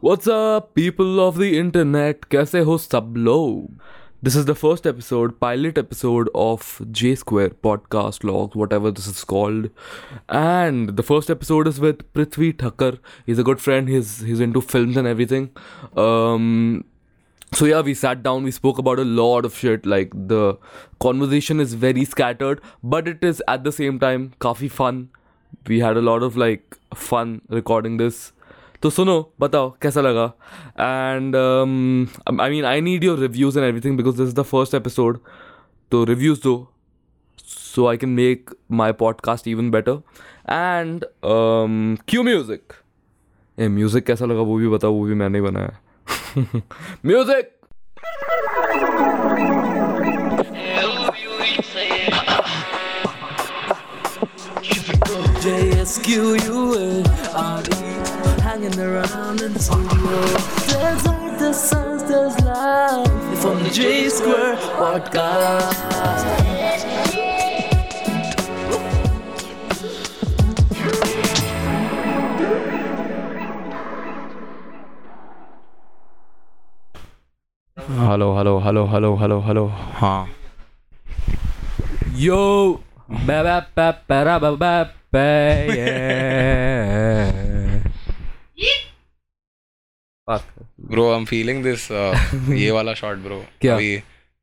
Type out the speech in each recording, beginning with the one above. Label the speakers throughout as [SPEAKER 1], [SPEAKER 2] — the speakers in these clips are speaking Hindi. [SPEAKER 1] What's up, people of the internet? कैसे हो सब लोग? This is the first episode, pilot episode of J Square podcast log, whatever this is called. And the first episode is with Prithvi Thakkar. He's a good friend. He's he's into films and everything. Um, so yeah, we sat down. We spoke about a lot of shit. Like the conversation is very scattered, but it is at the same time काफी fun. We had a lot of like fun recording this. तो सुनो बताओ कैसा लगा um, and I mean I need your reviews and everything because this is the first episode तो रिव्यूज़ दो so I can make my podcast even better and cue music a music कैसा लगा वो भी बताओ वो भी मैंने ही बनाया music
[SPEAKER 2] J-S-Q-U-A-R-E Hanging around in the studio There's art, there's science, there's life From the J-Square Podcast
[SPEAKER 3] hello hello hello hello hello hello हाँ
[SPEAKER 1] यो बै बै पै पैरा बै बै पै ये Fuck.
[SPEAKER 3] Bro I am feeling this uh, ये वाला शॉट ब्रो
[SPEAKER 1] क्या?
[SPEAKER 3] अभी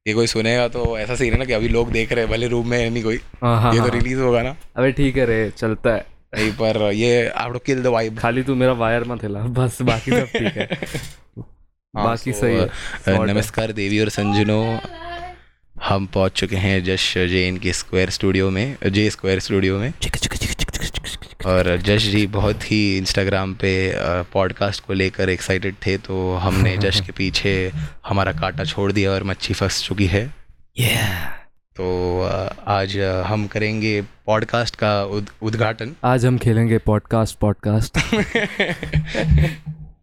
[SPEAKER 3] ये कोई सुनेगा तो ऐसा सीन है ना कि अभी लोग देख रहे हैं भले रूम में है नहीं कोई
[SPEAKER 1] हाँ, हाँ,
[SPEAKER 3] ये तो
[SPEAKER 1] हाँ।
[SPEAKER 3] रिलीज होगा ना
[SPEAKER 1] अबे ठीक है रे चलता है
[SPEAKER 3] नहीं पर ये आई टू किल द वाइब
[SPEAKER 1] खाली तू मेरा वायर मत हिला बस बाकी सब ठीक है
[SPEAKER 3] हाँ,
[SPEAKER 1] हाँ, बाकी सही है Sort है।
[SPEAKER 3] तो, uh, नमस्कार देवी और संजनो हम पहुंच चुके हैं जश जैन के स्क्वायर स्टूडियो में जे स्क्वायर स्टूडियो में और जश जी बहुत ही इंस्टाग्राम पे पॉडकास्ट को लेकर एक्साइटेड थे तो हमने जश के पीछे हमारा कांटा छोड़ दिया और मच्छी फंस चुकी है तो अ, आज अ, हम करेंगे पॉडकास्ट का उद, उद्घाटन
[SPEAKER 1] आज हम खेलेंगे podcast podcast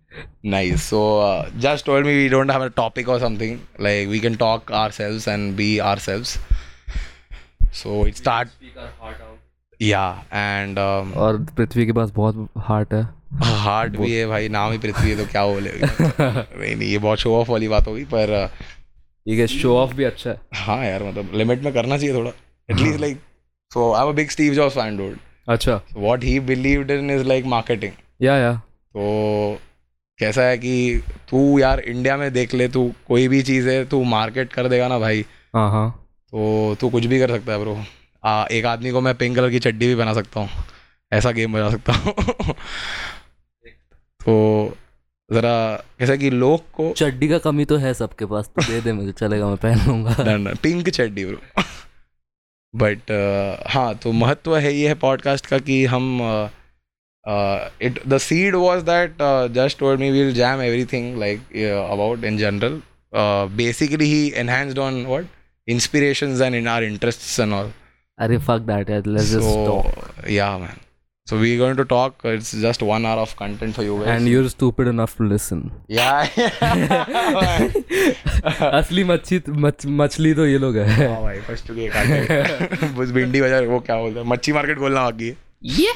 [SPEAKER 3] Nice. So uh, just told me we don't have a topic or something. Like we can talk ourselves and be ourselves. So it start. Yeah, and um,
[SPEAKER 1] और पृथ्वी के पास बहुत हार्ट है
[SPEAKER 3] हार्ट भी है भाई नाम ही पृथ्वी है तो क्या बोले नहीं नहीं ये बहुत शो ऑफ वाली बात होगी पर uh,
[SPEAKER 1] ठीक है शो ऑफ भी अच्छा है
[SPEAKER 3] हाँ यार मतलब लिमिट में करना चाहिए थोड़ा at least like so I am a big Steve Jobs fan dude
[SPEAKER 1] अच्छा
[SPEAKER 3] what he believed in is like marketing
[SPEAKER 1] या या
[SPEAKER 3] तो कैसा है कि तू यार इंडिया में देख ले तू कोई भी चीज़ है तू मार्केट कर देगा ना भाई
[SPEAKER 1] हाँ हाँ
[SPEAKER 3] तो तू कुछ भी कर सकता है ब्रो आ, एक आदमी को मैं पिंक कलर की चड्डी भी बना सकता हूँ ऐसा गेम बना सकता हूँ तो ज़रा कैसा है कि लोग को
[SPEAKER 2] चड्डी का कमी तो है सबके पास तो दे दे मुझे चलेगा मैं पहन लूंगा
[SPEAKER 3] ना, ना, पिंक चड्डी ब्रो बट हाँ तो महत्व है ये है पॉडकास्ट का कि हम uh, it the seed was that just told me will jam everything like about in general Uh, basically he enhanced on what inspirations and in our interests and all
[SPEAKER 2] अरे fuck that यार let's just talk
[SPEAKER 3] so yeah man so we're going to talk uh, it's just one hour of content for you guys
[SPEAKER 1] and your stupid enough to listen
[SPEAKER 3] yeah
[SPEAKER 1] असली मच्छी मछ- मछली तो ये लोग है
[SPEAKER 3] हाँ भाई फर्स्ट चुके काटे बस भिंडी बाजार वो क्या बोलते हैं मच्छी मार्केट बोलना बाकी है
[SPEAKER 2] ये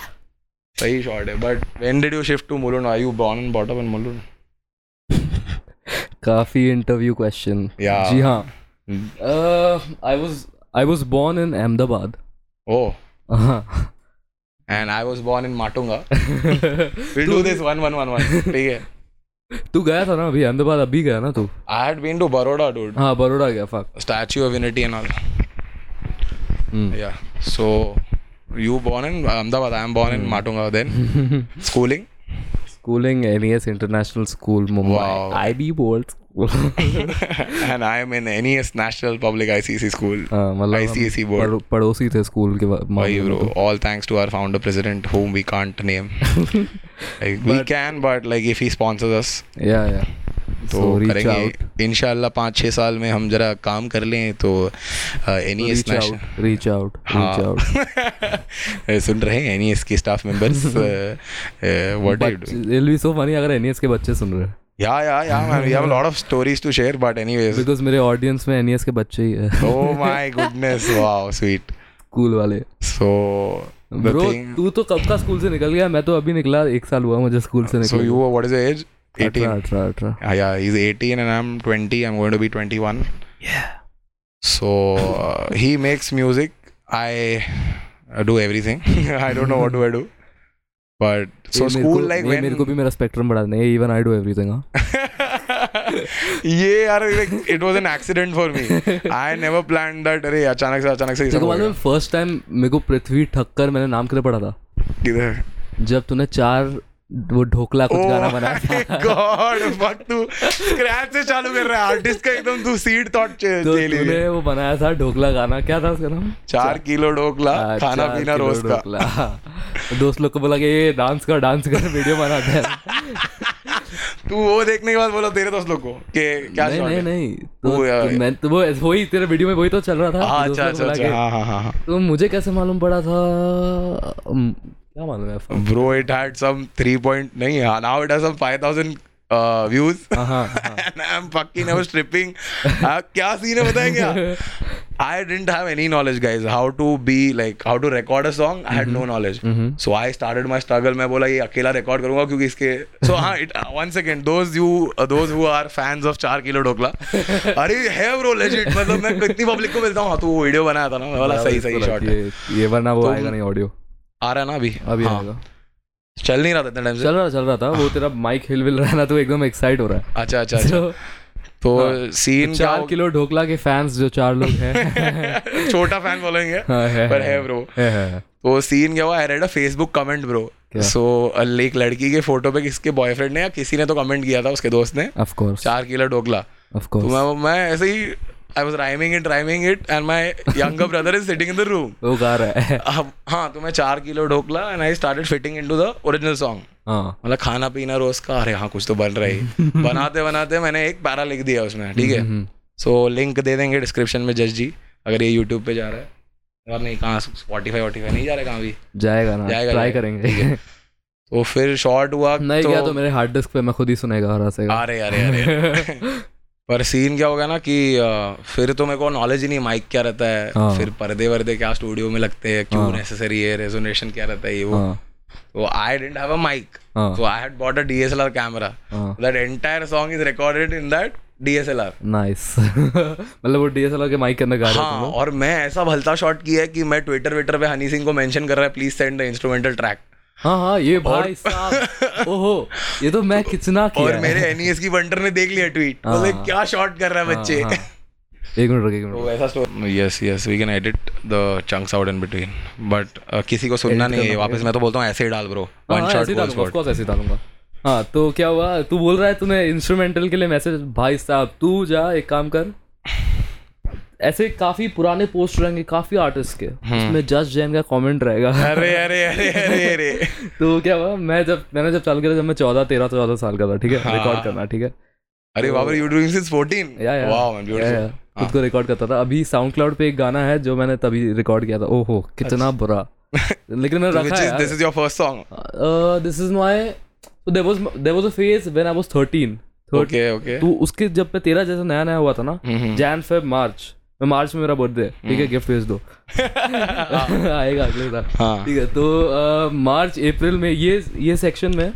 [SPEAKER 3] सही शॉट है but eh, when did you shift to Mulund are you born and brought up in Mulund
[SPEAKER 1] काफी इंटरव्यू क्वेश्चन
[SPEAKER 3] Yeah.
[SPEAKER 1] जी हाँ Uh,
[SPEAKER 3] Hmm.
[SPEAKER 1] I was I was born in Ahmedabad
[SPEAKER 3] oh
[SPEAKER 1] हाँ
[SPEAKER 3] and I was born in Matunga we'll do this one one one one ठीक है
[SPEAKER 1] तू गया था ना अभी अहमदाबाद अभी गया ना तू
[SPEAKER 3] I had been to Baroda dude
[SPEAKER 1] हाँ बड़ोड़ा गया fuck
[SPEAKER 3] statue of unity and all yeah so you born in Ahmedabad I am born in Matunga then schooling
[SPEAKER 1] schooling N S international school
[SPEAKER 3] Wow.
[SPEAKER 1] Mumbai I B board
[SPEAKER 3] and I am in NES National Public ICC School.
[SPEAKER 2] Ah,
[SPEAKER 1] मतलब हम
[SPEAKER 3] ICSE board.
[SPEAKER 1] पड़ो- पड़ोसी थे स्कूल के बा-
[SPEAKER 3] Why,
[SPEAKER 1] मामले में
[SPEAKER 3] bro? All thanks to our founder president, whom we can't name. like, we can, but like if he sponsors us,
[SPEAKER 1] तो। या या
[SPEAKER 3] तो
[SPEAKER 1] So reach out.
[SPEAKER 3] करेंगे इंशाल्लाह पाँच छः साल में हम जरा काम कर लें तो N E S
[SPEAKER 1] reach out reach out reach out
[SPEAKER 3] हाँ। सुन रहे हैं एन ई एस के staff members what do
[SPEAKER 1] but it be so funny अगर एनएस के बच्चे सुन रहे हैं
[SPEAKER 3] या या yeah man we have a lot of stories to share but anyways
[SPEAKER 1] because मेरे ऑडियंस में एनएस के बच्चे ही है
[SPEAKER 3] oh my goodness wow sweet
[SPEAKER 1] school वाले
[SPEAKER 3] सो द
[SPEAKER 1] ब्रो
[SPEAKER 3] थिंग
[SPEAKER 1] तू तो कब का स्कूल से निकल गया मैं तो अभी निकला एक साल हुआ मुझे स्कूल से
[SPEAKER 3] So
[SPEAKER 1] निकल
[SPEAKER 3] you were what is your age?
[SPEAKER 2] 18.
[SPEAKER 3] 18
[SPEAKER 2] 18, 18.
[SPEAKER 3] Uh, yeah he's 18 and i'm 20 i'm going to be 21
[SPEAKER 2] Yeah.
[SPEAKER 3] so uh, he makes music i uh, do everything i don't know what do i do but so
[SPEAKER 2] ये मेरे
[SPEAKER 3] school
[SPEAKER 2] को-
[SPEAKER 3] like
[SPEAKER 2] ये
[SPEAKER 3] when
[SPEAKER 2] मेरे को भी मेरा स्पेक्ट्रम बढ़ाना है इवन आई डू एवरीथिंग हां
[SPEAKER 3] ये यार like, it was an accident for me i never planned that अरे अचानक से अचानक से ये
[SPEAKER 2] तेरे
[SPEAKER 3] सब
[SPEAKER 2] को
[SPEAKER 3] हो
[SPEAKER 2] मालूम
[SPEAKER 3] गया।
[SPEAKER 2] फर्स्ट टाइम मेरे को पृथ्वी ठक्कर मैंने नाम किधर पढ़ा था
[SPEAKER 3] किधर Oh
[SPEAKER 2] जब तूने चार वो ढोकला कुछ गाना बनाया था
[SPEAKER 3] गॉड फक तू स्क्रैच से चालू कर रहा है आर्टिस्ट का एकदम तू सीड थॉट
[SPEAKER 2] तो
[SPEAKER 3] ले ले
[SPEAKER 2] तूने वो बनाया था ढोकला गाना क्या था उसका नाम
[SPEAKER 3] चार किलो ढोकला
[SPEAKER 2] हाँ,
[SPEAKER 3] खाना
[SPEAKER 2] चार
[SPEAKER 3] पीना
[SPEAKER 2] किलो
[SPEAKER 3] रोज का
[SPEAKER 2] ढोकला। हाँ। दोस्त लोग को बोला कि ये डांस कर डांस कर वीडियो बनाते हैं
[SPEAKER 3] तू वो देखने के बाद बोला तेरे दोस्त लोग को कि क्या
[SPEAKER 2] नहीं
[SPEAKER 3] shot
[SPEAKER 2] नहीं
[SPEAKER 3] है?
[SPEAKER 2] नहीं तो
[SPEAKER 3] वो यार-
[SPEAKER 2] मैं तो वो वही तेरे वीडियो में वही तो चल रहा था
[SPEAKER 3] हाँ
[SPEAKER 2] तो
[SPEAKER 3] अच्छा
[SPEAKER 2] दोस्त
[SPEAKER 3] अच्छा
[SPEAKER 2] लोग
[SPEAKER 3] अच्छा
[SPEAKER 2] बोला कि-
[SPEAKER 3] हाँ हाँ हाँ
[SPEAKER 2] तो मुझे कैसे मालूम पड़ा था अम, क्या मालूम है हाँ,
[SPEAKER 3] bro it had some 3 point नहीं हाँ now it has some 5000 views
[SPEAKER 2] हाँ हाँ
[SPEAKER 3] uh, and I'm fucking I was tripping. Uh, क्या सीन है बताएंगे आप? I didn't have any knowledge, guys. How to be like how to record a song? I had no
[SPEAKER 2] Mm-hmm.
[SPEAKER 3] knowledge. So I started my struggle. मैं बोला ये अकेला record करूंगा क्योंकि इसके so हाँ it, uh, one second those you uh, those who are fans of चार किलो ढोकला अरे है bro legit मतलब मैं कितनी public को मिलता हूँ हाँ तो वो video बनाया था ना मैं बोला सही सही
[SPEAKER 2] इसको
[SPEAKER 3] shot है
[SPEAKER 2] रखिए, ये वरना वो
[SPEAKER 3] तो-
[SPEAKER 2] आएगा नहीं ऑडियो
[SPEAKER 3] आ रहा है ना अभी
[SPEAKER 2] अभी
[SPEAKER 3] हाँ.
[SPEAKER 2] आएगा
[SPEAKER 3] चल नहीं रहा था इतना टाइम से
[SPEAKER 2] चल रहा चल रहा था वो तेरा माइक हिल विल रहा है ना तो एकदम एक्साइट हो रहा है
[SPEAKER 3] अच्छा अच्छा अच्छा
[SPEAKER 2] तो हाँ।
[SPEAKER 3] तो सीन
[SPEAKER 2] चार किलो ढोकला के फैंस जो चार लोग हैं
[SPEAKER 3] छोटा फैन बोलेंगे
[SPEAKER 2] हाँ, है,
[SPEAKER 3] पर
[SPEAKER 2] है,
[SPEAKER 3] है ब्रो
[SPEAKER 2] है, है।
[SPEAKER 3] तो सीन क्या हुआ I read a Facebook comment bro
[SPEAKER 2] क्या?
[SPEAKER 3] सो एक लड़की के फोटो पे किसके बॉयफ्रेंड ने या किसी ने तो कमेंट किया था उसके दोस्त ने
[SPEAKER 2] Of course,
[SPEAKER 3] चार किलो ढोकला
[SPEAKER 2] of
[SPEAKER 3] तो
[SPEAKER 2] course.
[SPEAKER 3] मैं मैं ऐसे ही I was rhyming it rhyming it and my younger brother is sitting in the room
[SPEAKER 2] वो गा रहा है
[SPEAKER 3] हाँ तो मैं चार kilo dhokla and I started fitting in to the original song
[SPEAKER 2] हाँ
[SPEAKER 3] मतलब खाना पीना रोज का अरे हाँ कुछ तो बन रहा है बनाते बनाते मैंने एक पैरा लिख दिया उसमें ठीक है
[SPEAKER 2] हम्म,
[SPEAKER 3] सो लिंक दे देंगे डिस्क्रिप्शन में जज जी अगर ये यूट्यूब पे जा रहा है और नहीं कहाँ स्पॉटीफाई वॉटीफाई नहीं जा रहा है कहाँ भी
[SPEAKER 2] जाएगा ना
[SPEAKER 3] जाएगा,
[SPEAKER 2] ट्राई
[SPEAKER 3] जाएगा,
[SPEAKER 2] करेंगे
[SPEAKER 3] तो फिर शॉर्ट हुआ
[SPEAKER 2] नहीं गया तो मेरे हार्ड डिस्क पे मैं खुद ही सुनेगा हरा से हाँ,
[SPEAKER 3] अरे अरे अरे पर सीन क्या होगा ना कि अ, फिर तो मेरे को नॉलेज ही नहीं माइक क्या रहता है
[SPEAKER 2] हाँ।
[SPEAKER 3] फिर पर्दे वर्दे क्या स्टूडियो में लगते हैं क्यों
[SPEAKER 2] हाँ।
[SPEAKER 3] नेसेसरी है रेजोनेशन क्या रहता है ये वो
[SPEAKER 2] हाँ
[SPEAKER 3] तो I didn't have a mic
[SPEAKER 2] हाँ
[SPEAKER 3] तो I had bought a DSLR camera
[SPEAKER 2] हाँ
[SPEAKER 3] that entire song is recorded in that DSLR
[SPEAKER 2] nice मतलब वो डीएसएलआर के माइक के अंदर गा रहे
[SPEAKER 3] हाँ और मैं ऐसा भलता शॉट किया है कि मैं ट्विटर ट्विटर पे हनी सिंह को मेंशन कर रहा है please send the instrumental track
[SPEAKER 2] हाँ हाँ ये भाई साहब ओहो ये तो मैं कितना किया
[SPEAKER 3] और
[SPEAKER 2] है।
[SPEAKER 3] मेरे एनईएस की बंटर ने देख लिया ट्वीट बोले क्या शॉट कर रहा है बच्चे
[SPEAKER 2] हाँ, एक मिनट रुक एक मिनट
[SPEAKER 3] तो ऐसा story yes yes we can edit the chunks out in between but uh, किसी को सुनना नहीं है वापस मैं तो बोलता हूँ ऐसे ही डाल ब्रो
[SPEAKER 2] हाँ,
[SPEAKER 3] वन
[SPEAKER 2] हाँ,
[SPEAKER 3] शॉट
[SPEAKER 2] ऐसे ही
[SPEAKER 3] वन
[SPEAKER 2] डालूंगा
[SPEAKER 3] शॉट
[SPEAKER 2] ऑफकोर्स ऐसे ही डालूंगा हाँ तो क्या हुआ तू बोल रहा है तूने इंस्ट्रूमेंटल के लिए मैसेज भाई साहब तू जा एक काम कर ऐसे काफी पुराने पोस्ट रहेंगे काफी आर्टिस्ट के
[SPEAKER 3] हम्म।
[SPEAKER 2] उसमें जस्ट जैन का कमेंट रहेगा
[SPEAKER 3] अरे अरे अरे अरे अरे
[SPEAKER 2] तो क्या हुआ मैं जब मैंने जब चालू किया था, जब मैं चौदह तेरह चौदह साल का था ठीक है
[SPEAKER 3] हाँ।
[SPEAKER 2] रिकॉर्ड करना ठीक है
[SPEAKER 3] अरे बाबर you doing since 14
[SPEAKER 2] yeah yeah
[SPEAKER 3] wow man
[SPEAKER 2] yeah, yeah,
[SPEAKER 3] beautiful
[SPEAKER 2] खुद को रिकॉर्ड करता था अभी साउंड क्लाउड पे एक गाना है जो मैंने तभी रिकॉर्ड किया था ओहो कितना बुरा लेकिन मैंने
[SPEAKER 3] व्हिच
[SPEAKER 2] रखा Uh,
[SPEAKER 3] इज
[SPEAKER 2] है
[SPEAKER 3] this is your first song
[SPEAKER 2] this is my so there was there was a phase when I was 13 13
[SPEAKER 3] okay okay
[SPEAKER 2] तो उसके जब मैं तेरह जैसा नया नया हुआ था ना जैन फेब मार्च मैं मार्च में मेरा बर्थडे ठीक है गिफ्ट भेज दो आएगा अगले साल
[SPEAKER 3] हाँ।
[SPEAKER 2] ठीक है तो अ, मार्च अप्रैल में ये ये सेक्शन में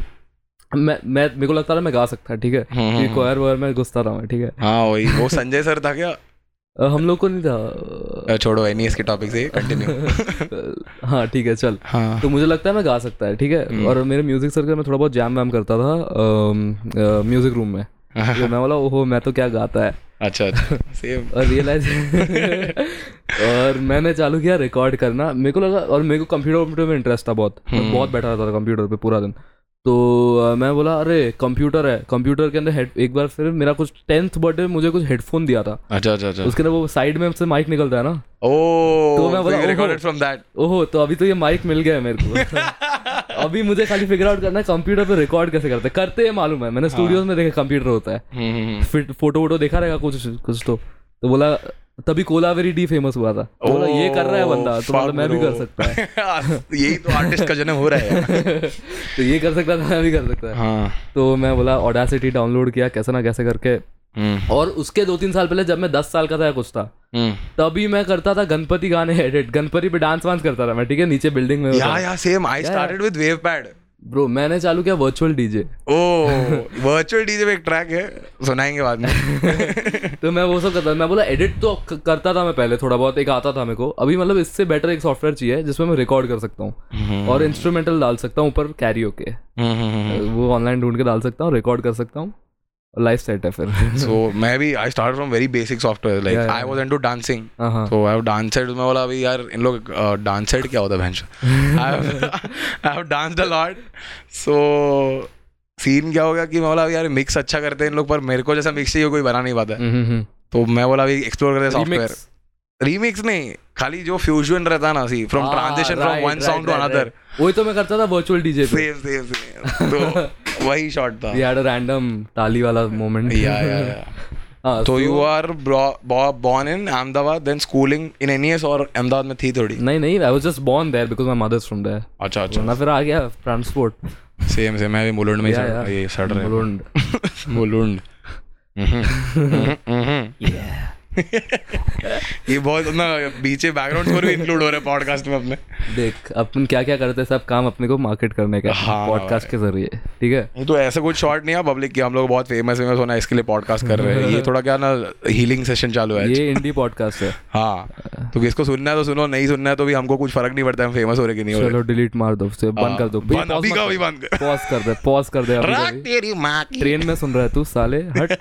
[SPEAKER 2] मैं मैं मेरे को लगता था मैं गा सकता ठीक है कि कोयर वोयर में घुसता था मैं ठीक है
[SPEAKER 3] हाँ वही वो संजय सर था क्या
[SPEAKER 2] अ, हम लोग को नहीं था
[SPEAKER 3] अ, छोड़ो एनईएस के टॉपिक से कंटिन्यू
[SPEAKER 2] अ, हाँ ठीक है चल
[SPEAKER 3] हाँ हम्म।
[SPEAKER 2] तो मुझे लगता है मैं गा सकता है ठीक है और मेरे म्यूजिक सर्कल में थोड़ा बहुत जैम वैम करता था म्यूजिक रूम में तो मैं बोला ओहो मैं तो क्या गाता है
[SPEAKER 3] अच्छा अच्छा सेम
[SPEAKER 2] और रियलाइज और मैंने चालू किया रिकॉर्ड करना मेरे को लगा और मेरे को कंप्यूटर कंप्यूटर में इंटरेस्ट था बहुत
[SPEAKER 3] हम्म।
[SPEAKER 2] मैं बहुत बैठा रहता था कंप्यूटर पे पूरा दिन तो अ, मैं बोला अरे कंप्यूटर है कंप्यूटर के अंदर हेड एक बार फिर मेरा कुछ टेंथ बर्थडे में मुझे कुछ हेडफोन दिया था
[SPEAKER 3] अच्छा अच्छा अच्छा
[SPEAKER 2] उसके अंदर वो साइड में से माइक निकलता है ना तो
[SPEAKER 3] ओह
[SPEAKER 2] मैं बोला,
[SPEAKER 3] तो
[SPEAKER 2] ओहो।
[SPEAKER 3] रिकॉर्डेड फ्रॉम दैट
[SPEAKER 2] ओहो तो अभी तो ये माइक मिल गया है मेरे को अभी मुझे खाली फिगर आउट करना है कंप्यूटर पे रिकॉर्ड कैसे करते हैं करते हैं मालूम है मैंने
[SPEAKER 3] हाँ।
[SPEAKER 2] स्टूडियोज में देखा कंप्यूटर होता है
[SPEAKER 3] हम्म,
[SPEAKER 2] फिर फोटो वोटो देखा रहेगा कुछ कुछ तो तो बोला तभी कोलावेरी डी फेमस हुआ था तो बोला ये कर रहा है बंदा तो बोला मैं भी कर सकता है
[SPEAKER 3] यही तो आर्टिस्ट का जन्म हो रहा है
[SPEAKER 2] तो ये कर सकता था मैं भी कर सकता है
[SPEAKER 3] हाँ
[SPEAKER 2] तो मैं बोला ऑडासिटी डाउनलोड किया कैसे ना कैसे करके
[SPEAKER 1] 嗯
[SPEAKER 3] हम्म,
[SPEAKER 2] और उसके दो तीन साल पहले जब मैं दस साल का था या कुछ था
[SPEAKER 3] हम्म।
[SPEAKER 2] तभी मैं करता था गणपति गाने एडिट गणपति पे डांस वांस करता था मैं ठीक है नीचे बिल्डिंग में होता
[SPEAKER 3] या
[SPEAKER 2] था।
[SPEAKER 3] या same I started with wave pad
[SPEAKER 2] bro मैंने चालू किया वर्चुअल डीजे
[SPEAKER 3] ओ हम्म, वर्चुअल डीजे पे एक ट्रैक है सुनाएंगे बाद में
[SPEAKER 2] तो मैं वो सब करता था मैं बोला एडिट तो क- करता था मैं पहले थोड़ा बहुत एक आता था मेरे को अभी मतलब इससे बेटर एक सॉफ्टवेयर चाहिए जिसमें मैं रिकॉर्ड कर सकता
[SPEAKER 3] हम्म।
[SPEAKER 2] हूँ और इंस्ट्रूमेंटल डाल सकता हूँ ऊपर कैरी ओके
[SPEAKER 3] हम्म।
[SPEAKER 2] वो ऑनलाइन ढूंढ के डाल सकता हूँ रिकॉर्ड कर सकता हूँ लाइफ सेट है फिर हाँ,
[SPEAKER 3] सो मैं भी I start from very basic software like
[SPEAKER 2] Yeah,
[SPEAKER 3] I was into dancing
[SPEAKER 2] हाँ हाँ
[SPEAKER 3] तो आई डांस सेट मैं बोला अभी यार इन लोग डांस सेट क्या होता है भैंस आई have danced a lot so scene क्या हो गया कि मैं बोला अभी यार मिक्स अच्छा करते हैं इन लोग पर मेरे को जैसा मिक्स चाहिए कोई बना नहीं पाता है
[SPEAKER 2] हम्म,
[SPEAKER 3] तो मैं बोला अभी एक्सप्लोर करते हैं सॉफ्टवेयर
[SPEAKER 2] Remix.
[SPEAKER 3] रीमिक्स नहीं खाली जो फ्यूजन रहता है ना see from
[SPEAKER 2] Ah,
[SPEAKER 3] transition from
[SPEAKER 2] right,
[SPEAKER 3] one
[SPEAKER 2] right,
[SPEAKER 3] song to
[SPEAKER 2] right,
[SPEAKER 3] another
[SPEAKER 2] right. वही तो मैं करता था वर्चुअल डीजे पे
[SPEAKER 3] सेम सेम सेम तो वही शॉट था
[SPEAKER 2] वी हैड अ रैंडम ताली वाला हाँ, मोमेंट
[SPEAKER 3] या या
[SPEAKER 2] हां
[SPEAKER 3] तो you are born in Ahmedabad then schooling in E NS और अहमदाबाद में थी थोड़ी
[SPEAKER 2] नहीं नहीं I was just born there because my mother's from there
[SPEAKER 3] अच्छा
[SPEAKER 2] वरना
[SPEAKER 3] अच्छा
[SPEAKER 2] तो फिर आ गया ट्रांसपोर्ट
[SPEAKER 3] सेम सेम मैं भी मुलुंड में ही
[SPEAKER 2] Yeah,
[SPEAKER 3] सड़-
[SPEAKER 2] yeah.
[SPEAKER 3] ये सड़ रहे हैं।
[SPEAKER 2] मुलुंड Mm-hmm.
[SPEAKER 3] मुलुंड हम्म, हम्म, हम्म। ये बहुत ना पीछे बैकग्राउंड स्कोर भी इंक्लूड हो रहे हैं पॉडकास्ट में अपने
[SPEAKER 2] देख अपन क्या क्या करते हैं सब काम अपने को मार्केट करने का
[SPEAKER 3] हाँ,
[SPEAKER 2] पॉडकास्ट के जरिए ठीक है
[SPEAKER 3] ये तो ऐसा कुछ शॉर्ट नहीं है पब्लिक की हम लोग बहुत फेमस फेमस होना है, इसके लिए पॉडकास्ट कर रहे हैं ये थोड़ा क्या ना हीलिंग सेशन चालू है
[SPEAKER 2] ये इंडी पॉडकास्ट है
[SPEAKER 3] हाँ तो किसको सुनना है तो सुनो नहीं सुनना है तो भी हमको कुछ फर्क नहीं पड़ता है हम फेमस हो रहे कि नहीं हो रहे
[SPEAKER 2] चलो डिलीट मार दो उसे बंद कर दो
[SPEAKER 3] हाँ, बंद, अभी का अभी बंद कर।
[SPEAKER 2] पॉज कर दे पॉज कर दे अभी
[SPEAKER 3] रख
[SPEAKER 2] अभी।
[SPEAKER 3] तेरी माँ की
[SPEAKER 2] ट्रेन में सुन रहा है तू साले हट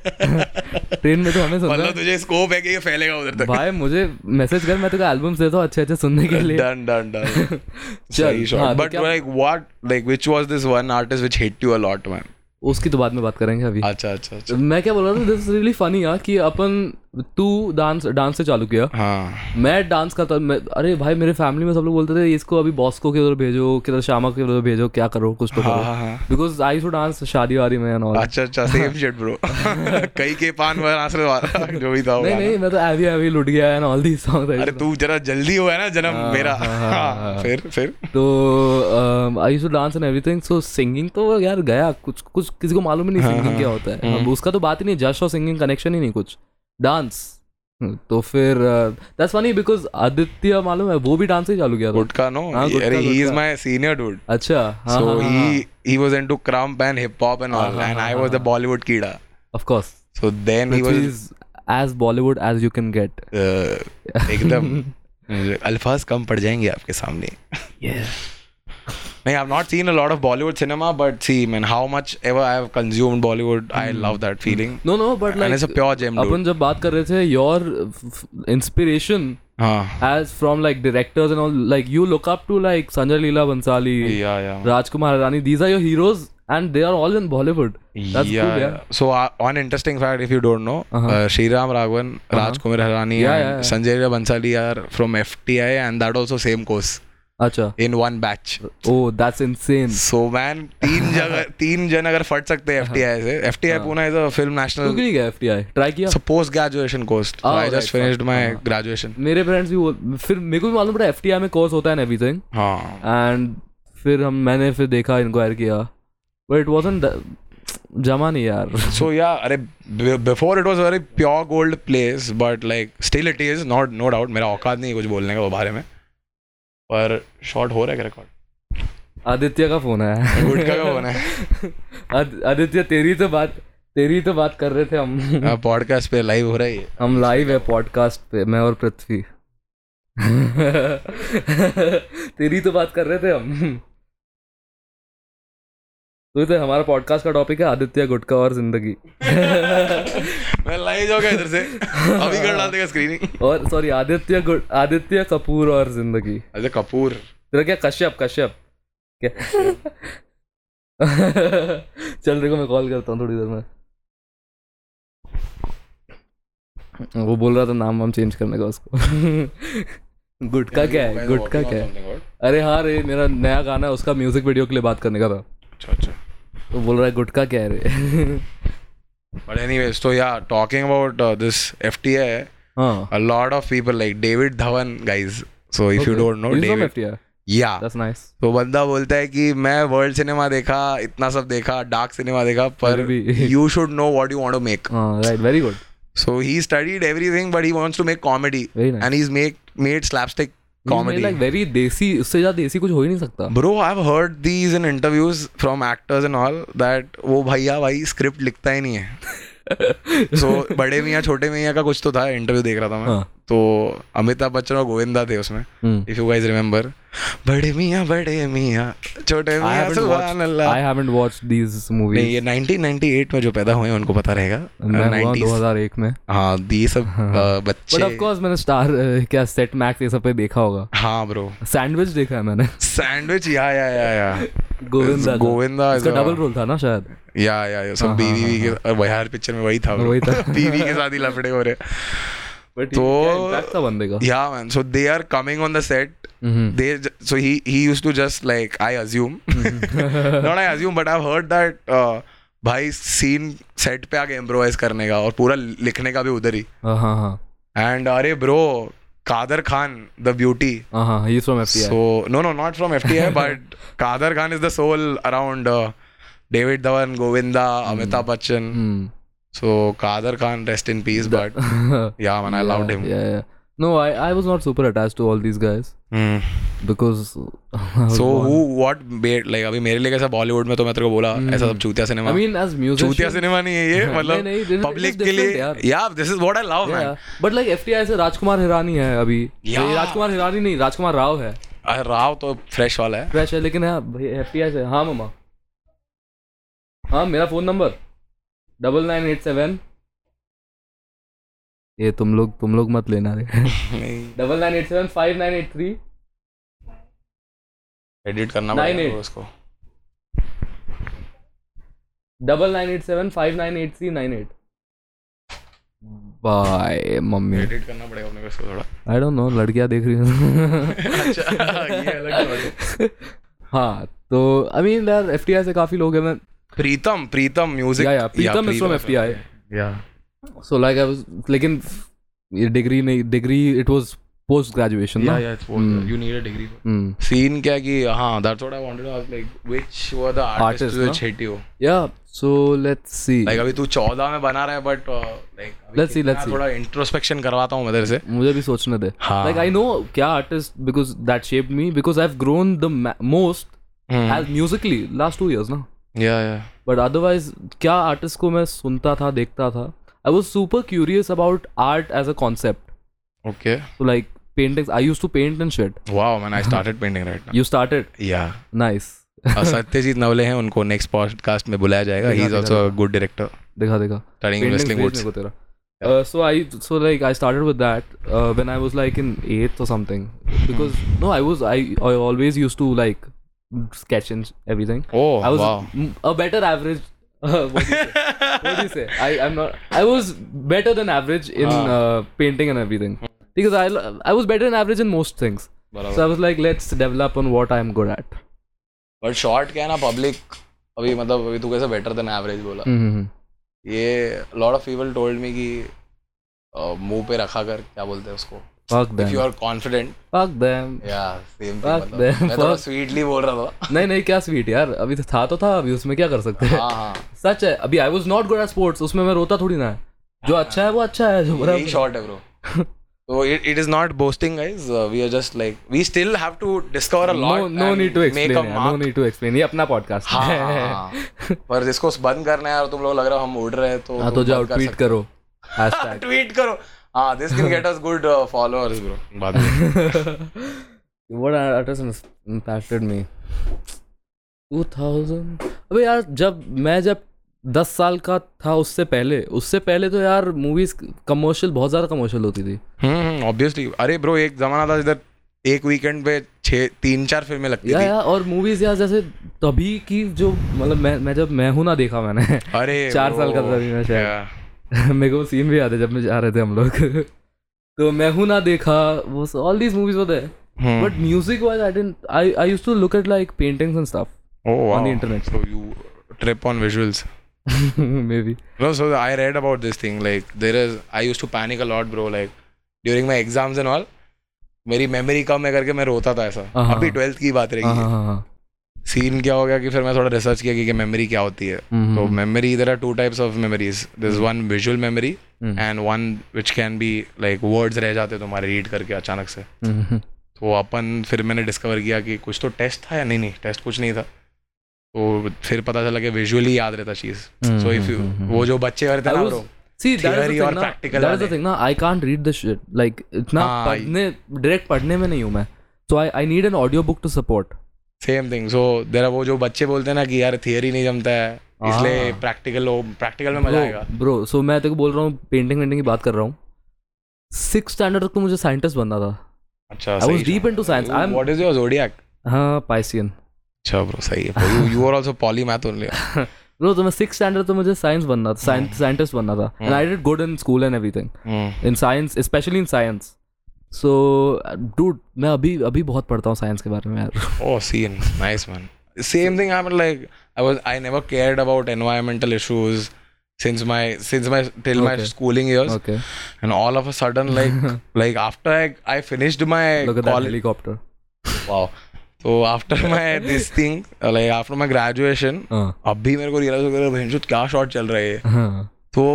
[SPEAKER 2] ट्रेन में तो हमें सुन रहा है
[SPEAKER 3] मतलब तुझे स्कोप है कि ये फैलेगा उधर तक
[SPEAKER 2] भाई मुझे मैसेज कर मैं तेरे को एल्बम्स देता हूँ अच्छे अच्छे सुनने के लिए
[SPEAKER 3] डन डन डन
[SPEAKER 2] चल,
[SPEAKER 3] सही
[SPEAKER 2] हाँ,
[SPEAKER 3] शॉट
[SPEAKER 2] तो
[SPEAKER 3] बट
[SPEAKER 2] क्या-
[SPEAKER 3] like what like which was this one artist which hit you a lot man
[SPEAKER 2] उसकी तो बाद में बात करेंगे अभी
[SPEAKER 3] अच्छा अच्छा अच्छा
[SPEAKER 2] मैं क्या बोल रहा था दिस रियली फनी यार कि अपन तू डांस डांस से चालू किया
[SPEAKER 3] हाँ
[SPEAKER 2] मैं डांस करता मैं अरे भाई मेरे फैमिली में सब लोग बोलते थे इसको अभी बॉस्को के उधर भेजो किधर श्यामा के उधर भेजो क्या करो कुछ तो
[SPEAKER 3] हाँ
[SPEAKER 2] करो
[SPEAKER 3] हाँ हाँ
[SPEAKER 2] बिकॉज आई टू डांस शादी वादी में and all.
[SPEAKER 3] अच्छा अच्छा सेम शिट ब्रो कई के पान वर आंसर वाला जो भी था वो
[SPEAKER 2] नहीं
[SPEAKER 3] गाना।
[SPEAKER 2] नहीं मैं तो एवी एवी लुट गया एंड ऑल दीज
[SPEAKER 3] अरे
[SPEAKER 2] सॉन्ग्स
[SPEAKER 3] तू जरा जल्दी हुआ है ना जन्म मेरा
[SPEAKER 2] हाँ, हाँ,
[SPEAKER 3] हाँ,
[SPEAKER 2] हाँ।
[SPEAKER 3] फिर फिर
[SPEAKER 2] तो I to dance and everything so singing तो यार गया कुछ कुछ किसी को मालूम ही
[SPEAKER 3] हाँ,
[SPEAKER 2] नहीं सिंगिंग क्या होता है अब उसका तो बात ही नहीं जश और सिंगिंग कनेक्शन ही नहीं कुछ डांस तो फिर दैट्स फनी बिकॉज आदित्य मालूम है वो भी डांस ही चालू किया था
[SPEAKER 3] गुटका नो
[SPEAKER 2] हाँ, गुटका,
[SPEAKER 3] अरे he is
[SPEAKER 2] Gutka.
[SPEAKER 3] My senior dude
[SPEAKER 2] अच्छा हाँ
[SPEAKER 3] so
[SPEAKER 2] हाँ
[SPEAKER 3] he he was into crump and hip hop and all, and I was the Bollywood kida.
[SPEAKER 2] Of course
[SPEAKER 3] So then he was
[SPEAKER 2] is as Bollywood as you can get
[SPEAKER 3] uh, एकदम अल्फाज कम पड़ जाएंगे आपके सामने नहीं I have not seen a lot of Bollywood cinema but see man how much ever I have consumed Bollywood I
[SPEAKER 2] Hmm.
[SPEAKER 3] Love that feeling
[SPEAKER 2] no no but
[SPEAKER 3] and it's a
[SPEAKER 2] like
[SPEAKER 3] pure gem
[SPEAKER 2] अपन जब बात कर रहे थे योर इंस्पिरेशन
[SPEAKER 3] हां
[SPEAKER 2] as from like directors and all like you look up to like sanjay leela bansali
[SPEAKER 3] yeah yeah
[SPEAKER 2] rajkumar hirani these are your heroes and they are all in bollywood that's
[SPEAKER 3] yeah,
[SPEAKER 2] cool yeah,
[SPEAKER 3] yeah. So uh, one interesting fact, if you don't know, uh
[SPEAKER 2] Uh-huh.
[SPEAKER 3] Sriram Raghavan, Rajkumar Hirani,
[SPEAKER 2] Yeah, yeah,
[SPEAKER 3] and
[SPEAKER 2] yeah.
[SPEAKER 3] Sanjay Leela Bansali are from FTI, and that also same course
[SPEAKER 2] acha
[SPEAKER 3] in one batch.
[SPEAKER 2] oh that's insane
[SPEAKER 3] So man, तीन जगह तीन जन अगर फट सकते
[SPEAKER 2] Uh-huh.
[SPEAKER 3] हैं FTI से, FTI Pune is a film
[SPEAKER 2] तू
[SPEAKER 3] national.
[SPEAKER 2] क्यों नहीं गया एफटीआई ट्राई किया
[SPEAKER 3] It's a post graduation course.
[SPEAKER 2] Oh,
[SPEAKER 3] I
[SPEAKER 2] right,
[SPEAKER 3] just
[SPEAKER 2] Uh-huh.
[SPEAKER 3] finished my graduation.
[SPEAKER 2] मेरे पेरेंट्स भी वो फिर मेरे को भी मालूम पड़ा एफटीआई में कोर्स होता है एवरीथिंग
[SPEAKER 3] हाँ
[SPEAKER 2] एंड फिर हम मैंने फिर देखा इंक्वायर किया बट इट वाजंट जमा नहीं यार
[SPEAKER 3] So yeah, अरे b- before it was a very pure gold place, but like still it is not no doubt. मेरा औकात नहीं है कुछ बोलने का वो बारे में. पर शॉर्ट हो रहा है रिकॉर्ड.
[SPEAKER 2] आदित्य का फोन आया
[SPEAKER 3] गुटका का होना है
[SPEAKER 2] आद- आदित्य तेरी तो बात तेरी तो बात कर रहे थे हम
[SPEAKER 3] हाँ। पॉडकास्ट पे लाइव हो रहा है
[SPEAKER 2] हम लाइव है पॉडकास्ट पे मैं और पृथ्वी तेरी तो बात कर रहे थे हम तो ये तो हमारा पॉडकास्ट का टॉपिक है आदित्य गुटका और जिंदगी
[SPEAKER 3] मैं लाइव जाओ इधर से अभी कर डाल देगा स्क्रीनिंग
[SPEAKER 2] और सॉरी आदित्य गुट आदित्य कपूर और जिंदगी
[SPEAKER 3] अच्छा कपूर
[SPEAKER 2] तेरा क्या कश्यप कश्यप क्या चल देखो मैं कॉल करता हूँ थोड़ी देर में वो बोल रहा था नाम वाम चेंज करने का उसको गुटका क्या है गुटका क्या है अरे हाँ रे मेरा नया गाना है उसका म्यूजिक वीडियो के लिए बात करने का था
[SPEAKER 3] अच्छा अच्छा
[SPEAKER 2] तो बोल रहा है गुटका क्या है रे
[SPEAKER 3] बट एनीवेज तो yeah talking about this FTI
[SPEAKER 2] हाँ
[SPEAKER 3] a lot of people like David Dhawan guys so if you don't know David yeah
[SPEAKER 2] that's nice
[SPEAKER 3] तो बंदा बोलता है कि मैं वर्ल्ड सिनेमा देखा इतना सब देखा डार्क सिनेमा देखा पर
[SPEAKER 2] फिर भी-
[SPEAKER 3] you should know what you want to make
[SPEAKER 2] हाँ right very good
[SPEAKER 3] So he studied everything, but he wants to make comedy,
[SPEAKER 2] Very nice.
[SPEAKER 3] and he's make made slapstick Comedy.
[SPEAKER 2] Like very desi उससे ज्यादा देसी कुछ हो ही नहीं सकता
[SPEAKER 3] bro I have heard these in interviews from actors and all that वो भैया भाई स्क्रिप्ट लिखता ही नहीं है सो बड़े मियाँ छोटे मियाँ का कुछ तो था इंटरव्यू देख रहा था मैं
[SPEAKER 2] हाँ।
[SPEAKER 3] तो अमिताभ बच्चन और गोविंदा थे उसमें
[SPEAKER 2] हम्म।
[SPEAKER 3] If you guys remember Bade Miyan बड़े मियाँ छोटे
[SPEAKER 2] I
[SPEAKER 3] मियाँ
[SPEAKER 2] haven't
[SPEAKER 3] सुभान
[SPEAKER 2] watched-
[SPEAKER 3] Allah
[SPEAKER 2] I haven't watched these movies.
[SPEAKER 3] नहीं ये 1998 में जो पैदा हुए हैं उनको पता रहेगा
[SPEAKER 2] मैं हुआ
[SPEAKER 3] 90s
[SPEAKER 2] 2001 में
[SPEAKER 3] हाँ ये सब अ,
[SPEAKER 2] बट ऑफ
[SPEAKER 3] बच्चे
[SPEAKER 2] कोर्स मैंने स्टार क्या सेट मैक्स ये सब पे देखा होगा
[SPEAKER 3] हाँ ब्रो
[SPEAKER 2] सैंडविच देखा है मैंने
[SPEAKER 3] सैंडविच या या या या
[SPEAKER 2] गोविंदा का।
[SPEAKER 3] गोविंदा is
[SPEAKER 2] इसका
[SPEAKER 3] a-
[SPEAKER 2] डबल रोल था ना शायद
[SPEAKER 3] या या या
[SPEAKER 2] हाँ,
[SPEAKER 3] सब बीवी बीवी के और बिहार पिक्चर में वही था bro।
[SPEAKER 2] वही था।
[SPEAKER 3] बीवी के साथ ही लफड़े हो रहे
[SPEAKER 2] बट
[SPEAKER 3] तो-
[SPEAKER 2] था बंदे का
[SPEAKER 3] yeah man so they are coming on the set
[SPEAKER 2] hmm.
[SPEAKER 3] they j- so he he used to just like i assume not i assume but i've heard that uh, भाई सीन सेट पे आके इम्प्रोवाइज करने का और पूरा लिखने का भी उधर ही
[SPEAKER 2] हाँ हाँ हाँ
[SPEAKER 3] एंड अरे bro Kader Khan the beauty
[SPEAKER 2] हाँ हाँ he from FTI
[SPEAKER 3] so no no not from F T I but Kader Khan is the soul around David Dhawan Govinda Amitabh Bachchan
[SPEAKER 2] hmm.
[SPEAKER 3] So Kader Khan rest in peace but yeah man I loved him
[SPEAKER 2] yeah yeah. no i i was not super attached to all these guys because I was
[SPEAKER 3] so
[SPEAKER 2] born-
[SPEAKER 3] who what like अभी मेरे लिए कैसा बॉलीवुड में तो मैं तेरे को बोला ऐसा सब चूतिया cinema
[SPEAKER 2] Hmm. i mean as music
[SPEAKER 3] चूतिया सिनेमा नहीं है ये
[SPEAKER 2] नहीं, नहीं, this is-
[SPEAKER 3] मतलब पब्लिक
[SPEAKER 2] this is
[SPEAKER 3] के लिए
[SPEAKER 2] different
[SPEAKER 3] या this is what I love man
[SPEAKER 2] but like FTI से राजकुमार हिरानी है अभी
[SPEAKER 3] Yeah.
[SPEAKER 2] ये राजकुमार हिरानी नहीं राजकुमार राव है
[SPEAKER 3] अरे राव तो फ्रेश वाला है
[SPEAKER 2] फ्रेश है लेकिन है भाई एफटीआई से हाँ मामा हाँ मेरा phone number double nine eight seven ये तुम लोग तुम लोग मत लेना रे double nine eight seven five nine eight three
[SPEAKER 3] edit करना
[SPEAKER 2] Nine
[SPEAKER 3] पड़ेगा
[SPEAKER 2] eight.
[SPEAKER 3] उसको
[SPEAKER 2] double nine eight seven five nine eight three nine eight bye mummy
[SPEAKER 3] edit करना पड़ेगा अपने को इसको थोड़ा
[SPEAKER 2] आई डोंट नो लड़कियां देख रही हैं
[SPEAKER 3] अच्छा ये अलग बात है।
[SPEAKER 2] हाँ तो आई मीन यार एफ से काफी लोग हैं मैं
[SPEAKER 3] Pritam Pritam music
[SPEAKER 2] yeah yeah Pritam is from F
[SPEAKER 3] yeah
[SPEAKER 2] so like I was लेकिन ये डिग्री नहीं degree it was post graduation ना
[SPEAKER 3] yeah
[SPEAKER 2] Hmm.
[SPEAKER 3] It's you need a degree
[SPEAKER 2] hmm
[SPEAKER 3] scene क्या कि हाँ that's what I wanted to ask like which were the
[SPEAKER 2] Artist,
[SPEAKER 3] artist
[SPEAKER 2] ना?
[SPEAKER 3] Which hit you
[SPEAKER 2] yeah so let's see
[SPEAKER 3] like अभी तू 14 में बना रहा है बट लाइक अभी
[SPEAKER 2] Let's see, let's
[SPEAKER 3] कितना
[SPEAKER 2] see.
[SPEAKER 3] थोड़ा इंट्रोस्पेक्शन करवाता हूँ मैं तेरे से
[SPEAKER 2] मुझे भी सोचने दे
[SPEAKER 3] हाँ।
[SPEAKER 2] लाइक आई नो क्या artist because that shaped me because I have grown the most as musically last two years ना
[SPEAKER 3] या या
[SPEAKER 2] बट अदरवाइज क्या आर्टिस्ट को मैं सुनता था देखता था I was super curious about art as a concept
[SPEAKER 3] okay
[SPEAKER 2] तो like paintings I use to paint and shit
[SPEAKER 3] wow man I started painting right now
[SPEAKER 2] you started
[SPEAKER 3] yeah
[SPEAKER 2] nice
[SPEAKER 3] और सत्यजीत नवले हैं उनको नेक्स्ट पॉडकास्ट में बुलाया जाएगा he is also a good director
[SPEAKER 2] देखा देखा
[SPEAKER 3] स्टार्टिंग
[SPEAKER 2] Paintings
[SPEAKER 3] रेसलिंग
[SPEAKER 2] भेजने
[SPEAKER 3] वुड्स
[SPEAKER 2] को तेरा Uh, so I so like I started with that uh, when I was like in eighth or something because no I was I I always used to like sketch and everything.
[SPEAKER 3] Oh,
[SPEAKER 2] I was
[SPEAKER 3] wow.
[SPEAKER 2] m- a better average. Uh, what, do you say? what do you say? I I'm not. I was better than average in uh, painting and everything because I l- I was better than average in most things. So I was like let's develop on what I'm good at.
[SPEAKER 3] But short क्या है ना पब्लिक अभी मतलब अभी तू कैसे बेटर देन एवरेज बोला
[SPEAKER 2] Mm-hmm.
[SPEAKER 3] ये lot of people told me कि अ, मुंह पे रखा कर क्या बोलते हैं उसको
[SPEAKER 2] Fuck
[SPEAKER 3] if you
[SPEAKER 2] them.
[SPEAKER 3] Are confident
[SPEAKER 2] Fuck them.
[SPEAKER 3] या सेम
[SPEAKER 2] Fuck
[SPEAKER 3] थिंग
[SPEAKER 2] them,
[SPEAKER 3] मतलब। मैं थोड़ा
[SPEAKER 2] fuck.
[SPEAKER 3] स्वीटली बोल रहा था
[SPEAKER 2] नहीं नहीं क्या स्वीट यार अभी तो था तो था अभी उसमें क्या कर सकते हैं
[SPEAKER 3] हाँ हाँ
[SPEAKER 2] सच है अभी I was not good at sports उसमें मैं रोता थोड़ी ना है जो अच्छा है वो अच्छा है जो बुरा
[SPEAKER 3] हाँ। यही शॉर्ट है bro So it, it is not boasting, guys. Uh, we are just like we still have to discover a lot.
[SPEAKER 2] No no
[SPEAKER 3] and
[SPEAKER 2] need to
[SPEAKER 3] make a
[SPEAKER 2] explain
[SPEAKER 3] mark
[SPEAKER 2] no need to explain ये अपना पॉडकास्ट
[SPEAKER 3] हाँ,
[SPEAKER 2] है
[SPEAKER 3] हाँ, हाँ। पर जिसको बंद करना है और तुम लोग लग रहा हो हम उड़ रहे हैं तो
[SPEAKER 2] हाँ तो जाओ ट्वीट करो हैशटैग
[SPEAKER 3] ट्वीट करो हाँ this can get us good followers bro बाद में
[SPEAKER 2] व्हाट आर्टिस्ट इंपैक्टेड मी 2000 अबे यार जब मैं जब 10 साल का था उससे पहले उससे पहले तो यार मूवीज कमर्शियल बहुत ज़्यादा कमर्शियल होती थी
[SPEAKER 3] हम्म ऑब्वियसली अरे ब्रो एक जमाना था जिधर एक वीकेंड पे छः तीन चार फिल्में लगती
[SPEAKER 2] या
[SPEAKER 3] थी
[SPEAKER 2] या और मूवीज यार जैसे तभी की जो मतलब मैं मैं जब मैं हूं ना देखा मैंने
[SPEAKER 3] अरे
[SPEAKER 2] चार
[SPEAKER 3] bro,
[SPEAKER 2] साल का था अभी मैं शायद।
[SPEAKER 3] yeah.
[SPEAKER 2] मेरे को सीन भी याद है जब मैं जा रहे थे हम लोग तो मैं हूं ना देखा वो ऑल दीज मूवीज होते
[SPEAKER 3] hmm.
[SPEAKER 2] But music wise I didn't I I use to look at like paintings and stuff
[SPEAKER 3] Oh, wow.
[SPEAKER 2] on the internet.
[SPEAKER 3] So you trip on visuals.
[SPEAKER 2] Maybe
[SPEAKER 3] No, so I read about this thing. Like there is, I used to panic a lot, bro. Like during my exams and all, मेरी मेमोरी कम है करके मैं रोता था ऐसा
[SPEAKER 2] हाँ,
[SPEAKER 3] अभी ट्वेल्थ की बात रहेगी ये। सीन क्या हो गया कि फिर मैं थोड़ा रिसर्च किया कि, कि मेमोरी क्या होती है तो
[SPEAKER 2] hmm,
[SPEAKER 3] memory there are two types of memories this one visual memory
[SPEAKER 2] hmm. Hmm,
[SPEAKER 3] and one which can be like words रह जाते हैं तुम्हारे रीड करके अचानक से तो अपन फिर मैंने डिस्कवर किया कि कुछ तो टेस्ट था या नहीं नहीं टेस्ट कुछ नहीं था तो फिर पता चला कि विजुअली याद रहता चीज़
[SPEAKER 2] हम्म,
[SPEAKER 3] सो इफ यू वो जो बच्चे वाले थे
[SPEAKER 2] I
[SPEAKER 3] ना
[SPEAKER 2] was-
[SPEAKER 3] bro,
[SPEAKER 2] See, that is the
[SPEAKER 3] Theory
[SPEAKER 2] thing
[SPEAKER 3] और
[SPEAKER 2] ना,
[SPEAKER 3] practical
[SPEAKER 2] that is the
[SPEAKER 3] वाले।
[SPEAKER 2] thing ना, I can't read the shit. Like, इतना
[SPEAKER 3] हाँ, ये-
[SPEAKER 2] पढ़ने, direct पढ़ने में नहीं हूँ मैं. So I, I need an audiobook to support.
[SPEAKER 3] Same thing so there वो जो बच्चे बोलते हैं ना कि यार थियरी नहीं जमता है
[SPEAKER 2] हाँ।
[SPEAKER 3] इसलिए प्रैक्टिकल हो प्रैक्टिकल में मजा आएगा
[SPEAKER 2] ब्रो, ब्रो, so मैं तेरे को बोल रहा हूँ, painting वेंटिंग की बात कर रहा हूँ. Sixth standard तक तो मुझे scientist बनना था.
[SPEAKER 3] अच्छा
[SPEAKER 2] I was deep into science. I'm
[SPEAKER 3] what is your zodiac
[SPEAKER 2] हाँ Piscean.
[SPEAKER 3] अच्छा ब्रो सही है you you are also polymath only
[SPEAKER 2] bro तो मैं सिक्स स्टैंडर्ड तो मुझे साइंस बनना था साइंटिस्ट बनना था and I did good in school and everything in science specially in science so dude मैं अभी अभी बहुत पढ़ता हूँ साइंस के बारे में यार
[SPEAKER 3] Oh, scene. Nice, man. Same thing happened. Like I was, I never cared about environmental issues since my since my till my
[SPEAKER 2] Okay.
[SPEAKER 3] schooling years,
[SPEAKER 2] okay
[SPEAKER 3] and all of a sudden, like like after I, I finished my
[SPEAKER 2] look at that
[SPEAKER 3] college.
[SPEAKER 2] Helicopter
[SPEAKER 3] Wow. So after my this thing, uh, like after my graduation, अब भी मेरे को रियलाइज हो गया भैंस क्या शॉट चल रहा है ये
[SPEAKER 2] हाँ
[SPEAKER 3] तो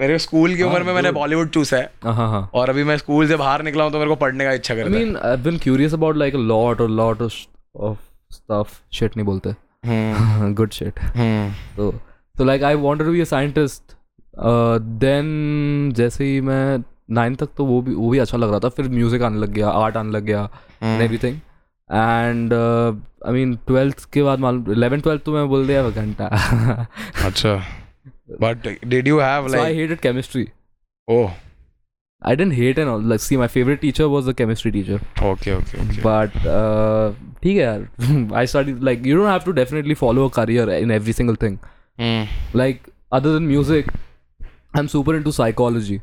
[SPEAKER 3] मेरे स्कूल की उम्र में मैंने बॉलीवुड चूसा है
[SPEAKER 2] हाँ हाँ
[SPEAKER 3] और अभी मैं स्कूल से बाहर निकला हूँ तो मेरे को पढ़ने का इच्छा
[SPEAKER 2] आई
[SPEAKER 3] करता है
[SPEAKER 2] mean I been curious about like a lot और लॉट ऑफ स्टफ शिट नहीं बोलते
[SPEAKER 3] हम्म,
[SPEAKER 2] गुड शिट
[SPEAKER 3] हम्म,
[SPEAKER 2] तो तो like I wanted to be a scientist then Uh, जैसे ही मैं नाइन तक तो वो भी वो भी अच्छा लग रहा था फिर म्यूजिक आने लग गया आर्ट आने लग गया everything and I mean twelfth के बाद मालूम इलेवन ट्वेल्थ तो मैं बोल दिया "अब घंटा
[SPEAKER 3] अच्छा but did you have
[SPEAKER 2] so I
[SPEAKER 3] like
[SPEAKER 2] hated chemistry
[SPEAKER 3] oh
[SPEAKER 2] I didn't hate and all like see my favourite teacher was the chemistry teacher
[SPEAKER 3] Okay, okay, okay.
[SPEAKER 2] But uh, ठीक है यार आई start like you don't have to definitely follow a career in every single thing
[SPEAKER 3] Mm.
[SPEAKER 2] Like other than music I am super into psychology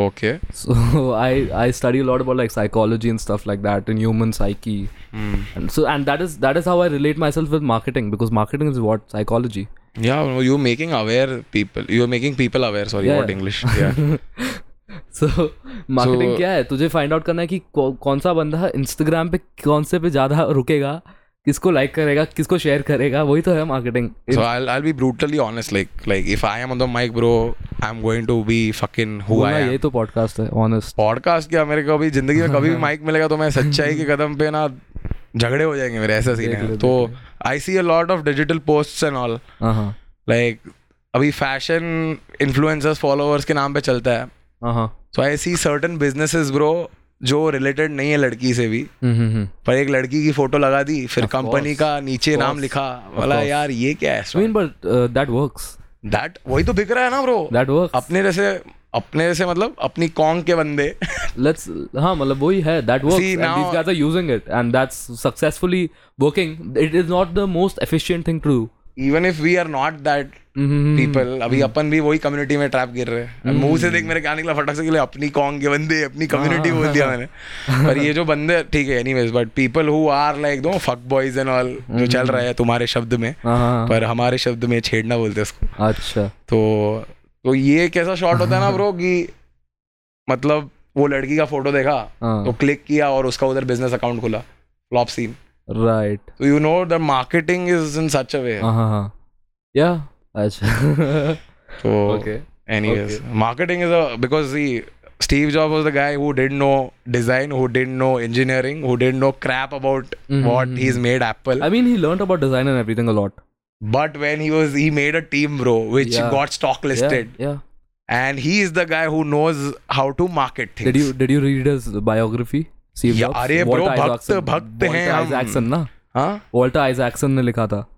[SPEAKER 3] Okay.
[SPEAKER 2] so i i study a lot about like psychology and stuff like that and human psyche
[SPEAKER 3] Mm.
[SPEAKER 2] and so and that is that is how i relate myself with marketing because marketing is what psychology
[SPEAKER 3] Yeah, no, you're making aware people. You're making people aware. Sorry,
[SPEAKER 2] Yeah.
[SPEAKER 3] what English? Yeah.
[SPEAKER 2] So marketing
[SPEAKER 3] So-
[SPEAKER 2] क्या है तुझे फाइंड आउट करना है कि कौ, कौन सा बंदा इंस्टाग्राम पे कौन से पे ज़्यादा रुकेगा किसको लाइक करेगा किसको शेयर करेगा वही तो है marketing
[SPEAKER 3] so I'll I'll be brutally honest. Like like if I am on the mic, bro, I'm going to be fucking who I
[SPEAKER 2] ये
[SPEAKER 3] am.
[SPEAKER 2] तो पॉडकास्ट है ऑनेस्ट
[SPEAKER 3] पॉडकास्ट क्या मेरे को अभी जिंदगी में कभी भी माइक मिलेगा तो मैं सच्चाई के कदम पे ना झगड़े हो जाएंगे मेरे ऐसा सीन
[SPEAKER 2] देख
[SPEAKER 3] है
[SPEAKER 2] लो,
[SPEAKER 3] तो I see a lot of digital post and all
[SPEAKER 2] हाँ हाँ
[SPEAKER 3] लाइक अभी फैशन इन्फ्लुएंसर्स फॉलोअर्स के नाम पे चलता है
[SPEAKER 2] हाँ हाँ
[SPEAKER 3] so I see certain businesses bro जो रिलेटेड नहीं है लड़की से भी
[SPEAKER 2] हम्म, हम्म, हम्म।
[SPEAKER 3] पर एक लड़की की फोटो लगा दी फिर कंपनी का नीचे नाम
[SPEAKER 2] course,
[SPEAKER 3] लिखा बोला
[SPEAKER 2] course.
[SPEAKER 3] यार ये क्या
[SPEAKER 2] I
[SPEAKER 3] है
[SPEAKER 2] mean, but uh, that works.
[SPEAKER 3] That वही तो बिक रहा है ना ब्रो
[SPEAKER 2] That works.
[SPEAKER 3] अपने जैसे अपने जैसे मतलब अपनी कॉन्ग के बंदे
[SPEAKER 2] let's हाँ मतलब वही है that works
[SPEAKER 3] See,
[SPEAKER 2] and
[SPEAKER 3] now-
[SPEAKER 2] these guys are using it and that's successfully working it is not the most efficient thing to do
[SPEAKER 3] even if we are not that
[SPEAKER 2] Mm-hmm.
[SPEAKER 3] People अभी अपन भी वही कम्युनिटी में ट्रैप गिर रहे हैं अब मुंह से
[SPEAKER 2] Mm-hmm.
[SPEAKER 3] देख मेरे क्या निकला फटक से के लिए अपनी कॉन्ग के बंदे अपनी कम्युनिटी बोल दिया
[SPEAKER 2] हाँ,
[SPEAKER 3] मैंने पर ये जो बंदे ठीक है anyways but people who are like दो फक बॉयज एंड ऑल जो चल रहा है तुम्हारे शब्द में
[SPEAKER 2] Mm-hmm. हाँ
[SPEAKER 3] पर हमारे शब्द में छेड़ना बोलते हैं उसको
[SPEAKER 2] अच्छा
[SPEAKER 3] तो तो ये कैसा शॉट होता है ना ब्रो कि मतलब वो लड़की का फोटो देखा
[SPEAKER 2] हाँ।
[SPEAKER 3] तो क्लिक किया और उसका उधर बिजनेस अकाउंट खुला फ्लॉप सीन
[SPEAKER 2] right
[SPEAKER 3] तो you know the marketing is in such a way
[SPEAKER 2] हाँ हाँ हाँ yeah अच्छा
[SPEAKER 3] तो
[SPEAKER 2] okay
[SPEAKER 3] anyways marketing is a because see Steve Job was the guy who didn't know design who didn't know engineering who didn't know crap about what he is made Apple
[SPEAKER 2] Mm-hmm. I mean he learnt about design and everything a lot
[SPEAKER 3] but when he was he made a team bro which
[SPEAKER 2] Yeah.
[SPEAKER 3] Got stock
[SPEAKER 2] yeah
[SPEAKER 3] listed
[SPEAKER 2] yeah
[SPEAKER 3] and he is the guy who knows how to market
[SPEAKER 2] did
[SPEAKER 3] things
[SPEAKER 2] you did you read his biography Steve
[SPEAKER 3] Yeah,
[SPEAKER 2] Jobs
[SPEAKER 3] अरे bro,
[SPEAKER 2] Walter
[SPEAKER 3] भक्त-
[SPEAKER 2] Isaacson
[SPEAKER 3] भक्त हैं
[SPEAKER 2] Walter
[SPEAKER 3] हम।
[SPEAKER 2] Isaacson ना
[SPEAKER 3] हां
[SPEAKER 2] Walter Isaacson ने लिखा था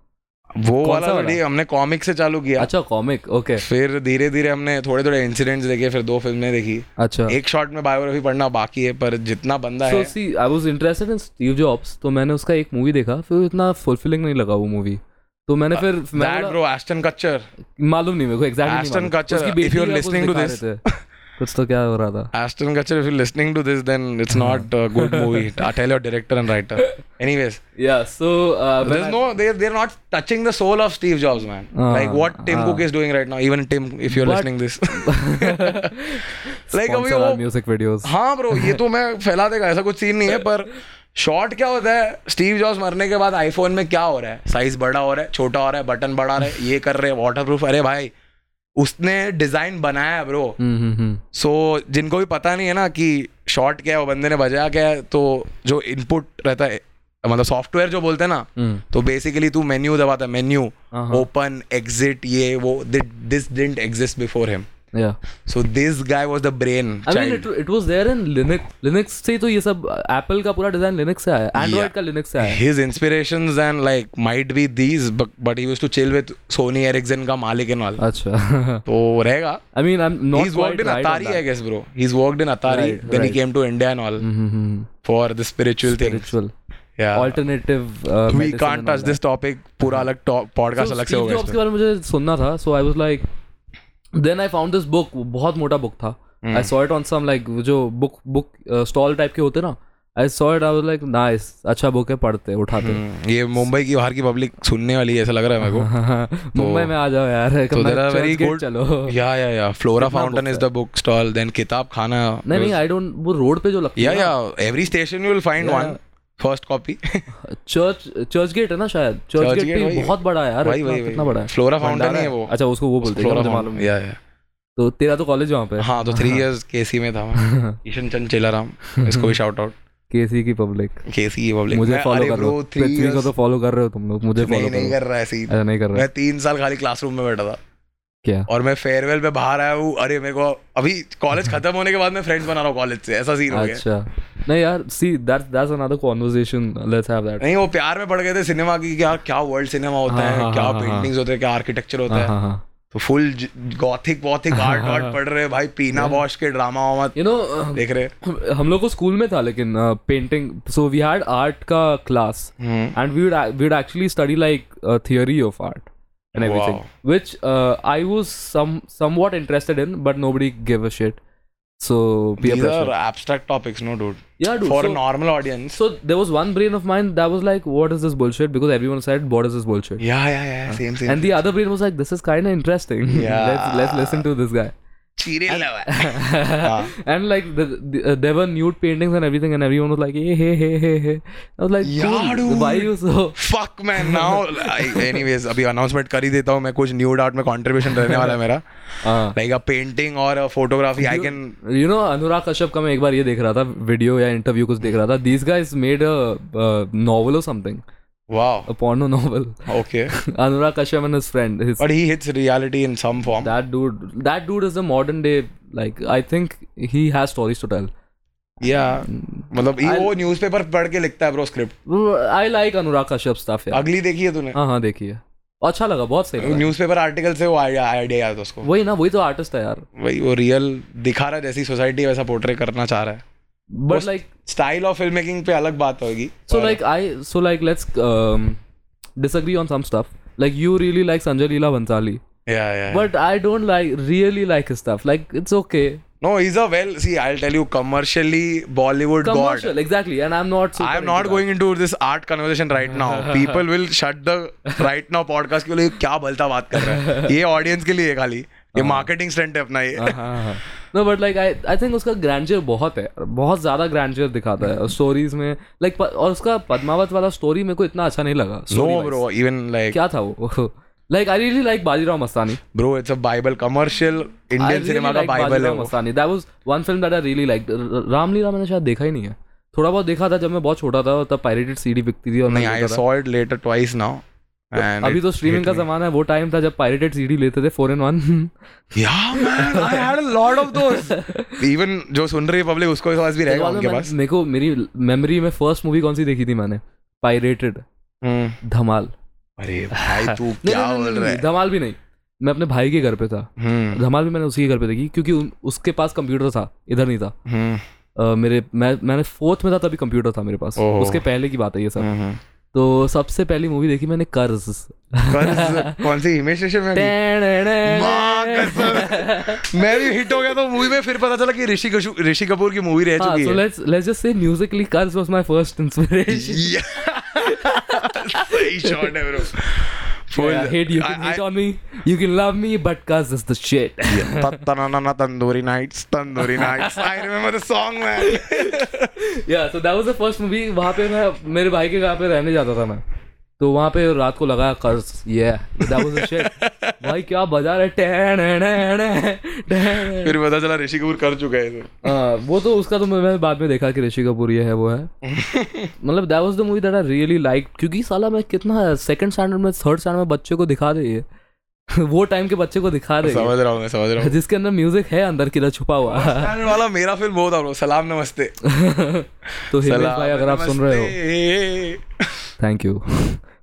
[SPEAKER 3] वो
[SPEAKER 2] कौन
[SPEAKER 3] वाला
[SPEAKER 2] सा
[SPEAKER 3] वीडियो हमने कॉमिक से चालू किया
[SPEAKER 2] अच्छा कॉमिक ओके
[SPEAKER 3] फिर धीरे धीरे हमने थोड़े थोड़े इंसिडेंट्स देखे फिर दो फिल्में देखी
[SPEAKER 2] अच्छा
[SPEAKER 3] एक शॉट में बायोग्राफी पढ़ना बाकी है पर जितना बंदा
[SPEAKER 2] सो
[SPEAKER 3] है
[SPEAKER 2] see I was interested in Steve Jobs तो मैंने उसका एक मूवी देखा फिर इतना फुलफिलिंग नहीं लगा वो मूवी तो
[SPEAKER 3] Uh,
[SPEAKER 2] मैंने फिर मैंने
[SPEAKER 3] दैट
[SPEAKER 2] बोला-
[SPEAKER 3] ब्रो एस्टन कच्चर
[SPEAKER 2] मालूम नहीं मेरे को
[SPEAKER 3] Ashton Kutcher, if
[SPEAKER 2] exactly
[SPEAKER 3] you're listening to this.
[SPEAKER 2] कुछ तो क्या हो रहा था
[SPEAKER 3] Ashton Kutcher if you listening to this then it's not a good movie tell your director and writer anyways
[SPEAKER 2] yeah so
[SPEAKER 3] there is no they they are not touching the soul of Steve Jobs man like what Tim Cook is doing right now even Tim if you are
[SPEAKER 2] But-
[SPEAKER 3] listening this like अभी वो
[SPEAKER 2] म्यूजिक वीडियोस
[SPEAKER 3] हाँ ब्रो ये तो मैं फैला देगा ऐसा कुछ सीन नहीं है पर शॉट क्या होता है स्टीव जॉब्स मरने के बाद आईफोन में क्या हो रहा है साइज बड़ा हो रहा है छोटा हो रहा है बटन बढ़ा रहा है ये कर रहे हैं वाटर प्रूफ अरे भाई
[SPEAKER 2] Hmm,
[SPEAKER 3] उसने डिजाइन बनाया ब्रो सो जिनको भी पता नहीं है ना कि शॉट क्या है, वो बंदे ने बजाया क्या है, तो जो इनपुट रहता है मतलब सॉफ्टवेयर जो बोलते हैं ना
[SPEAKER 2] हम्म।
[SPEAKER 3] तो बेसिकली तू मेन्यू दबाता है मेन्यू
[SPEAKER 2] हाँ।
[SPEAKER 3] ओपन एग्जिट ये वो this didn't exist before him
[SPEAKER 2] yeah
[SPEAKER 3] so this guy was the brain
[SPEAKER 2] I mean, it, it was there in Linux. Linux से ही तो ये सब Apple का पूरा डिजाइन Linux से आया है Android
[SPEAKER 3] Yeah.
[SPEAKER 2] का Linux से आया है
[SPEAKER 3] his inspirations and like might be these but, but he used to chill with Sony Ericsson का मालिक and all
[SPEAKER 2] अच्छा
[SPEAKER 3] तो रहेगा
[SPEAKER 2] I mean, I'm not
[SPEAKER 3] he's worked
[SPEAKER 2] quite
[SPEAKER 3] in
[SPEAKER 2] right on
[SPEAKER 3] Atari I
[SPEAKER 2] that.
[SPEAKER 3] guess bro he's worked in Atari
[SPEAKER 2] Right,
[SPEAKER 3] then he
[SPEAKER 2] right.
[SPEAKER 3] came to India and all
[SPEAKER 2] hmm, hmm,
[SPEAKER 3] for the spiritual thing
[SPEAKER 2] Spiritual.
[SPEAKER 3] yeah
[SPEAKER 2] Alternative. uh,
[SPEAKER 3] Uh, तो we
[SPEAKER 2] medicine
[SPEAKER 3] can't
[SPEAKER 2] and all
[SPEAKER 3] touch
[SPEAKER 2] that.
[SPEAKER 3] this topic पूरा अलग टॉप पॉडकास्ट
[SPEAKER 2] हाँ। So,
[SPEAKER 3] अलग से
[SPEAKER 2] Steve
[SPEAKER 3] होगा
[SPEAKER 2] Jobs के
[SPEAKER 3] इसमें
[SPEAKER 2] बारे में मुझे सुनना था so I was like then I found this book बहुत मोटा बुक था
[SPEAKER 3] hmm.
[SPEAKER 2] I saw it on some like जो बुक बुक स्टॉल टाइप के होते ना I saw it I was like nice अच्छा बुक है पढ़ते हैं, उठाते हैं।
[SPEAKER 3] हम्म, ये मुंबई की बाहर की पब्लिक सुनने वाली है ऐसा लग रहा है
[SPEAKER 2] हाँ,
[SPEAKER 3] मेरे
[SPEAKER 2] मुंबई में आ जाओ यार
[SPEAKER 3] को हम्म। तो
[SPEAKER 2] अपना
[SPEAKER 3] there are very
[SPEAKER 2] Churchgate
[SPEAKER 3] good
[SPEAKER 2] चलो
[SPEAKER 3] या या या फ्लोरा
[SPEAKER 2] हाँ। कितना
[SPEAKER 3] fountain
[SPEAKER 2] books
[SPEAKER 3] is the book stall then किताब खाना
[SPEAKER 2] नहीं नहीं आई डोंट वो रोड पे जो लगती
[SPEAKER 3] या
[SPEAKER 2] है
[SPEAKER 3] या every station you will find
[SPEAKER 2] Yeah,
[SPEAKER 3] one first copy
[SPEAKER 2] church Churchgate है ना शायद चर्च
[SPEAKER 3] Churchgate
[SPEAKER 2] गेट भी
[SPEAKER 3] वही-
[SPEAKER 2] बहुत बड़ा है यार
[SPEAKER 3] वही
[SPEAKER 2] इतना-
[SPEAKER 3] वही
[SPEAKER 2] कितना बड़ा है
[SPEAKER 3] फ्लोरा फाउंटेन
[SPEAKER 2] भंडारा
[SPEAKER 3] ही है
[SPEAKER 2] है।
[SPEAKER 3] वो
[SPEAKER 2] अच्छा उसको वो बोलते हैं
[SPEAKER 3] फ्लोरा
[SPEAKER 2] क्या मुझे मालूम
[SPEAKER 3] फाउंटेन
[SPEAKER 2] है।
[SPEAKER 3] या या
[SPEAKER 2] तो तेरा तो कॉलेज वहाँ पे
[SPEAKER 3] हाँ तो थ्री इयर्स केसी में था मैं। किशन चंद चेलाराम इसको भी शाउट आउट
[SPEAKER 2] केसी E की पब्लिक
[SPEAKER 3] केसी की पब्लिक
[SPEAKER 2] मुझे फॉलो कर रहे हो
[SPEAKER 3] थ्री
[SPEAKER 2] पृथ्वी को
[SPEAKER 3] इयर्स
[SPEAKER 2] तो फॉलो कर रहे हो तुम लोग मुझे
[SPEAKER 3] नहीं
[SPEAKER 2] फॉलो
[SPEAKER 3] नहीं
[SPEAKER 2] कर
[SPEAKER 3] कर रहा है ऐसे ही
[SPEAKER 2] ऐसा नहीं कर रहे
[SPEAKER 3] मैं तीन साल खाली क्लासरूम में बैठा था
[SPEAKER 2] क्या
[SPEAKER 3] और मैं फेयरवेल पे बाहर आया हूँ अरे मेरे को अभी कॉलेज खत्म होने के बाद मैं फ्रेंड्स बना रहा हूँ कॉलेज से ऐसा सीन हो गया
[SPEAKER 2] अच्छा नहीं यार see that's that's another conversation let's have that
[SPEAKER 3] नहीं वो प्यार में पड़ गए थे सिनेमा की क्या क्या वर्ल्ड सिनेमा होता
[SPEAKER 2] हाँ,
[SPEAKER 3] है
[SPEAKER 2] हाँ,
[SPEAKER 3] क्या
[SPEAKER 2] हाँ, हाँ।
[SPEAKER 3] पेंटिंग्स होते हैं क्या आर्किटेक्चर होता
[SPEAKER 2] हाँ
[SPEAKER 3] है
[SPEAKER 2] हाँ
[SPEAKER 3] तो फुल गॉथिक वॉथिक आर्ट वार्ट पढ़ रहे हैं भाई पीना बॉश के ड्रामा वामा
[SPEAKER 2] यू नो
[SPEAKER 3] देख रहे
[SPEAKER 2] हम लोग को स्कूल में था लेकिन painting so we had art का क्लास
[SPEAKER 3] हैं
[SPEAKER 2] and we would ac- we would actually study like a theory of art and everything
[SPEAKER 3] Wow.
[SPEAKER 2] which uh, i was some somewhat interested in but nobody gave a shit so peer
[SPEAKER 3] These are
[SPEAKER 2] pressure
[SPEAKER 3] abstract topics, no, dude.
[SPEAKER 2] yeah dude
[SPEAKER 3] For a
[SPEAKER 2] so,
[SPEAKER 3] normal audience.
[SPEAKER 2] so there was one brain of mine that was like what is this bullshit because everyone said what is this bullshit
[SPEAKER 3] Yeah, yeah, yeah. Same, same.
[SPEAKER 2] and the other brain was like this is kind of interesting
[SPEAKER 3] Yeah.
[SPEAKER 2] let's let's listen to this guy
[SPEAKER 3] Serial level. हाँ।
[SPEAKER 2] and like the, the, uh, there were nude paintings and everything and everyone was like hey hey hey hey hey i was like
[SPEAKER 3] Yeah,
[SPEAKER 2] cool,
[SPEAKER 3] dude.
[SPEAKER 2] why you so
[SPEAKER 3] Fuck man, now. I- Anyways, अभी announcement कर ही देता हूँ मैं कुछ न्यूड आर्ट में contribution रहने वाला है मेरा.
[SPEAKER 2] uh,
[SPEAKER 3] Like a painting or a photography, I can.
[SPEAKER 2] You know Anurag Kashyap का मैं एक बार ये देख रहा था वीडियो या इंटरव्यू कुछ देख रहा था this guys made a novel और something
[SPEAKER 3] Wow.
[SPEAKER 2] A porno novel
[SPEAKER 3] Okay.
[SPEAKER 2] Anurag Kashyap and his friend his
[SPEAKER 3] But he hits reality in some form.
[SPEAKER 2] That dude that dude is a modern day like I think he has stories to tell
[SPEAKER 3] Yeah. मतलब ये वो newspaper पढ़ के लिखता है bro script.
[SPEAKER 2] I like Anurag Kashyap stuff यार
[SPEAKER 3] अगली देखी है तूने?
[SPEAKER 2] हां हां Uh-huh, देखिए अच्छा लगा बहुत सही लगा
[SPEAKER 3] न्यूज़पेपर आर्टिकल से वो आइडिया आइडिया आया था उसको.
[SPEAKER 2] वही ना वही तो आर्टिस्ट है यार
[SPEAKER 3] वही वो रियल दिखा रहा है जैसी सोसाइटी वैसा पोर्ट्रे करना चाह रहा है.
[SPEAKER 2] बट लाइक
[SPEAKER 3] स्टाइल और फिल्म मेकिंग पे अलग बात होगी
[SPEAKER 2] So like I so like let's um, disagree on some stuff. Like you really like Sanjay Leela Bhansali,
[SPEAKER 3] yeah yeah
[SPEAKER 2] but I don't like really like his stuff. Like it's okay.
[SPEAKER 3] no he's a well see i'll tell you commercially bollywood
[SPEAKER 2] Commercial,
[SPEAKER 3] god
[SPEAKER 2] exactly. And I'm not. super
[SPEAKER 3] I am
[SPEAKER 2] into
[SPEAKER 3] not
[SPEAKER 2] that.
[SPEAKER 3] going into this art conversation right now. People will shut the right now podcast के लिए क्या बलता बात कर रहा है ये audience के लिए है खाली ये marketing stunt है अपना ये
[SPEAKER 2] हाँ हाँ no but like I I think उसका ग्रैंडर बहुत है बहुत ज़्यादा ग्रैंडर दिखाता है और स्टोरीज में लाइक और उसका पद्मावत वाला स्टोरी मेरे को इतना अच्छा नहीं लगा
[SPEAKER 3] no
[SPEAKER 2] story-wise.
[SPEAKER 3] bro even like
[SPEAKER 2] क्या था वो like I really like Bajirao Mastani
[SPEAKER 3] bro it's a bible commercial
[SPEAKER 2] I
[SPEAKER 3] Indian
[SPEAKER 2] really
[SPEAKER 3] cinema का
[SPEAKER 2] like
[SPEAKER 3] bible है
[SPEAKER 2] बाजीराव
[SPEAKER 3] वो
[SPEAKER 2] Mastani that was one film that I really like Ramleela मैंने शायद देखा ही नहीं है थोड़ा बहुत देखा था जब मैं बहुत छोटा था और तब पायरेटेड सीडी बिकती थी और मैं
[SPEAKER 3] नहीं I
[SPEAKER 2] लेता था।
[SPEAKER 3] saw it later twice now and
[SPEAKER 2] अभी
[SPEAKER 3] it
[SPEAKER 2] तो स्ट्रीमिंग
[SPEAKER 3] hit
[SPEAKER 2] का
[SPEAKER 3] me.
[SPEAKER 2] जमाना है वो टाइम था जब पायरेटेड सीडी लेते थे four in one
[SPEAKER 3] yeah man I had a lot of those even जो सुन रही है public उसको इस पास भी रहेगा उनके पास
[SPEAKER 2] मेरे को मेरी मेमोरी में फर्स्ट मूवी कौन सी देखी थी मैंने पायरेटेड
[SPEAKER 3] हम्म
[SPEAKER 2] धमाल
[SPEAKER 3] अरे भाई तू
[SPEAKER 2] नहीं,
[SPEAKER 3] क्या
[SPEAKER 2] नहीं, नहीं,
[SPEAKER 3] बोल
[SPEAKER 2] नहीं,
[SPEAKER 3] रहा है
[SPEAKER 2] नहीं, धमाल भी नहीं मैं अपने भाई के घर पे था
[SPEAKER 3] हम्म,
[SPEAKER 2] धमाल भी मैंने उसी के घर पे देखी क्योंकि उन- उसके पास कंप्यूटर था इधर नहीं था
[SPEAKER 3] हम्म,
[SPEAKER 2] अ, मेरे मैं मैंने फोर्थ में था तभी कंप्यूटर था मेरे पास
[SPEAKER 3] ओहो।
[SPEAKER 2] उसके पहले की बात है ये सब
[SPEAKER 3] हम्म।
[SPEAKER 2] तो सबसे पहली मूवी देखी मैंने कर्ज
[SPEAKER 3] कर्ज कौन सी हिमेश रेशम में आती? माँ कसम। मैं भी हिट हो गया तो मूवी में फिर पता चला कि ऋषि कशु- ऋषि कपूर की मूवी रह चुकी
[SPEAKER 2] हाँ, so
[SPEAKER 3] है
[SPEAKER 2] let's let's just say musically Cars was my first inspiration.
[SPEAKER 3] Yeah. सही shot है bro. Full-
[SPEAKER 2] Yeah, hate you
[SPEAKER 3] I-
[SPEAKER 2] can
[SPEAKER 3] I-
[SPEAKER 2] hate on me, you can love me, but Cars is the shit.
[SPEAKER 3] Yeah. Ta-ta-na-na-na, Tandoori Nights, Tandoori Nights. I remember the song, man.
[SPEAKER 2] yeah, so that was the first movie. वहाँ पे मैं मेरे भाई के घर पे रहने जाता था मैं तो वहाँ पे रात को लगाया कर्ज ये दैट वाज अ शिट भाई क्या बजा रहे टैन
[SPEAKER 3] फिर पता चला ऋषि कपूर कर चुका है इसे।
[SPEAKER 2] वो तो उसका तो मैंने बाद में देखा कि ऋषि कपूर ये है वो है मतलब that was the movie that I really like क्योंकि साला मैं कितना सेकंड स्टैंडर्ड में थर्ड स्टैंडर्ड में बच्चे को दिखा रही है वो टाइम के बच्चे को दिखा रही है
[SPEAKER 3] समझ रहा हूँ मैं समझ रहा हूँ
[SPEAKER 2] जिसके अंदर म्यूजिक है अंदर की तरह छुपा हुआ
[SPEAKER 3] Standard वाला मेरा फिल्म बहुत था bro। सलाम नमस्ते
[SPEAKER 2] तो हिमेश भाई अगर आप सुन रहे हो
[SPEAKER 3] हो
[SPEAKER 2] थैंक यू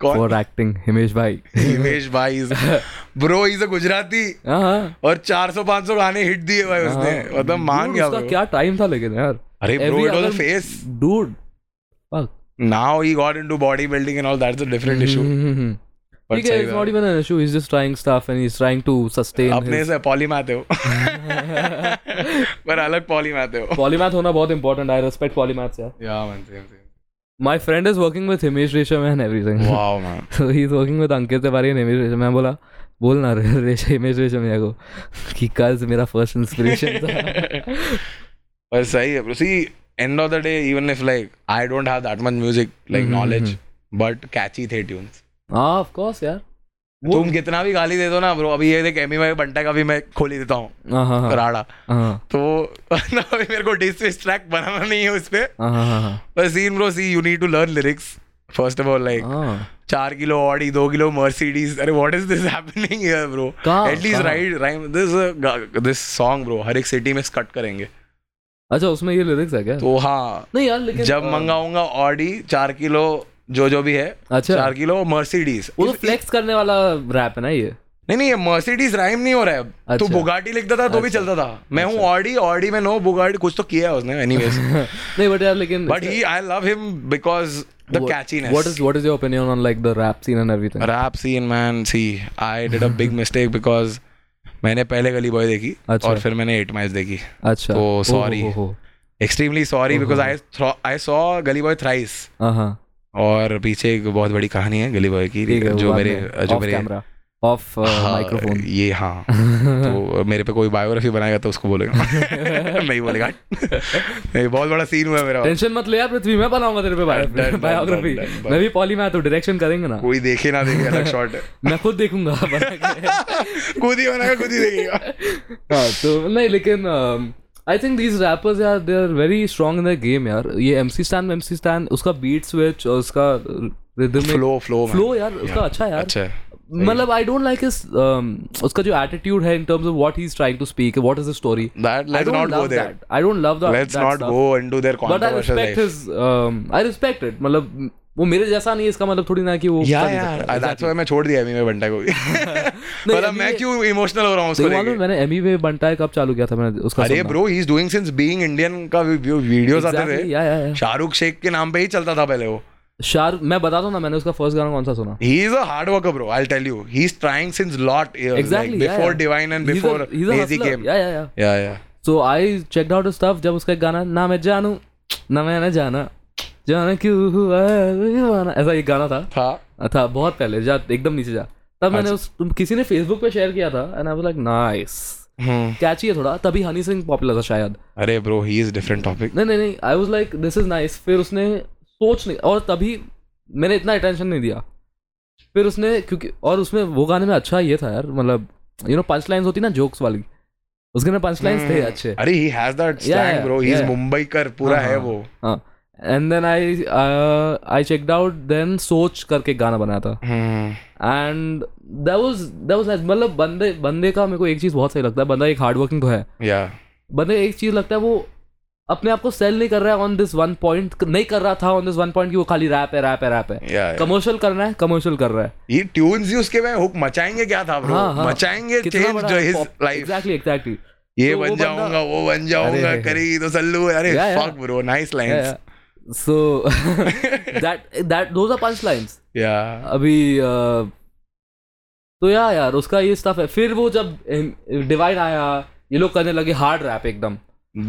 [SPEAKER 3] कौन
[SPEAKER 2] फॉर एक्टिंग हिमेश भाई
[SPEAKER 3] हिमेश भाई ब्रो इज अ गुजराती
[SPEAKER 2] हाँ हाँ
[SPEAKER 3] और 400 500 गाने हिट दिए भाई उसने मतलब मान
[SPEAKER 2] Dude,
[SPEAKER 3] गया
[SPEAKER 2] उसका
[SPEAKER 3] bro।
[SPEAKER 2] क्या टाइम था लेकिन यार
[SPEAKER 3] अरे bro
[SPEAKER 2] every
[SPEAKER 3] it was a
[SPEAKER 2] other-
[SPEAKER 3] face
[SPEAKER 2] dude
[SPEAKER 3] now he got into body building and all that's a different
[SPEAKER 2] Mm-hmm.
[SPEAKER 3] Issue
[SPEAKER 2] हम्म, ठीक है it's not even an issue is just trying stuff and is trying to sustain
[SPEAKER 3] अपने से पॉली में आते हो पर अलग पॉली में आते हो
[SPEAKER 2] पॉलीमैथ होना बहुत इंपॉर्टेंट आई रिस्पेक्ट पॉलीमैथ्स यार
[SPEAKER 3] yeah man same same
[SPEAKER 2] my friend is working with Himesh Resham and everything
[SPEAKER 3] wow man
[SPEAKER 2] so he is working with Ankit Tiwari and Himesh Resham मैं बोला बोल ना रे- रेश हिमेश रेशम या को कि कर्ज मेरा फर्स्ट इंस्पिरेशन था
[SPEAKER 3] पर सही है see end of the day even if like I don't have that much music like
[SPEAKER 2] Mm-hmm.
[SPEAKER 3] Knowledge but catchy थे ट्यून्स
[SPEAKER 2] हां ऑफ कोर्स हाँ, यार
[SPEAKER 3] तुम कितना भी गाली दे दो ना ब्रो अभी ये देख एमी भाई बंटा का भी मैं खोल ही देता हूँ
[SPEAKER 2] हाँ हाँ हाँ
[SPEAKER 3] राड़ा
[SPEAKER 2] हाँ
[SPEAKER 3] तो ना अभी मेरे को डिस्ट्रैक्ट बनाना नहीं है उस पे
[SPEAKER 2] हाँ हाँ हाँ
[SPEAKER 3] पर scene bro see you need to learn lyrics first of all like
[SPEAKER 2] हाँ
[SPEAKER 3] चार किलो ऑडी दो किलो मर्सिडीज अरे what is this happening here bro
[SPEAKER 2] कहाँ-
[SPEAKER 3] एटलीस्ट
[SPEAKER 2] कहाँ?
[SPEAKER 3] Right rhyme this this song bro हर एक सिटी में कट करेंगे
[SPEAKER 2] अच्छा उसमें ये लिरिक्स है क्या
[SPEAKER 3] तो हाँ
[SPEAKER 2] नहीं यार लेकिन
[SPEAKER 3] जब
[SPEAKER 2] अ,
[SPEAKER 3] मंगाऊंगा ऑडी चार किलो जो जो भी है
[SPEAKER 2] अच्छा।
[SPEAKER 3] चार किलो मर्सिडीज
[SPEAKER 2] ये तो फ्लेक्स करने वाला रैप है ना ये
[SPEAKER 3] नहीं नहीं ये मर्सिडीज राइम नहीं हो रहा है अब तो
[SPEAKER 2] अच्छा।
[SPEAKER 3] बुगाटी लिखता था तो भी चलता था मैं हूँ ऑडी ऑडी में नो बुगाटी कुछ तो किया है उसने एनीवेज
[SPEAKER 2] नहीं बट यार लेकिन
[SPEAKER 3] but he I love him because the catchiness
[SPEAKER 2] अच्छा। what is what is your opinion on like the rap scene and everything
[SPEAKER 3] rap scene man see I did a big mistake because मैंने पहले गली बॉय देखी
[SPEAKER 2] अच्छा।
[SPEAKER 3] और फिर मैंने एट मैच देखी
[SPEAKER 2] अच्छा
[SPEAKER 3] तो
[SPEAKER 2] ओ,
[SPEAKER 3] sorry.
[SPEAKER 2] हो, हो, हो.
[SPEAKER 3] Extremely sorry because I I saw Gully Boy thrice
[SPEAKER 2] हाँ
[SPEAKER 3] और पीछे एक बहुत बड़ी कहानी है गली बॉय की
[SPEAKER 2] ठीक है
[SPEAKER 3] जो मेरे जो मेरे
[SPEAKER 2] कैमरा ऑफ
[SPEAKER 3] हाँ,
[SPEAKER 2] माइक्रोफोन
[SPEAKER 3] ये हाँ तो मेरे पे कोई बायोग्राफी बनाएगा तो उसको बोलेगा नहीं बोलेगा नहीं बहुत बड़ा सीन हुआ है मेरा
[SPEAKER 2] टेंशन मत ले यार पृथ्वी मैं बनाऊंगा तेरे पे
[SPEAKER 3] Done, done, done,
[SPEAKER 2] biography
[SPEAKER 3] done, done, done.
[SPEAKER 2] मैं भी पॉली में तो डायरेक्शन करेंगे ना
[SPEAKER 3] कोई देखे ना देखे अलग शॉट है
[SPEAKER 2] मैं खुद देखूंगा बना के।
[SPEAKER 3] खुद ही बनाएगा खुद ही देखेगा
[SPEAKER 2] हाँ, तो नहीं लेकिन um, I think these rappers यार they are very strong in the game यार ये M C Stan M C Stan उसका बीट स्विच और उसका रिदम
[SPEAKER 3] फ्लो फ्लो
[SPEAKER 2] फ्लो यार उसका अच्छा है यार
[SPEAKER 3] अच्छा है।
[SPEAKER 2] मतलब I don't like his um, उसका जो एटीट्यूड है in terms of what he is trying to speak what is the story
[SPEAKER 3] That
[SPEAKER 2] I
[SPEAKER 3] let's
[SPEAKER 2] don't
[SPEAKER 3] not go
[SPEAKER 2] love
[SPEAKER 3] there.
[SPEAKER 2] That I don't love that
[SPEAKER 3] Let's not go into their
[SPEAKER 2] but I
[SPEAKER 3] controversial
[SPEAKER 2] respect
[SPEAKER 3] life.
[SPEAKER 2] His I respect it मतलब वो मेरे जैसा नहीं है इसका मतलब थोड़ी ना कि वो
[SPEAKER 3] Yeah,
[SPEAKER 2] कर नहीं
[SPEAKER 3] yeah.
[SPEAKER 2] सकता।
[SPEAKER 3] I- that's why मैं छोड़ दिया अभी मैं बंटा को भी मतलब मैं
[SPEAKER 2] अभी-
[SPEAKER 3] क्यों इमोशनल हो रहा हूँ उसको
[SPEAKER 2] देखो मालूम है,
[SPEAKER 3] देख
[SPEAKER 2] मैंने एमी वे बनता है कब चालू किया था मैंने उसका
[SPEAKER 3] अरे bro he is doing since being Indian का वीडियोस आते
[SPEAKER 2] Exactly, yeah, yeah,
[SPEAKER 3] थे
[SPEAKER 2] yeah.
[SPEAKER 3] शाहरुख शेख के नाम पे ही चलता था पहले वो
[SPEAKER 2] शार मैं बता दो ना मैंने उसका फर्स्ट गाना कौन सा सुना
[SPEAKER 3] he is a hard worker bro I tell you he is trying since lot
[SPEAKER 2] Exactly, yeah,
[SPEAKER 3] before
[SPEAKER 2] yeah.
[SPEAKER 3] Divine and
[SPEAKER 2] He's a-
[SPEAKER 3] before
[SPEAKER 2] he's a
[SPEAKER 3] lazy
[SPEAKER 2] hustler.
[SPEAKER 3] Game
[SPEAKER 2] Yeah, yeah, yeah.
[SPEAKER 3] Yeah yeah
[SPEAKER 2] so I checked out stuff जब उसका एक गाना ना मैं जानू ना मैं ना जाना जाना क्यों हुआ दीवाना, ऐसा एक गाना था
[SPEAKER 3] था
[SPEAKER 2] था बहुत पहले जा एकदम नीचे जा तब मैंने उस तुम किसी ने फेसबुक पे शेयर किया था and I was like nice
[SPEAKER 3] हम्म।
[SPEAKER 2] कैची है थोड़ा तभी हनी सिंह पॉपुलर था शायद
[SPEAKER 3] अरे bro he is different topic
[SPEAKER 2] नहीं नहीं नहीं I was like this is nice फिर उसने सोच नहीं और तभी मैंने इतना अटेंशन नहीं दिया फिर उसने क्योंकि और उसमें वो गाने में अच्छा ये था यार मतलब यू नो पंच लाइंस होती ना जोक्स वाली उसके ना पंच लाइंस थे अच्छे
[SPEAKER 3] अरे he has that
[SPEAKER 2] Yeah,
[SPEAKER 3] slang
[SPEAKER 2] yeah,
[SPEAKER 3] bro he is
[SPEAKER 2] yeah.
[SPEAKER 3] Mumbai कर पूरा है वो
[SPEAKER 2] हाँ and then I I checked out then सोच करके गाना बनाया था
[SPEAKER 3] हम्म।
[SPEAKER 2] And that was that was nice. मतलब बंदे बंदे का मेरे को एक चीज़ बहुत सही लगता है बंदा एक हार्ड वर्किंग तो है
[SPEAKER 3] या
[SPEAKER 2] बंदे एक चीज़ लगता है वो अपने आप को सेल नहीं कर रहा है ऑन दिस वन पॉइंट नहीं कर रहा था ऑन दिस वन पॉइंट कि वो खाली रैप है रैप है रैप है
[SPEAKER 3] या
[SPEAKER 2] कमर्शियल करना है कमर्शियल कर रहा है
[SPEAKER 3] ये ट्यून्स ही उसके में हुक मचाएंगे क्या था ब्रो
[SPEAKER 2] हाँ, हाँ।
[SPEAKER 3] मचाएंगे चेंज जो हिज लाइफ
[SPEAKER 2] एग्जैक्टली एग्जैक्टली
[SPEAKER 3] ये
[SPEAKER 2] तो वो
[SPEAKER 3] बन
[SPEAKER 2] बंदा-
[SPEAKER 3] जाऊंगा वो बन जाऊंगा
[SPEAKER 2] अरे।
[SPEAKER 3] करेगी तो सल्लू अरे
[SPEAKER 2] Yeah, yeah.
[SPEAKER 3] Fuck bro nice lines
[SPEAKER 2] so that that those are punch lines
[SPEAKER 3] या
[SPEAKER 2] अभी अ, तो या यार उसका ये स्टफ है फिर वो जब डिवाइड आया ये लोग करने लगे हार्ड रैप एकदम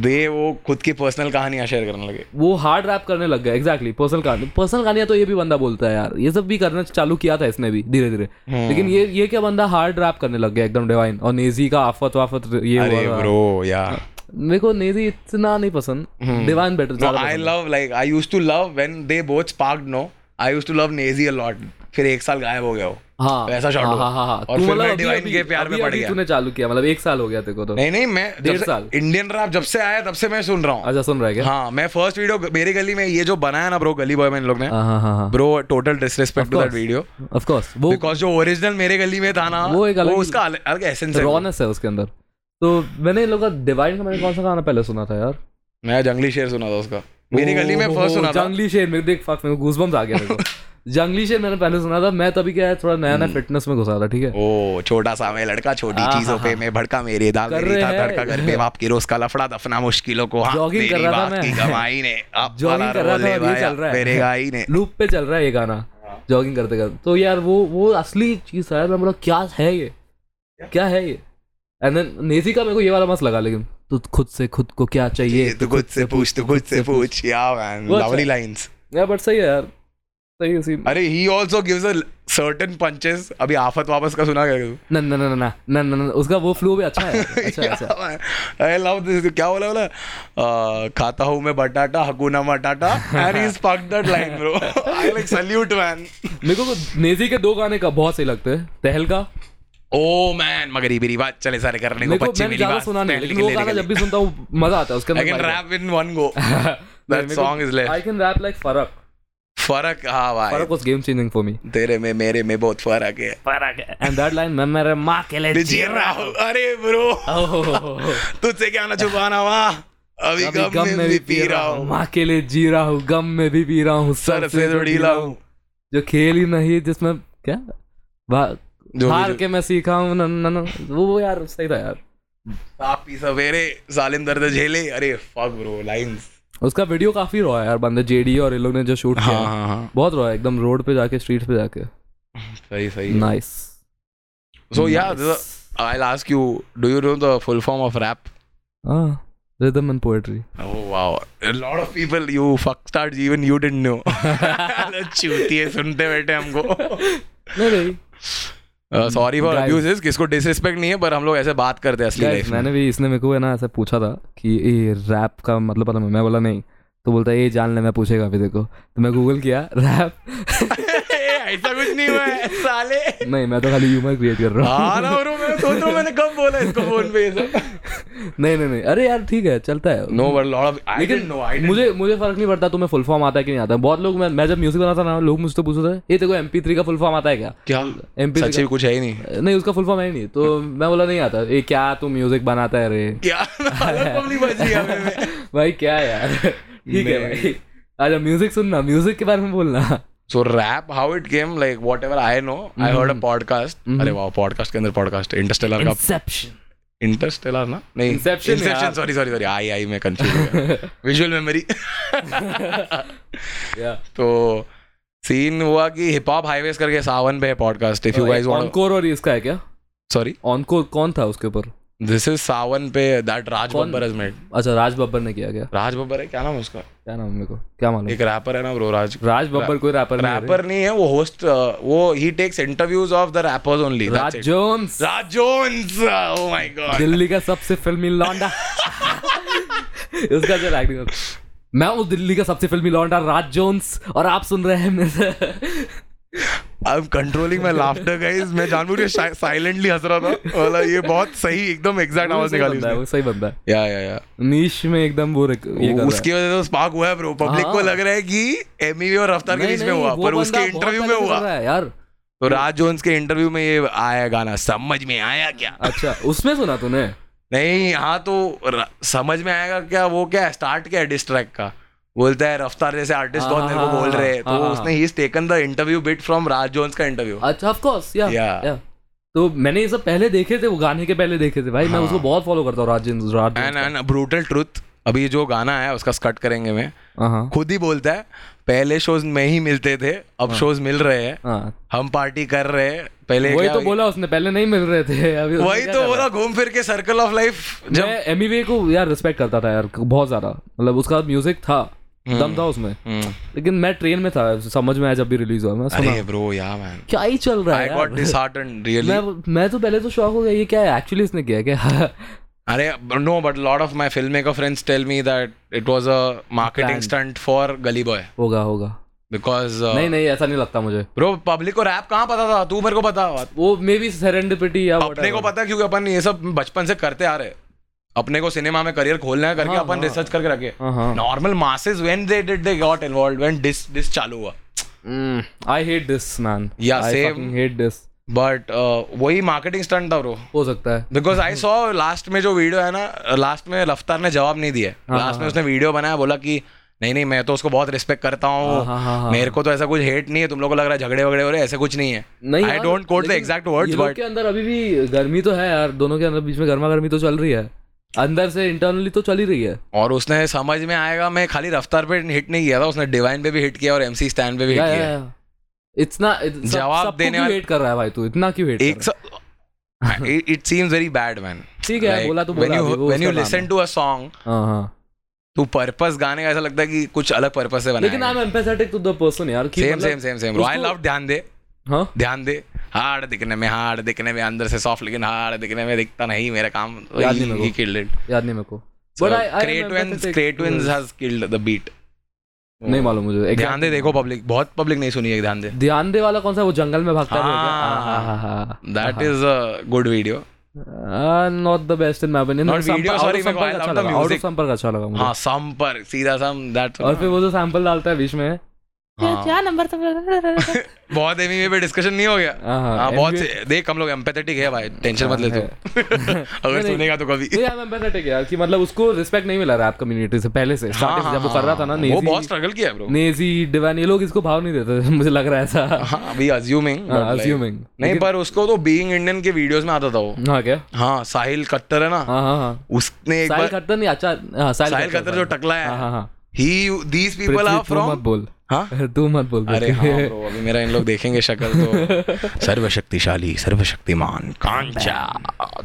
[SPEAKER 3] दे वो खुद की पर्सनल कहानियां शेयर करने लगे
[SPEAKER 2] वो हार्ड रैप करने लग गया एग्जैक्टली पर्सनल कहानी पर्सनल कहानियां तो ये भी बंदा बोलता है यार ये सब भी करना चालू किया था इसने भी धीरे धीरे
[SPEAKER 3] हम्म।
[SPEAKER 2] लेकिन ये ये क्या बंदा हार्ड रैप करने लग गया एकदम डिवाइन और नेजी का आफत वाफत ये
[SPEAKER 3] अरे
[SPEAKER 2] हुआ था।
[SPEAKER 3] ब्रो या
[SPEAKER 2] हाँ, मेरे को नेजी इतना नहीं पसंद
[SPEAKER 3] हम्म।
[SPEAKER 2] Divine better
[SPEAKER 3] I love like I used to love when they both sparked no I used to love Naezy a lot फिर एक साल गायब हो गया वो
[SPEAKER 2] हाँ
[SPEAKER 3] वैसा shot
[SPEAKER 2] हाँ
[SPEAKER 3] हुआ।
[SPEAKER 2] हाँ हाँ हाँ
[SPEAKER 3] और
[SPEAKER 2] तू
[SPEAKER 3] फिर मैं
[SPEAKER 2] अभी-
[SPEAKER 3] Divine
[SPEAKER 2] अभी-
[SPEAKER 3] के प्यार में
[SPEAKER 2] अभी-
[SPEAKER 3] पड़
[SPEAKER 2] अभी
[SPEAKER 3] गया।
[SPEAKER 2] तूने चालू किया मतलब एक साल हो गया तेरे को तो
[SPEAKER 3] नहीं नहीं मैं
[SPEAKER 2] डेढ़
[SPEAKER 3] जब से
[SPEAKER 2] साल।
[SPEAKER 3] इंडियन रैप जब से आया तब से मैं सुन रहा हूँ
[SPEAKER 2] अच्छा सुन रहा है क्या
[SPEAKER 3] हाँ मैं फर्स्ट वीडियो मेरी गली में ये जो बनाया ना ब्रो गली बॉय में इन लोग ने
[SPEAKER 2] हाँ हाँ हाँ
[SPEAKER 3] bro total disrespect to that
[SPEAKER 2] course.
[SPEAKER 3] Video
[SPEAKER 2] of course वो
[SPEAKER 3] बिकॉज जो ओरिजिनल मेरे गली में था ना
[SPEAKER 2] वो एक अलग-
[SPEAKER 3] हाँ, उसका अलग- अलग एसेंस है
[SPEAKER 2] रॉनेस है उसके अंदर तो मैंने इन लोगों का डिवाइन का मैंने कौन सा गाना पहले सुना था यार
[SPEAKER 3] मैं जंगली शेर सुना था उसका मेरी गली में
[SPEAKER 2] ओहो,
[SPEAKER 3] फर्स्ट सुना था
[SPEAKER 2] जंगली शेर मेरे देख फक मेरे को goosebumps आ गया मेरे को जंगली शेर मैंने पहले सुना था मैं तभी क्या है थोड़ा नया नया फिटनेस में घुसा था ठीक है
[SPEAKER 3] हम्म। ओ छोटा सा मैं लड़का छोटी
[SPEAKER 2] हाँ,
[SPEAKER 3] चीजों
[SPEAKER 2] हाँ,
[SPEAKER 3] पे मैं भड़का मेरे दाल
[SPEAKER 2] कर
[SPEAKER 3] मेरी था
[SPEAKER 2] रहे हैं।
[SPEAKER 3] धड़का घर पे बाप की रोज का लफड़ा दफना मुश्किलों को हाथ
[SPEAKER 2] Jogging कर
[SPEAKER 3] मेरी
[SPEAKER 2] रहा था
[SPEAKER 3] बाप की
[SPEAKER 2] मैं।
[SPEAKER 3] कमाई ने अब वाला
[SPEAKER 2] जॉगिंग कर रहा
[SPEAKER 3] रोल
[SPEAKER 2] था और ये
[SPEAKER 3] लेवाया,
[SPEAKER 2] चल रहा है
[SPEAKER 3] मेरे गाई ने
[SPEAKER 2] लूप पे चल रहा है ये गाना
[SPEAKER 3] हाँ।
[SPEAKER 2] जॉगिंग करते करते तो यार वो वो असली चीज था यार मैं बोला क्या है ये क्या है ये एंड देन नेसी का मेरे को ये वाला मस्त लगा लेकिन तू खुद से खुद को क्या चाहिए
[SPEAKER 3] ये तो तू खुद से पूछ तू खुद से पूछ या मैन
[SPEAKER 2] वो अच्छा
[SPEAKER 3] लवली
[SPEAKER 2] है।
[SPEAKER 3] लाइंस
[SPEAKER 2] यार बट सही है यार सही है सीन
[SPEAKER 3] अरे he also gives a certain punches अभी आफत वापस का सुना क्या
[SPEAKER 2] ना ना ना ना ना ना ना ना उसका वो फ्लो भी अच्छा है अच्छा अच्छा
[SPEAKER 3] आई लव दिस क्या बोला बोला अह, खाता हूँ मैं बटाटा हकूना मटाटा and he spark that line bro I like salute man
[SPEAKER 2] मेरे को नेजी के दो गाने का बहुत सही लगते हैं तहल का
[SPEAKER 3] ओ मैन मगरिबी रिवाज चले सारे करने को
[SPEAKER 2] मेरे को
[SPEAKER 3] पच्ची
[SPEAKER 2] मैंने
[SPEAKER 3] मिली
[SPEAKER 2] ज्यादा
[SPEAKER 3] बात
[SPEAKER 2] सुना नहीं लेकिन वो गाना जब भी सुनता हूँ मजा आता है उसके
[SPEAKER 3] आई कैन
[SPEAKER 2] अंदर
[SPEAKER 3] rap in one go that song is
[SPEAKER 2] I
[SPEAKER 3] left
[SPEAKER 2] can rap like फरक
[SPEAKER 3] फर्क हाँ भाई
[SPEAKER 2] फरक was game changing for me
[SPEAKER 3] तेरे में मेरे में बहुत फर्क है
[SPEAKER 2] एंड दैट लाइन मैं मेरे माँ के लिए
[SPEAKER 3] विजय राहुल अरे ब्रो
[SPEAKER 2] Oh,
[SPEAKER 3] तुझसे क्या ना छुपाना वाह अभी
[SPEAKER 2] कभी
[SPEAKER 3] गम में भी पी रहा
[SPEAKER 2] हूँ,
[SPEAKER 3] हूँ
[SPEAKER 2] माँ के लिए जी रहा हूँ गम में भी पी रहा हूँ
[SPEAKER 3] सर से
[SPEAKER 2] तो
[SPEAKER 3] जोड़ी
[SPEAKER 2] ढीला
[SPEAKER 3] लाऊं
[SPEAKER 2] जो खेल ही नहीं जिसमें क्या भा-
[SPEAKER 3] भी
[SPEAKER 2] हार
[SPEAKER 3] जो-
[SPEAKER 2] के मैं सीखा हूँ न- न- न- वो वो यार सही था यार
[SPEAKER 3] काफी सवेरे जालिम दर्द झेले अरे फक ब्रो लाइंस
[SPEAKER 2] उसका वीडियो काफी रॉ है यार बंदे जेडी और इन लोग ने जो शूट किया है,
[SPEAKER 3] हाँ हाँ
[SPEAKER 2] बहुत रॉ है एकदम रोड पे जाके स्ट्रीट पे जाके
[SPEAKER 3] सही सही
[SPEAKER 2] nice
[SPEAKER 3] so yeah I'll ask you, do you know the full form of rap?
[SPEAKER 2] Rhythm and poetry
[SPEAKER 3] Oh wow, a lot of people you fuck stars even you didn't know. चूती है सुनते बैठे हमको.
[SPEAKER 2] नहीं भाई
[SPEAKER 3] सॉरी फॉर
[SPEAKER 2] Guys.
[SPEAKER 3] अब्यूजेस किसको डिसरिस्पेक्ट नहीं है पर हम लोग ऐसे बात करते हैं असली
[SPEAKER 2] Guys,
[SPEAKER 3] लाइफ में
[SPEAKER 2] मैंने भी इसने मेरे को है ना ऐसा पूछा था कि ये रैप का मतलब पता नहीं मैं बोला नहीं तो बोलता है ये जान ले मैं पूछेगा अभी देखो तो मैं गूगल किया रैप
[SPEAKER 3] ऐसा कुछ नहीं हुआ है साले
[SPEAKER 2] नहीं मैं तो खाली ह्यूमर क्रिएट कर रहा
[SPEAKER 3] हाँ ना ब्रो मैं सोच रहा हूँ मैंने कब बोला इसको फोन पे ये सब
[SPEAKER 2] हूँ नहीं नहीं नहीं अरे यार ठीक है चलता है
[SPEAKER 3] no but lot of I didn't know I
[SPEAKER 2] मुझे मुझे फर्क नहीं पड़ता तुम्हें फुल फॉर्म आता है कि नहीं आता बहुत लोग मैं, मैं जब म्यूजिक बनाता ना लोग मुझसे पूछते थे ये देखो एम थ्री का फुल फॉर्म आता है क्या
[SPEAKER 3] क्या
[SPEAKER 2] MP3
[SPEAKER 3] सच में कुछ है ही नहीं
[SPEAKER 2] नहीं उसका फुल फॉर्म है ही नहीं तो मैं बोला नहीं आता ये क्या तू म्यूजिक बनाता है रे
[SPEAKER 3] क्या पब्लिक बच गया मैं
[SPEAKER 2] भाई क्या यार ठीक है भाई अच्छा म्यूजिक सुनना म्यूजिक के बारे में बोलना
[SPEAKER 3] so rap how it came like whatever I know I heard
[SPEAKER 2] Mm-hmm.
[SPEAKER 3] A podcast अरे वाह पॉडकास्ट के अंदर पॉडकास्ट इंटरस्टेलर का
[SPEAKER 2] Inception.
[SPEAKER 3] इंटरस्टेलर ना नहीं
[SPEAKER 2] Inception यार।
[SPEAKER 3] Sorry sorry sorry I I मैं कंफ्यूज विजुअल मेमोरी
[SPEAKER 2] Yeah.
[SPEAKER 3] तो सीन हुआ कि हिप हॉप हाईवेज करके सावन पे है podcast if you guys want
[SPEAKER 2] ऑनकोर और ये इसका है क्या
[SPEAKER 3] सॉरी
[SPEAKER 2] ऑनकोर Oh, कौन था उसके ऊपर
[SPEAKER 3] दिस इज सावन पे दैट राज
[SPEAKER 2] कौन?
[SPEAKER 3] बब्बर हैज मेड
[SPEAKER 2] अच्छा राज बब्बर ने किया क्या
[SPEAKER 3] राज बब्बर है क्या नाम है उसका
[SPEAKER 2] क्या नाम है मेरे को क्या मालूम
[SPEAKER 3] एक रैपर है ना ब्रो राज
[SPEAKER 2] राज बब्बर कोई रैपर नहीं है रे।
[SPEAKER 3] रैपर नहीं है वो होस्ट वो he takes interviews of the rappers only
[SPEAKER 2] Raj Jones
[SPEAKER 3] Raj Jones oh my god
[SPEAKER 2] Delhi का सबसे फिल्मी लौंडा उसका जो एक्टिंग मैं हूँ दिल्ली का सबसे फिल्मी लौंडा राज जोन्स और आप सुन रहे हैं मेरे-
[SPEAKER 3] I am controlling my laughter guys मैं जानबूझ के साइलेंटली हंस रहा था बोला ये बहुत सही एकदम एग्जैक्ट
[SPEAKER 2] वो
[SPEAKER 3] आवाज
[SPEAKER 2] सही
[SPEAKER 3] निकाली
[SPEAKER 2] बंदा है
[SPEAKER 3] उसने
[SPEAKER 2] वो सही बंदा है
[SPEAKER 3] या या या
[SPEAKER 2] नीश में एकदम वो रख- ये कर रहा है।
[SPEAKER 3] उसकी वजह से स्पार्क हुआ है ब्रो पब्लिक को
[SPEAKER 2] हाँ।
[SPEAKER 3] लग रहा है कि एमईवी और रफ्तार के
[SPEAKER 2] नहीं,
[SPEAKER 3] बीच में
[SPEAKER 2] नहीं,
[SPEAKER 3] हुआ
[SPEAKER 2] वो
[SPEAKER 3] पर
[SPEAKER 2] बंदा
[SPEAKER 3] उसके
[SPEAKER 2] बहुत
[SPEAKER 3] इंटरव्यू में
[SPEAKER 2] पहले से
[SPEAKER 3] हुआ
[SPEAKER 2] कर रहा है यार
[SPEAKER 3] तो राज जोन्स के इंटरव्यू में ये आया गाना समझ में आया क्या
[SPEAKER 2] अच्छा उसमें सुना तूने
[SPEAKER 3] नहीं हाँ तो र- समझ में आएगा क्या वो क्या स्टार्ट क्या है डिस्ट्रैक्ट का बोलता है रफ्तार जैसे आर्टिस्ट बहुत मेरे को बोल रहे हैं
[SPEAKER 2] हाँ,
[SPEAKER 3] तो
[SPEAKER 2] हाँ,
[SPEAKER 3] उसने he taken the interview bit from Raj Jones का इंटरव्यू
[SPEAKER 2] अच्छा ऑफ कोर्स या
[SPEAKER 3] Yeah.
[SPEAKER 2] या तो मैंने ये सब पहले देखे थे वो गाने के पहले देखे थे भाई मैं
[SPEAKER 3] हाँ।
[SPEAKER 2] उसको बहुत फॉलो करता हूँ Rajendra Raj
[SPEAKER 3] and and brutal truth अभी जो गाना है उसका स्कट करेंगे मैं
[SPEAKER 2] हाँ
[SPEAKER 3] खुद ही बोलता है पहले शोज में ही मिलते थे अब शोज मिल रहे हैं
[SPEAKER 2] हाँ
[SPEAKER 3] हम पार्टी कर रहे हैं पहले
[SPEAKER 2] वही
[SPEAKER 3] क्या-
[SPEAKER 2] तो बोला उसने पहले नहीं मिल रहे थे अभी उसने
[SPEAKER 3] वही
[SPEAKER 2] क्या
[SPEAKER 3] तो
[SPEAKER 2] करा?
[SPEAKER 3] बोला घूम फिर के सर्कल ऑफ लाइफ जब
[SPEAKER 2] मैं एमीवे को यार रिस्पेक्ट करता था यार बहुत ज्यादा मतलब उसका म्यूजिक था दम था उसमें
[SPEAKER 3] हम्म।
[SPEAKER 2] लेकिन मैं ट्रेन में था समझ में आया जब भी रिलीज हुआ मैं सुना
[SPEAKER 3] अरे ब्रो या मैन
[SPEAKER 2] क्या ही चल रहा है
[SPEAKER 3] आई गॉट
[SPEAKER 2] यार
[SPEAKER 3] डिसहार्टन रियली
[SPEAKER 2] मैं मैं तो पहले तो शौक हो गया ये क्या है एक्चुअली इसने किया है क्या
[SPEAKER 3] अरे no but lot of my filmmaker friends tell me that it was a marketing
[SPEAKER 2] Planned.
[SPEAKER 3] Stunt for Gully Boy
[SPEAKER 2] होगा होगा
[SPEAKER 3] बिकॉज
[SPEAKER 2] नहीं नहीं ऐसा नहीं लगता मुझे
[SPEAKER 3] ब्रो पब्लिक को रैप कहाँ पता था तू मेरे को बता
[SPEAKER 2] वो मे बी सेरेंडिपिटी या
[SPEAKER 3] अपने को
[SPEAKER 2] whatever.
[SPEAKER 3] पता है क्योंकि अपन ये सब बचपन से करते आ रहे हैं। अपने को सिनेमा में करियर खोलना है करके
[SPEAKER 2] हाँ,
[SPEAKER 3] अपन
[SPEAKER 2] हाँ।
[SPEAKER 3] रिसर्च करके रखे
[SPEAKER 2] हाँ, हाँ।
[SPEAKER 3] Normal masses when they did they got involved when diss diss चालू हुआ
[SPEAKER 2] Mm, I hate this, man. I
[SPEAKER 3] Yeah, same.
[SPEAKER 2] fucking hate this.
[SPEAKER 3] But uh, वही मार्केटिंग स्टंट था ब्रो
[SPEAKER 2] हो सकता है
[SPEAKER 3] बिकॉज आई सॉ लास्ट में जो वीडियो है ना लास्ट में रफ्तार ने जवाब नहीं दिया
[SPEAKER 2] हाँ,
[SPEAKER 3] लास्ट में उसने वीडियो बनाया बोला कि नहीं नहीं मैं तो उसको बहुत रिस्पेक्ट करता
[SPEAKER 2] हाँ, हाँ,
[SPEAKER 3] हूँ
[SPEAKER 2] हाँ,
[SPEAKER 3] मेरे को तो ऐसा कुछ हेट नहीं है तुम लोग को लग रहा है झगड़े वगड़े हो रहे हैं, ऐसे कुछ नहीं है
[SPEAKER 2] नहीं
[SPEAKER 3] आई
[SPEAKER 2] यार,
[SPEAKER 3] डोंट कोट द
[SPEAKER 2] लेकिन
[SPEAKER 3] एग्जैक्ट वर्ड्स
[SPEAKER 2] ये लोग
[SPEAKER 3] बट
[SPEAKER 2] के अंदर अभी भी गर्मी तो है यार दोनों के अंदर बीच में गर्मा गर्मी तो चल रही है अंदर से इंटरनली तो चल ही रही है
[SPEAKER 3] और उसने समझ में आएगा मैं खाली रफ्तार पे हिट नहीं किया था उसने डिवाइन पे भी हिट किया और एमसी स्टैंड पे भी हिट किया
[SPEAKER 2] इतना
[SPEAKER 3] जवाब
[SPEAKER 2] जवाब
[SPEAKER 3] देने
[SPEAKER 2] देने
[SPEAKER 3] वाले-
[SPEAKER 2] वेट कर रहा है भाई तू इतना क्यों वेट
[SPEAKER 3] एक it seems very bad man
[SPEAKER 2] ठीक है, बोला तो बोला अभी, वो
[SPEAKER 3] व्हेन यू
[SPEAKER 2] उसका काम
[SPEAKER 3] लिसन टू अ सॉन्ग
[SPEAKER 2] हाँ हाँ
[SPEAKER 3] तू पर्पस तो गाने का ऐसा लगता है कि कुछ अलग पर्पस से
[SPEAKER 2] लेकिन
[SPEAKER 3] बनाया
[SPEAKER 2] I am empathetic to the person यार कि
[SPEAKER 3] सेम
[SPEAKER 2] मतलब-
[SPEAKER 3] सेम सेम सेम आई
[SPEAKER 2] उसको-
[SPEAKER 3] लव ध्यान दे
[SPEAKER 2] हाँ
[SPEAKER 3] ध्यान दे हार्ड दिखने में हार्ड दिखने में अंदर से सॉफ्ट लेकिन हार्ड दिखने में दिखता नहीं मेरा काम
[SPEAKER 2] याद नहीं मेरे को।
[SPEAKER 3] किल्ड
[SPEAKER 2] याद नहीं मेरे को But I- I am
[SPEAKER 3] क्रेटवेंस
[SPEAKER 2] empathetic
[SPEAKER 3] क्रेटवेंस
[SPEAKER 2] towards-
[SPEAKER 3] has killed the beat
[SPEAKER 2] नहीं मालूम मुझे
[SPEAKER 3] ध्यान
[SPEAKER 2] exactly.
[SPEAKER 3] दे देखो पब्लिक बहुत पब्लिक नहीं सुनी है ध्यान दे
[SPEAKER 2] ध्यान दे वाला कौन सा है? वो जंगल में भागता है वो क्या?
[SPEAKER 3] हाँ।
[SPEAKER 2] हाँ, हाँ, हाँ, हाँ।
[SPEAKER 3] That is a good video
[SPEAKER 2] not the best in my opinion
[SPEAKER 3] Not video, sorry, मेरे को I love
[SPEAKER 2] अच्छा
[SPEAKER 3] the
[SPEAKER 2] लगा आउट ऑफ
[SPEAKER 3] music.
[SPEAKER 2] संपर्क अच्छा लगा मुझे
[SPEAKER 3] हाँ सम पर सीधा सम दैट
[SPEAKER 2] और फिर वो जो सैंपल डालता है बीच में
[SPEAKER 3] हाँ
[SPEAKER 4] क्या नंबर तो
[SPEAKER 3] बहुत एमी पे डिस्कशन नहीं हो गया
[SPEAKER 2] हाँ, हाँ,
[SPEAKER 3] हाँ बहुत
[SPEAKER 2] NBA
[SPEAKER 3] से- देख हम लोग एम्पैथेटिक है भाई टेंशन मत ले तू
[SPEAKER 2] है।
[SPEAKER 3] अगर
[SPEAKER 2] नहीं।
[SPEAKER 3] सुनेगा तो कभी
[SPEAKER 2] ये आई एम एम्पैथेटिक यार कि मतलब उसको रिस्पेक्ट नहीं मिला रैप कम्युनिटी से पहले से
[SPEAKER 3] हाँ,
[SPEAKER 2] स्टार्टिंग
[SPEAKER 3] हाँ,
[SPEAKER 2] से जब वो कर रहा था ना
[SPEAKER 3] हाँ, वो बहुत
[SPEAKER 2] नेजी
[SPEAKER 3] स्ट्रगल किया है ब्रो
[SPEAKER 2] नेजी डिवान ये लोग इसको भाव नहीं देते थे, मुझे लग रहा है ऐसा
[SPEAKER 3] हाँ वी अज्यूमिंग
[SPEAKER 2] अज्यूमिंग
[SPEAKER 3] नहीं पर उसको तो बीइंग इंडियन के वीडियोस में आता था वो
[SPEAKER 2] हाँ क्या
[SPEAKER 3] हाँ साहिल कट्टर है ना
[SPEAKER 2] हाँ हाँ हाँ
[SPEAKER 3] उसने एक
[SPEAKER 2] साहिल
[SPEAKER 3] बार
[SPEAKER 2] खट्टर नहीं अच्छा हाँ
[SPEAKER 3] साहिल
[SPEAKER 2] साहिल
[SPEAKER 3] कट्टर जो टकला
[SPEAKER 2] हाँ
[SPEAKER 3] है
[SPEAKER 2] हाँ हाँ
[SPEAKER 3] he these people
[SPEAKER 2] Prithvi,
[SPEAKER 3] are
[SPEAKER 2] तू मत
[SPEAKER 3] फ्रॉम
[SPEAKER 2] बोल
[SPEAKER 3] हाँ
[SPEAKER 2] तू मत बोल
[SPEAKER 3] अरे
[SPEAKER 2] पृथ्वी।
[SPEAKER 3] हाँ bro, अभी मेरा इन लोग देखेंगे शक्ल तो सर्वशक्तिशाली सर्वशक्तिमान कांचा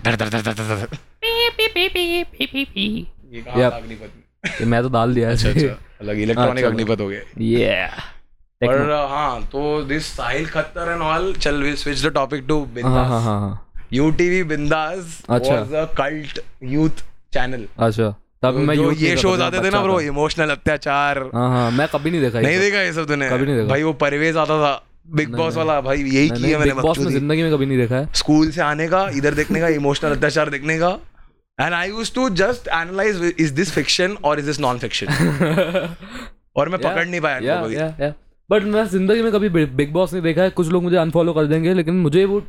[SPEAKER 3] धर धर धर धर धर धर। ये कहाँ
[SPEAKER 2] Yep.
[SPEAKER 3] था अग्निपथ में?
[SPEAKER 2] ये मैं तो डाल दिया
[SPEAKER 3] अच्छा अच्छा अलग इलेक्ट्रॉनिक
[SPEAKER 2] अच्छा,
[SPEAKER 3] अग्निपथ हो गया
[SPEAKER 2] yeah
[SPEAKER 3] और हाँ तो this Sahil Khattar and all चल we switch the topic to
[SPEAKER 2] हाँ हाँ
[SPEAKER 3] बिंदास
[SPEAKER 2] हाँ हाँ
[SPEAKER 3] यूटीवी बिंदास
[SPEAKER 2] अच्छा।
[SPEAKER 3] Was a cult youth channel
[SPEAKER 2] अच्छा तब मैं
[SPEAKER 3] मैं तो जो
[SPEAKER 2] यूट्यूब
[SPEAKER 3] ये
[SPEAKER 2] पे
[SPEAKER 3] शोज
[SPEAKER 2] पता
[SPEAKER 3] आते थे ना
[SPEAKER 2] बच्चा
[SPEAKER 3] ब्रो
[SPEAKER 2] था।
[SPEAKER 3] इमोशनल अत्याचार
[SPEAKER 2] हाँ हाँ मैं कभी नहीं देखा ये
[SPEAKER 3] नहीं
[SPEAKER 2] सब।
[SPEAKER 3] देखा ये सब तूने
[SPEAKER 2] कभी नहीं देखा।
[SPEAKER 3] भाई वो परवेज आता था बिग बॉस वाला भाई यही
[SPEAKER 2] मैंने
[SPEAKER 3] किया मैंने तो
[SPEAKER 2] Big Boss में
[SPEAKER 3] बकचोदी।
[SPEAKER 2] जिंदगी में कभी नहीं देखा है
[SPEAKER 3] स्कूल से आने का इधर देखने का इमोशनल अत्याचार देखने का and I use to just analyse is this fiction और इज दिस नॉन फिक्शन और मैं पकड़ नहीं पाया
[SPEAKER 2] या
[SPEAKER 3] इनको कभी।
[SPEAKER 2] या या बट मैं जिंदगी में कभी बिग बॉस नहीं देखा है कुछ लोग मुझे अनफॉलो कर देंगे लेकिन मुझे वो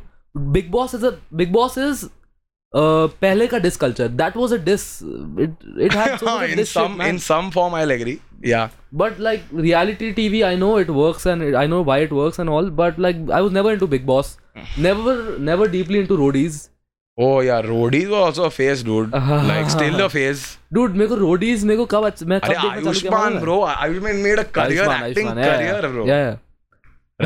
[SPEAKER 2] Bigg Boss is Bigg Boss is uh, पहले का diss culture that was a diss it it had so
[SPEAKER 3] हाँ
[SPEAKER 2] much
[SPEAKER 3] in
[SPEAKER 2] diss
[SPEAKER 3] some in some form I agree yeah
[SPEAKER 2] But like reality TV, I know it works and it, I know why it works and all. But like I was never into Big Boss, never never deeply into roadies.
[SPEAKER 3] Oh यार Roadies was also a face dude like still a face
[SPEAKER 2] Dude, मेरे को roadies मेरे को कब अच्छ- मैं कब
[SPEAKER 3] अरे
[SPEAKER 2] देखना चालू किया
[SPEAKER 3] आयुष्मान
[SPEAKER 2] मालूम है?
[SPEAKER 3] Bro Ayushmann made a career
[SPEAKER 2] Ayushmann,
[SPEAKER 3] acting
[SPEAKER 2] Ayushmann, yeah,
[SPEAKER 3] career
[SPEAKER 2] yeah.
[SPEAKER 3] Bro
[SPEAKER 2] Yeah, yeah.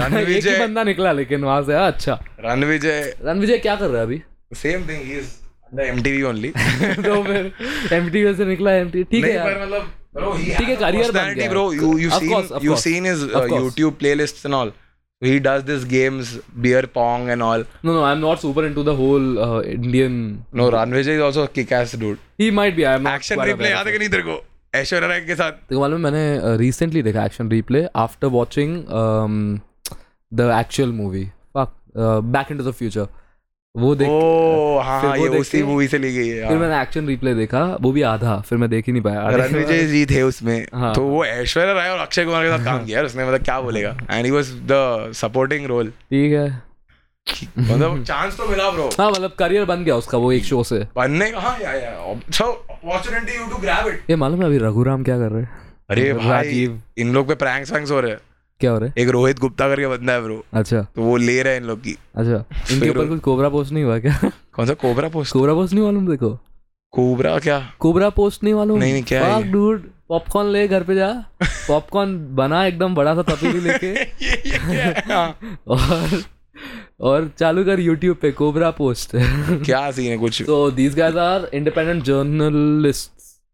[SPEAKER 2] एक ही
[SPEAKER 3] रणविजय
[SPEAKER 2] बंदा निकला लेकिन वहां से हाँ, अच्छा
[SPEAKER 3] रणविजय
[SPEAKER 2] रणविजय क्या कर रहा है अभी
[SPEAKER 3] same thing he is under MTV only
[SPEAKER 2] तो फिर एमटीवी से निकला एमटी ठीक है यार
[SPEAKER 3] मतलब bro, he
[SPEAKER 2] ठीक है,
[SPEAKER 3] has a
[SPEAKER 2] career बन
[SPEAKER 3] personality,
[SPEAKER 2] गया है।
[SPEAKER 3] bro. You you've
[SPEAKER 2] Of
[SPEAKER 3] seen
[SPEAKER 2] course, of
[SPEAKER 3] you've
[SPEAKER 2] course.
[SPEAKER 3] seen his uh,
[SPEAKER 2] Of course.
[SPEAKER 3] YouTube playlists and all. He does this games, beer pong and all.
[SPEAKER 2] No no I am not super into the whole Indian
[SPEAKER 3] No,
[SPEAKER 2] Mm-hmm.
[SPEAKER 3] Ranvijay is also a kick-ass dude.
[SPEAKER 2] He might be I am not
[SPEAKER 3] Action replay याद है कि नहीं तेरे को? ऐश्वर्या राय के साथ
[SPEAKER 2] तो मालूम है, मैंने रिसेंटली देखा action replay after watching um, the actual movie back in to the future वो देख
[SPEAKER 3] ओ हाँ
[SPEAKER 2] फिर
[SPEAKER 3] हाँ,
[SPEAKER 2] वो
[SPEAKER 3] ये
[SPEAKER 2] देख
[SPEAKER 3] उसी
[SPEAKER 2] के-
[SPEAKER 3] मूवी से ली गई है
[SPEAKER 2] फिर
[SPEAKER 3] हाँ।
[SPEAKER 2] मैंने एक्शन रीप्ले देखा वो भी आधा फिर मैं देख ही नहीं पाया आधे के
[SPEAKER 3] रणविजय जी थे उसमें
[SPEAKER 2] हाँ।
[SPEAKER 3] तो वो ऐश्वर्या राय और अक्षय कुमार के साथ काम किया यार उसने मतलब क्या बोलेगा and he was the supporting role
[SPEAKER 2] बाद- ठीक है
[SPEAKER 3] मतलब चांस तो मिला ब्रो
[SPEAKER 2] हाँ मतलब करियर बन गया उसका वो एक शो से
[SPEAKER 3] बनने का हाँ yeah yeah so opportunity you to grab it
[SPEAKER 2] ये मालूम है अभी रघुराम क्या कर रहे हैं
[SPEAKER 3] अरे भाई
[SPEAKER 2] राजीव।
[SPEAKER 3] इन लोग पे प्रैंक्स वैंक्स हो रहे हैं
[SPEAKER 2] क्या हो रहे हैं
[SPEAKER 3] एक रोहित गुप्ता करके बंदा है ब्रो
[SPEAKER 2] अच्छा
[SPEAKER 3] तो वो ले रहे हैं इन लोग की
[SPEAKER 2] अच्छा इनके
[SPEAKER 3] फिर-
[SPEAKER 2] ऊपर कुछ कोबरा पोस्ट नहीं हुआ क्या
[SPEAKER 3] कौन सा कोबरा पोस्ट
[SPEAKER 2] कोबरा पोस्ट नहीं मालूम देखो
[SPEAKER 3] कोबरा क्या
[SPEAKER 2] कोबरा पोस्ट नहीं मालूम
[SPEAKER 3] नहीं, नहीं, क्या है ये?
[SPEAKER 2] डूड पॉपकॉर्न ले घर पे जा पॉपकॉर्न बना एकदम बड़ा सा तपेली लेके
[SPEAKER 3] ये ये क्या है? हाँ।
[SPEAKER 2] और और चालू कर यूट्यूब पे कोबरा पोस्ट
[SPEAKER 3] क्या सीन है कुछ
[SPEAKER 2] so these guys are independent journalist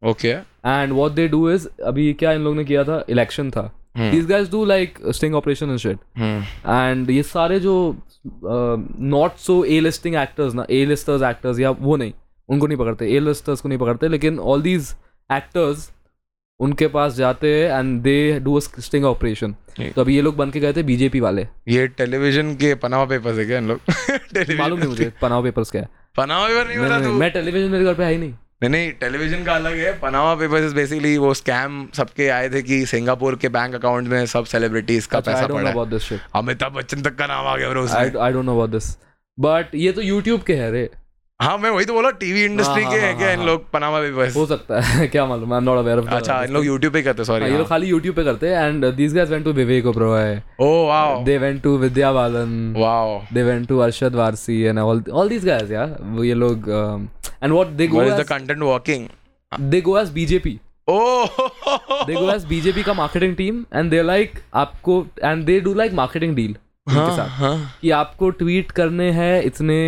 [SPEAKER 3] okay
[SPEAKER 2] and what they do is अभी क्या इन लोग ने किया था इलेक्शन था
[SPEAKER 3] हम्म।
[SPEAKER 2] These guys do like sting operation and shit and ये सारे जो not so A listing actors ना ए लिस्टर्स एक्टर्स या वो नहीं उनको नहीं पकड़ते ए लिस्टर्स को नहीं पकड़ते लेकिन ऑल दीज एक्टर्स उनके पास जाते हैं and they do a sting operation तो अभी ये लोग बन के गए थे बीजेपी वाले
[SPEAKER 3] ये टेलीविजन के पनामा पेपर है क्या इन लोग
[SPEAKER 2] मालूम नहीं मुझे पनाव पेपर्स क्या है
[SPEAKER 3] पनामा पेपर नहीं बता
[SPEAKER 2] नहीं,
[SPEAKER 3] तू
[SPEAKER 2] नहीं, मैं टेलीविजन मेरे घर पे है ही नहीं
[SPEAKER 3] नहीं नहीं टेलीविजन का अलग है पनामा पेपर्स इज बेसिकली वो स्कैम सबके आए थे कि सिंगापुर के बैंक अकाउंट में सब सेलिब्रिटीज का
[SPEAKER 2] अच्छा, I
[SPEAKER 3] पैसा
[SPEAKER 2] don't know
[SPEAKER 3] पड़ा है
[SPEAKER 2] about this shit.
[SPEAKER 3] Amitabh Bachchan तक का नाम आ गया bro
[SPEAKER 2] I,
[SPEAKER 3] उसमें
[SPEAKER 2] I don't know about this. But ये तो YouTube के है रे
[SPEAKER 3] हाँ मैं वही तो बोला टीवी इंडस्ट्री
[SPEAKER 2] हाँ,
[SPEAKER 3] के
[SPEAKER 2] हाँ,
[SPEAKER 3] है क्या
[SPEAKER 2] हाँ,
[SPEAKER 3] इन
[SPEAKER 2] हाँ।
[SPEAKER 3] लोग पनामा पेपर्स
[SPEAKER 2] हो सकता है क्या मालूम I am not aware of
[SPEAKER 3] अच्छा हाँ। इन लोग यूट्यूब पे करते सॉरी
[SPEAKER 2] हाँ, ये लोग खाली YouTube पे करते हैं and these guys went to Vivek Oberoi
[SPEAKER 3] oh wow
[SPEAKER 2] they went to Vidya Balan
[SPEAKER 3] wow
[SPEAKER 2] they went to Arshad Varsi and all all these guys, yeah. वो ये लोग um, and what they go
[SPEAKER 3] What is the
[SPEAKER 2] as,
[SPEAKER 3] content working?
[SPEAKER 2] they go as BJP.
[SPEAKER 3] Oh,
[SPEAKER 2] They go as BJP का marketing team and they're like आपको and they do like marketing deal उनके साथ
[SPEAKER 3] हाँ.
[SPEAKER 2] कि आपको tweet करने हैं इतने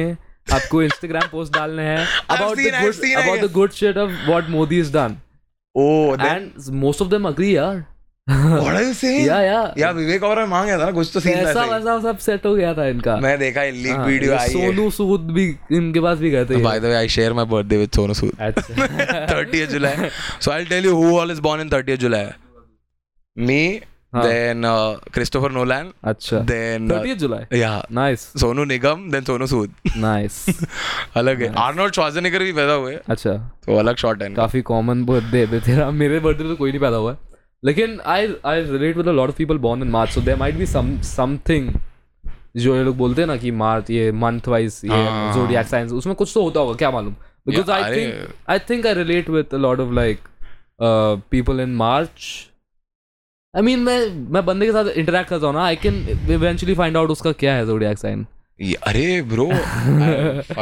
[SPEAKER 2] आपको Instagram post डालने हैं about the
[SPEAKER 3] seen, I've
[SPEAKER 2] good
[SPEAKER 3] seen, I
[SPEAKER 2] about the
[SPEAKER 3] guess.
[SPEAKER 2] good shit of what Modi has done Ah.
[SPEAKER 3] Oh, then
[SPEAKER 2] and most of them agree यार
[SPEAKER 3] what are you saying?
[SPEAKER 2] yeah yeah
[SPEAKER 3] यार विवेक और मांग गया था ना कुछ तो सीन
[SPEAKER 2] ऐसा
[SPEAKER 3] ऐसा
[SPEAKER 2] वैसा सब सेट हो गया था इनका
[SPEAKER 3] मैं देखा लीक
[SPEAKER 2] हाँ,
[SPEAKER 3] वीडियो
[SPEAKER 2] ये
[SPEAKER 3] आई है
[SPEAKER 2] सोनू सूद भी इनके पास भी गए थे ये।
[SPEAKER 3] By the way I share my birthday with Sonu Sood
[SPEAKER 2] अच्छा
[SPEAKER 3] 30th July so I'll tell you who all is born in 30th July me
[SPEAKER 2] हाँ.
[SPEAKER 3] then uh, Christopher Nolan
[SPEAKER 2] अच्छा
[SPEAKER 3] then uh,
[SPEAKER 2] 30th July
[SPEAKER 3] yeah
[SPEAKER 2] nice
[SPEAKER 3] Sonu Nigam then Sonu Sood
[SPEAKER 2] nice
[SPEAKER 3] अलग है आर्नोल्ड श्वार्जनेगर भी पैदा हुए
[SPEAKER 2] अच्छा
[SPEAKER 3] तो अलग शॉट है इनका।
[SPEAKER 2] काफी कॉमन बर्थडे है तेरा मेरे बर्थडे तो कोई नहीं पैदा हुआ है लेकिन I I relate with a lot of people born in March so there might be some something जो ये लोग बोलते हैं ना कि मार्च ये मंथ वाइज ये
[SPEAKER 3] हाँ।
[SPEAKER 2] जोडियक साइंस उसमें कुछ तो होता होगा क्या मालूम बिकॉज
[SPEAKER 3] या-
[SPEAKER 2] आई
[SPEAKER 3] अरे-
[SPEAKER 2] think I think I relate with a lot of like people in March I mean मैं मैं बंदे के साथ इंटरेक्ट करता हूँ ना I can eventually find out उसका क्या है जोडियक साइन
[SPEAKER 3] ये- अरे ब्रो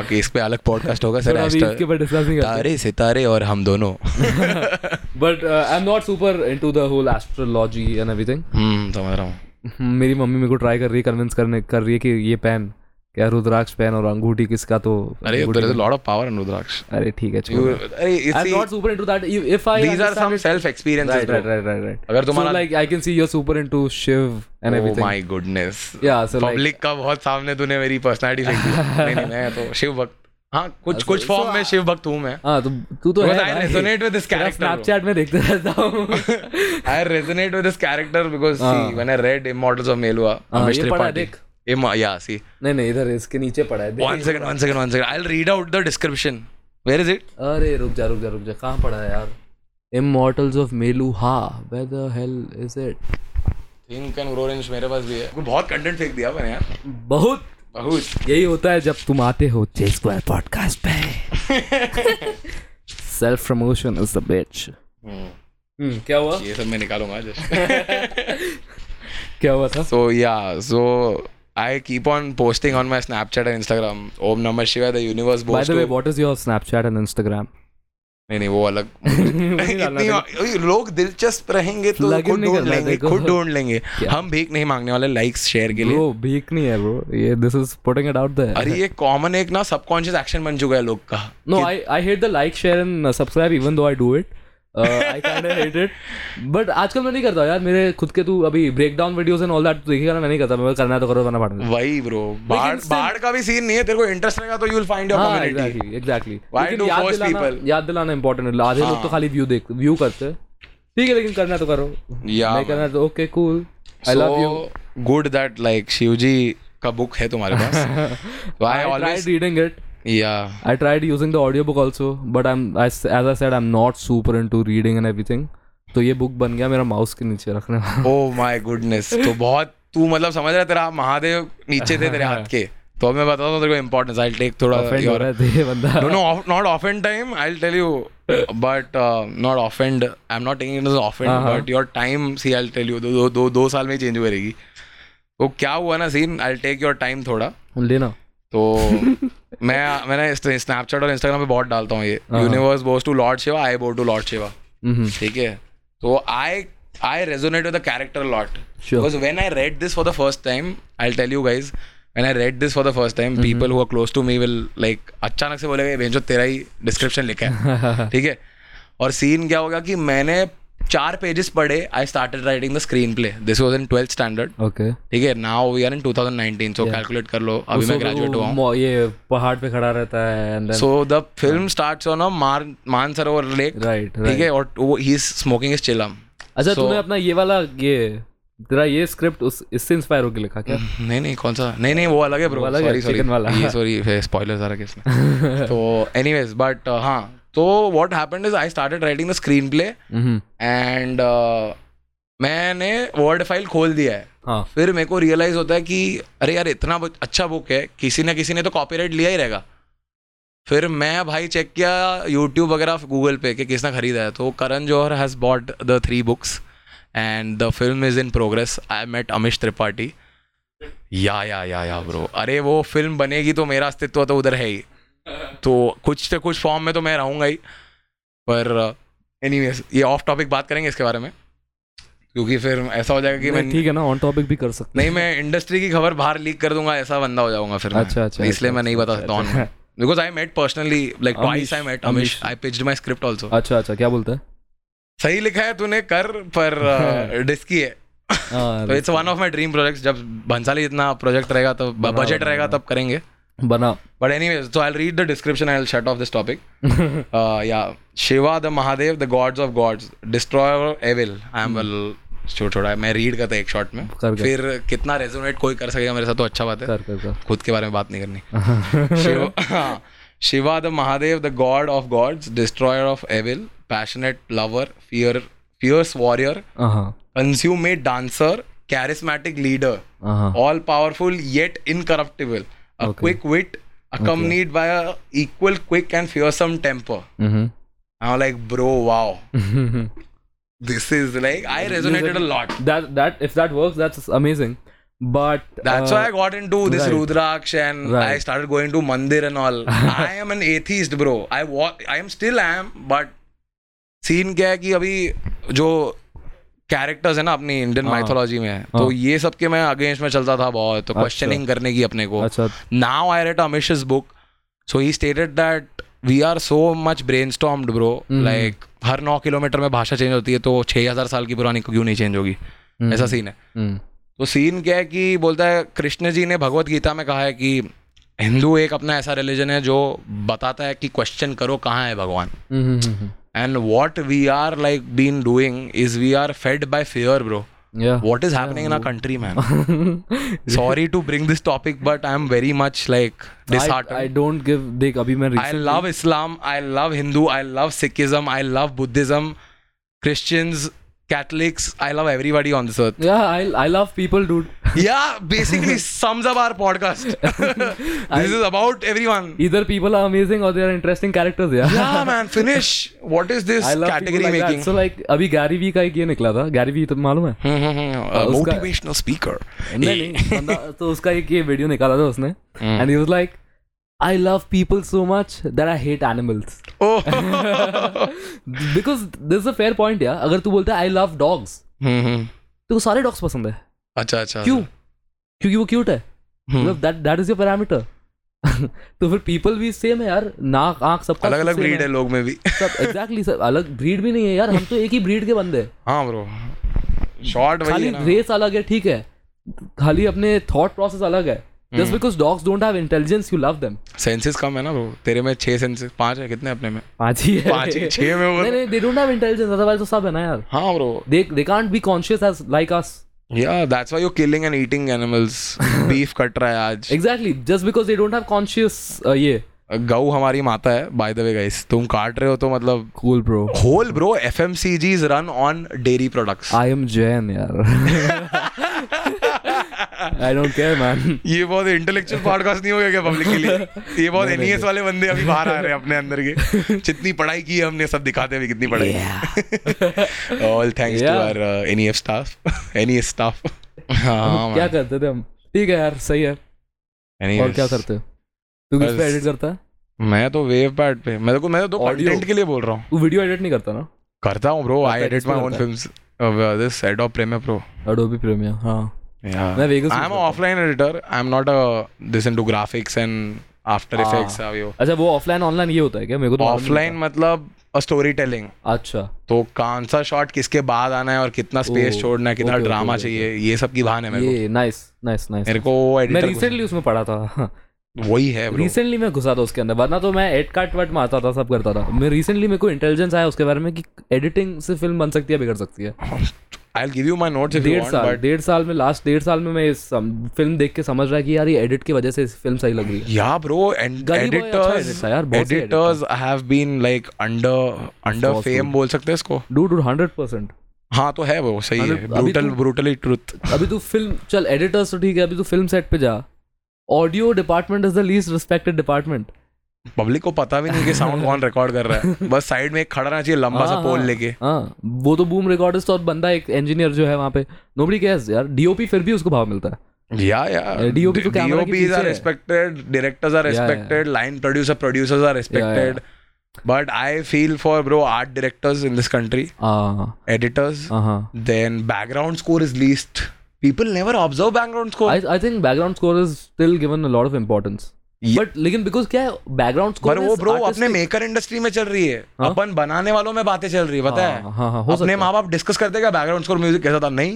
[SPEAKER 3] ओके इस पे अलग पॉडकास्ट होगा सर
[SPEAKER 2] अभी इसके ऊपर डिस्कसिंग
[SPEAKER 3] तारे सितारे और हम दोनों
[SPEAKER 2] but I am not super into the whole astrology and everything
[SPEAKER 3] हम्म समझ रहा हूँ
[SPEAKER 2] मेरी मम्मी मेरे को ट्राई कर रही है कन्विंस करने कर रही है कि ये पहन क्या रुद्राक्ष पहन और अंगूठी किसका तो
[SPEAKER 3] अरे
[SPEAKER 2] अंगूठी-
[SPEAKER 3] there is a lot of power in रुद्राक्ष
[SPEAKER 2] अरे ठीक है
[SPEAKER 3] You-
[SPEAKER 2] छोड़
[SPEAKER 3] तो, अरे you
[SPEAKER 2] I am
[SPEAKER 3] see,
[SPEAKER 2] not super into that if I
[SPEAKER 3] these are some self experiences
[SPEAKER 2] right right right right
[SPEAKER 3] अगर तुम्हारा
[SPEAKER 2] like I can see you are super into Shiv and
[SPEAKER 3] oh
[SPEAKER 2] everything
[SPEAKER 3] my goodness
[SPEAKER 2] Yeah, so like-
[SPEAKER 3] public का बहुत सामने तूने मेरी पर्सनालिटी फेंक दी नहीं नहीं मैं तो शिव भक्त हाँ
[SPEAKER 2] अच्छा,
[SPEAKER 3] कुछ कुछ फॉर्म में शिव भक्त हूँ मैं
[SPEAKER 2] हां तो तू तो है
[SPEAKER 3] Because I resonate with this character, bro.
[SPEAKER 2] Snapchat में देखते रहता हूं
[SPEAKER 3] I resonate with this character because see
[SPEAKER 2] हाँ।
[SPEAKER 3] When I read Immortals of Meluha
[SPEAKER 2] हाँ,
[SPEAKER 3] अमिश
[SPEAKER 2] ये पढ़ा है,
[SPEAKER 3] त्रिपाठी
[SPEAKER 2] देख।
[SPEAKER 3] इम या सी
[SPEAKER 2] नहीं नहीं इधर इसके नीचे पड़ा है
[SPEAKER 3] one
[SPEAKER 2] देख।
[SPEAKER 3] second one second one second i'll read out the description where is it
[SPEAKER 2] अरे रुक जा रुक जा रुक जा कहां पड़ा है यार Immortals of Meluha where the hell is it
[SPEAKER 3] think and grow range मेरे पास भी है वो बहुत कंटेंट फेंक दिया मैंने यार
[SPEAKER 2] बहुत
[SPEAKER 3] बहुत
[SPEAKER 2] यही होता है जब तुम आते हो जे स्क्वायर पॉडकास्ट पे self promotion is the bitch
[SPEAKER 3] हम्म।
[SPEAKER 2] हम्म, क्या हुआ
[SPEAKER 3] ये सब मैं निकालूंगा जस्ट
[SPEAKER 2] क्या हुआ था
[SPEAKER 3] so yeah so I keep on posting on my Snapchat and Instagram ओम नमः शिवाय the universe
[SPEAKER 2] by
[SPEAKER 3] boast
[SPEAKER 2] the way what is your Snapchat and Instagram
[SPEAKER 3] नहीं नहीं वो अलग
[SPEAKER 2] डालना
[SPEAKER 3] इतनी ओए, लोग दिलचस्प रहेंगे तो
[SPEAKER 2] Plug in
[SPEAKER 3] खुद
[SPEAKER 2] नहीं
[SPEAKER 3] ढूंढ
[SPEAKER 2] करना
[SPEAKER 3] लेंगे
[SPEAKER 2] देखो।
[SPEAKER 3] खुद ढूंढ लेंगे हम भीख नहीं मांगने वाले लाइक्स शेयर के लिए
[SPEAKER 2] ब्रो भीख नहीं है ब्रो ये this is putting it out there
[SPEAKER 3] अरे ये कॉमन एक ना सबकॉन्शियस एक्शन बन चुका है लोग का
[SPEAKER 2] no I I hate the like share and subscribe even though I do it I kind of hate it but आजकल मैं नहीं करता यार मेरे खुद के तू अभी breakdown videos and all that देखेगा तो ना मैं नहीं करता मैं करना है तो करो वरना भाड़ में
[SPEAKER 3] वही ब्रो बाढ़
[SPEAKER 2] still-
[SPEAKER 3] बाढ़ का भी सीन नहीं है तेरे को इंटरेस्ट रहेगा तो यू विल फाइंड योर
[SPEAKER 2] हाँ, exactly
[SPEAKER 3] community
[SPEAKER 2] exactly
[SPEAKER 3] Why do
[SPEAKER 2] याद
[SPEAKER 3] force
[SPEAKER 2] दिलाना
[SPEAKER 3] people? हाँ।
[SPEAKER 2] याद दिलाना इंपॉर्टेंट है आधे लोग तो खाली व्यू देख व्यू करते हैं ठीक है लेकिन करना तो करो
[SPEAKER 3] Yeah,
[SPEAKER 2] नहीं करना तो okay cool I love you
[SPEAKER 3] good that like Shivji का बुक है तुम्हारे पास तो I
[SPEAKER 2] I tried
[SPEAKER 3] always
[SPEAKER 2] reading it
[SPEAKER 3] yeah
[SPEAKER 2] I tried using the audio book also but I am as I said I am not super into reading and everything तो ये बुक बन गया मेरा माउस के नीचे रखने वाला
[SPEAKER 3] ओ माय गुडनेस Oh तो बहुत तू मतलब समझ रहा है, तेरा महादेव नीचे थे तेरे हाथ के तो अब मैं बताता हूँ तेरे को इम्पोर्टेंस आई टेक थोड़ा
[SPEAKER 2] हाँ, Offend हो
[SPEAKER 3] your-
[SPEAKER 2] रहा है तो ये बंदा
[SPEAKER 3] No, no, not offend time. I'll tell you, but uh, not offend. I'm not taking it as offend,
[SPEAKER 2] हाँ, हाँ.
[SPEAKER 3] but your time. See, I'll tell you. दो दो दो दो साल में चेंज हो रहेगी. तो क्या हुआ ना scene? I'll take your time थोड़ा.
[SPEAKER 2] लेना
[SPEAKER 3] तो मैं मैंने स्नैपचैट और इंस्टाग्राम पे बहुत डालता हूँ ये universe bows to Lord Shiva I bow to Lord Shiva
[SPEAKER 2] हाँ, हम्म
[SPEAKER 3] ठीक है तो I I resonate with the character lot
[SPEAKER 2] Sure.
[SPEAKER 3] Because when I read this for the first time I tell you guys when I read this for the first
[SPEAKER 2] hmm,
[SPEAKER 3] time people who are close to me will like अचानक से बोलेगा "ये बेंजो तेरा ही डिस्क्रिप्शन लिखा है ठीक है और सीन क्या होगा कि मैंने चार पेजेस पढ़े I started writing the screen play this was in twelfth standard
[SPEAKER 2] okay
[SPEAKER 3] ठीक है now we are in 2019 so calculate कर लो अभी मैं ग्रेजुएट हुआ हूँ
[SPEAKER 2] ये पहाड़ पे खड़ा रहता है and
[SPEAKER 3] so the film starts on a मान मानसरोवर लेक
[SPEAKER 2] Right,
[SPEAKER 3] ठीक है और he is smoking is chillum
[SPEAKER 2] अच्छा
[SPEAKER 3] So-
[SPEAKER 2] तूने अपना ये वाला ये तेरा ये स्क्रिप्ट उस इससे इंस्पायर होकर लिखा क्या
[SPEAKER 3] नहीं नहीं कौन सा नहीं नहीं वो अलग है ब्रो
[SPEAKER 2] अलग है,
[SPEAKER 3] सॉरी सॉरी
[SPEAKER 2] chicken वाला।
[SPEAKER 3] ये सॉरी स्पॉइलर्स आ रहा है
[SPEAKER 2] हम्म।
[SPEAKER 3] इसमें तो एनीवेज बट हाँ तो what happened is I started writing the screen play
[SPEAKER 2] hmm
[SPEAKER 3] and uh, मैंने वर्ड फाइल खोल दिया है
[SPEAKER 2] हाँ
[SPEAKER 3] फिर मेरे को रियलाइज होता है कि अरे यार इतना बुक- अच्छा बुक है किसी ना किसी ने तो कॉपीराइट लिया ही रहेगा फिर मैं भाई चेक किया यूट्यूब वगैरह गूगल पे कि किसने खरीदा है तो Karan Johar has bought the three books and the film is in progress I met Amish Tripathi yeah या या या ब्रो अरे वो फिल्म बनेगी तो मेरा अस्तित्व तो उधर है ही तो कुछ तो कुछ फॉर्म में तो मैं रहूँगा ही पर एनी ये ऑफ टॉपिक बात करेंगे इसके बारे में क्योंकि फिर ऐसा हो जाएगा कि
[SPEAKER 2] नहीं,
[SPEAKER 3] मैं
[SPEAKER 2] ठीक है ना ऑन टॉपिक भी कर सकते
[SPEAKER 3] नहीं मैं इंडस्ट्री की खबर बाहर लीक कर दूंगा ऐसा बंदा हो जाऊंगा फिर मैं।
[SPEAKER 2] अच्छा, अच्छा,
[SPEAKER 3] इसलिए
[SPEAKER 2] अच्छा,
[SPEAKER 3] मैं नहीं बता सकता on because I met personally like
[SPEAKER 2] Amish,
[SPEAKER 3] twice I met Amish I pitched my script also
[SPEAKER 2] अच्छा अच्छा क्या बोलता है
[SPEAKER 3] सही लिखा है तूने कर पर डिस्की है
[SPEAKER 2] हाँ,
[SPEAKER 3] तो it's one of my dream projects जब भंसाली इतना प्रोजेक्ट रहेगा तो बजट रहेगा तब करेंगे
[SPEAKER 2] बना
[SPEAKER 3] But anyways, so I'll read the description and I'll shut off this topic. uh, yeah, Shiva, the Mahadev, the gods of gods, destroyer of evil. I
[SPEAKER 2] Hmm.
[SPEAKER 3] am well. छोड़ छोड़ा मैं रीड करता एक शॉट में
[SPEAKER 2] कर।
[SPEAKER 3] फिर कितना रेजोनेट कोई कर सकेगा मेरे साथ तो अच्छा बात है
[SPEAKER 2] कर कर कर
[SPEAKER 3] खुद के बारे में बात नहीं करनी शिव हाँ, Shiva the Mahadev the god of gods destroyer of evil passionate lover fear fierce warrior
[SPEAKER 2] हाँ
[SPEAKER 3] कंज्यूमेट डांसर कैरिस्मैटिक लीडर
[SPEAKER 2] हाँ
[SPEAKER 3] all powerful yet incorruptible a quick wit accompanied by a equal quick and fearsome temper
[SPEAKER 2] hmm.
[SPEAKER 3] i'm like bro wow this is like i resonated a lot
[SPEAKER 2] that that if that works that's amazing but
[SPEAKER 3] that's
[SPEAKER 2] uh,
[SPEAKER 3] why i got into this
[SPEAKER 2] right.
[SPEAKER 3] rudraksh and i
[SPEAKER 2] Right.
[SPEAKER 3] started going to mandir and all i am an atheist bro i wa- i am still am but scene क्या है कि अभी जो कैरेक्टर्स है ना अपनी इंडियन
[SPEAKER 2] Ah.
[SPEAKER 3] माइथोलॉजी में तो ये सब के मैं अगेंस्ट में चलता था बहुत तो क्वेश्चनिंग करने की अपने को
[SPEAKER 2] अच्छा
[SPEAKER 3] now I read Amish's book. So he stated that we are so much brainstormed, bro.
[SPEAKER 2] Hmm.
[SPEAKER 3] Like हर नौ किलोमीटर में भाषा चेंज होती है तो छः हजार साल की पुरानी क्यों नहीं चेंज होगी ऐसा सीन है
[SPEAKER 2] हम्म,
[SPEAKER 3] तो सीन क्या है कि बोलता है कृष्ण जी ने भगवत गीता में कहा है कि हिंदू एक अपना ऐसा रिलीजन है जो बताता है कि क्वेश्चन करो कहाँ है भगवान
[SPEAKER 2] हम्म, हम्म, हम्म,
[SPEAKER 3] and what we are like been doing is we are fed by fair bro
[SPEAKER 2] yeah
[SPEAKER 3] what is happening in our country man sorry to bring this topic but i'm very much like
[SPEAKER 2] I,
[SPEAKER 3] disheartened
[SPEAKER 2] I don't give देख अभी मैं
[SPEAKER 3] I,
[SPEAKER 2] recent-
[SPEAKER 3] love islam i love hindu i love sikhism i love buddhism christians catholics i love everybody on this earth
[SPEAKER 2] yeah I I love people dude
[SPEAKER 3] yeah basically sums up our podcast this is about everyone
[SPEAKER 2] either people are amazing or they are interesting characters yeah
[SPEAKER 3] yeah man finish what is this
[SPEAKER 2] I love
[SPEAKER 3] category
[SPEAKER 2] people like
[SPEAKER 3] making
[SPEAKER 2] that. So like अभी गैरी वी का एक ये निकला था गैरी वी तो मालूम है
[SPEAKER 3] Hmm, hmm, hmm. a
[SPEAKER 2] उसका-
[SPEAKER 3] motivational speaker
[SPEAKER 2] नहीं नहीं बंदा- तो उसका एक ये वीडियो निकाला था उसने
[SPEAKER 3] हम्म।
[SPEAKER 2] And he was like I love people so much that I hate animals
[SPEAKER 3] oh.
[SPEAKER 2] Because this a fair point यार अगर तू बोलता है I love dogs
[SPEAKER 3] Hmm, hmm.
[SPEAKER 2] तेरे को तो सारे डॉग्स पसंद है
[SPEAKER 3] अच्छा अच्छा
[SPEAKER 2] क्यों क्योंकि वो क्यूट है
[SPEAKER 3] Hmm.
[SPEAKER 2] मतलब that that is your parameter तो फिर पीपल भी सेम है यार नाक आंख सबका
[SPEAKER 3] अलग अलग
[SPEAKER 2] same
[SPEAKER 3] ब्रीड है लोग में भी
[SPEAKER 2] सब एग्जैक्टली सब अलग ब्रीड भी नहीं है यार हम तो एक ही ब्रीड के बंदे हैं
[SPEAKER 3] हाँ ब्रो शॉर्ट वही
[SPEAKER 2] खाली
[SPEAKER 3] है ना
[SPEAKER 2] रेस अलग है ठीक है खाली अपने थॉट प्रोसेस अलग है
[SPEAKER 3] हम्म।
[SPEAKER 2] Just because dogs don't have intelligence you love them
[SPEAKER 3] senses कम है ना ब्रो तेरे में छह सेंसेस पांच है कितने अपने में
[SPEAKER 2] पांच ही है
[SPEAKER 3] पांच ही छह में
[SPEAKER 2] नहीं
[SPEAKER 3] बोल
[SPEAKER 2] नहीं they don't have intelligence otherwise तो सब है ना यार
[SPEAKER 3] हाँ bro
[SPEAKER 2] they they can't be conscious as like us
[SPEAKER 3] या that's why you killing and eating animals beef cut रहा है आज
[SPEAKER 2] exactly just because they don't have conscious uh, yeah
[SPEAKER 3] गऊ हमारी माता है बाय द वे गाइस तुम काट रहे हो तो मतलब
[SPEAKER 2] cool bro
[SPEAKER 3] whole bro FMCG is run on dairy products
[SPEAKER 2] I am Jain yaar I don't care man
[SPEAKER 3] ये बहुत इंटेलेक्चुअल पॉडकास्ट नहीं हो गया क्या पब्लिक के लिए ये बहुत एनईएस वाले बंदे अभी बाहर आ रहे हैं अपने अंदर के जितनी पढ़ाई की है हमने सब दिखाते हैं भी कितनी पढ़ाई है all thanks to
[SPEAKER 2] Yeah.
[SPEAKER 3] Our NEF staff NES staff हाँ
[SPEAKER 2] क्या करते थे हम ठीक है यार सही है
[SPEAKER 3] Anyways,
[SPEAKER 2] और क्या करते हो तू किस पे
[SPEAKER 3] बस-
[SPEAKER 2] edit करता है
[SPEAKER 3] मैं तो वेव पैड पे मेरे को मैं तो
[SPEAKER 2] Audio.
[SPEAKER 3] कंटेंट के लिए बोल रहा हूँ
[SPEAKER 2] तू video edit नहीं करता ना
[SPEAKER 3] करता हूँ ब्रो आई
[SPEAKER 2] करता है,
[SPEAKER 3] एडिट माय ओन
[SPEAKER 2] करता
[SPEAKER 3] films this Adobe Premiere Pro
[SPEAKER 2] Adobe Premiere हाँ मैं
[SPEAKER 3] आई
[SPEAKER 2] Vegas
[SPEAKER 3] एम
[SPEAKER 2] use करता हूँ।
[SPEAKER 3] Offline editor I am not this into graphics and after effects
[SPEAKER 2] हाँ। अच्छा वो offline online ये होता है क्या मेरे को तो मालूम नहीं
[SPEAKER 3] ऑफलाइन मतलब और स्टोरी टेलिंग
[SPEAKER 2] अच्छा
[SPEAKER 3] तो कौन सा शॉट किसके बाद आना है और कितना स्पेस
[SPEAKER 2] ओ,
[SPEAKER 3] छोड़ना है कितना
[SPEAKER 2] ओके, ओके,
[SPEAKER 3] ड्रामा
[SPEAKER 2] ओके,
[SPEAKER 3] चाहिए ये सब की भान है मेरे को
[SPEAKER 2] ये नाइस नाइस नाइस
[SPEAKER 3] मेरे को वो
[SPEAKER 2] मैं
[SPEAKER 3] एडिटर
[SPEAKER 2] रिसेंटली उसमें पढ़ा था
[SPEAKER 3] वही है bro।
[SPEAKER 2] रिसेंटली मैं घुसा था उसके अंदर वरना तो मैं एड काट वट मारता था सब करता था मैं रिसेंटली मेरे को इंटेलिजेंस आया उसके बारे में कि एडिटिंग से फिल्म बन सकती है बिगड़ सकती है
[SPEAKER 3] I'll give you my notes if you
[SPEAKER 2] डेढ़
[SPEAKER 3] want,
[SPEAKER 2] साल
[SPEAKER 3] but
[SPEAKER 2] डेढ़ साल में लास्ट डेढ़ साल में मैं इस फिल्म देख के समझ रहा है कि यार ये एडिट की वजह से फिल्म सही लग रही है
[SPEAKER 3] yeah, bro, and
[SPEAKER 2] गली Boy अच्छा
[SPEAKER 3] editors-
[SPEAKER 2] edit था यार, बहुत सही edit था।
[SPEAKER 3] editors have been like under- under
[SPEAKER 2] course,
[SPEAKER 3] fame
[SPEAKER 2] dude.
[SPEAKER 3] बोल सकते हैं इसको
[SPEAKER 2] डू डू हंड्रेड परसेंट
[SPEAKER 3] हाँ तो है वो सही है
[SPEAKER 2] अभी- अभी
[SPEAKER 3] ब्रूटल
[SPEAKER 2] तो-
[SPEAKER 3] ब्रूटली ट्रुथ
[SPEAKER 2] अभी तू फिल्म चल एडिटर्स तो ठीक है अभी तू फिल्म सेट पे जा audio department is the least respected department
[SPEAKER 3] public को पता भी नहीं कि साउंड कौन रिकॉर्ड कर रहा है बस साइड में एक खड़ा रहना चाहिए लंबा सा
[SPEAKER 2] हाँ,
[SPEAKER 3] पोल
[SPEAKER 2] हाँ।
[SPEAKER 3] लेके
[SPEAKER 2] हाँ वो तो बूम रिकॉर्डिस्ट और बंदा एक इंजीनियर जो है वहाँ पे नोबडी कैस यार डीओपी फिर भी उसको भाव मिलता है
[SPEAKER 3] या या
[SPEAKER 2] Uh, DOP तो camera के
[SPEAKER 3] DOPs
[SPEAKER 2] पीछे
[SPEAKER 3] are
[SPEAKER 2] है।
[SPEAKER 3] respected directors are
[SPEAKER 2] Yeah, yeah.
[SPEAKER 3] respected line producer producers are respected but I feel for bro art directors in this country
[SPEAKER 2] हाँ
[SPEAKER 3] editors
[SPEAKER 2] हाँ हाँ
[SPEAKER 3] then background score is least people never observe background score
[SPEAKER 2] I think background score is still given a lot of importance
[SPEAKER 3] ये-
[SPEAKER 2] बट लेकिन बिकॉज क्या है बैकग्राउंड स्कोर
[SPEAKER 3] पर वो ब्रो अपने मेकर इंडस्ट्री में चल रही है अपन बनाने वालों में बातें चल रही है पता है
[SPEAKER 2] हाँ, हाँ, हाँ, हो सकता
[SPEAKER 3] अपने
[SPEAKER 2] है।
[SPEAKER 3] माँ बाप डिस्कस करते क्या बैकग्राउंड स्कोर म्यूजिक कैसा था नहीं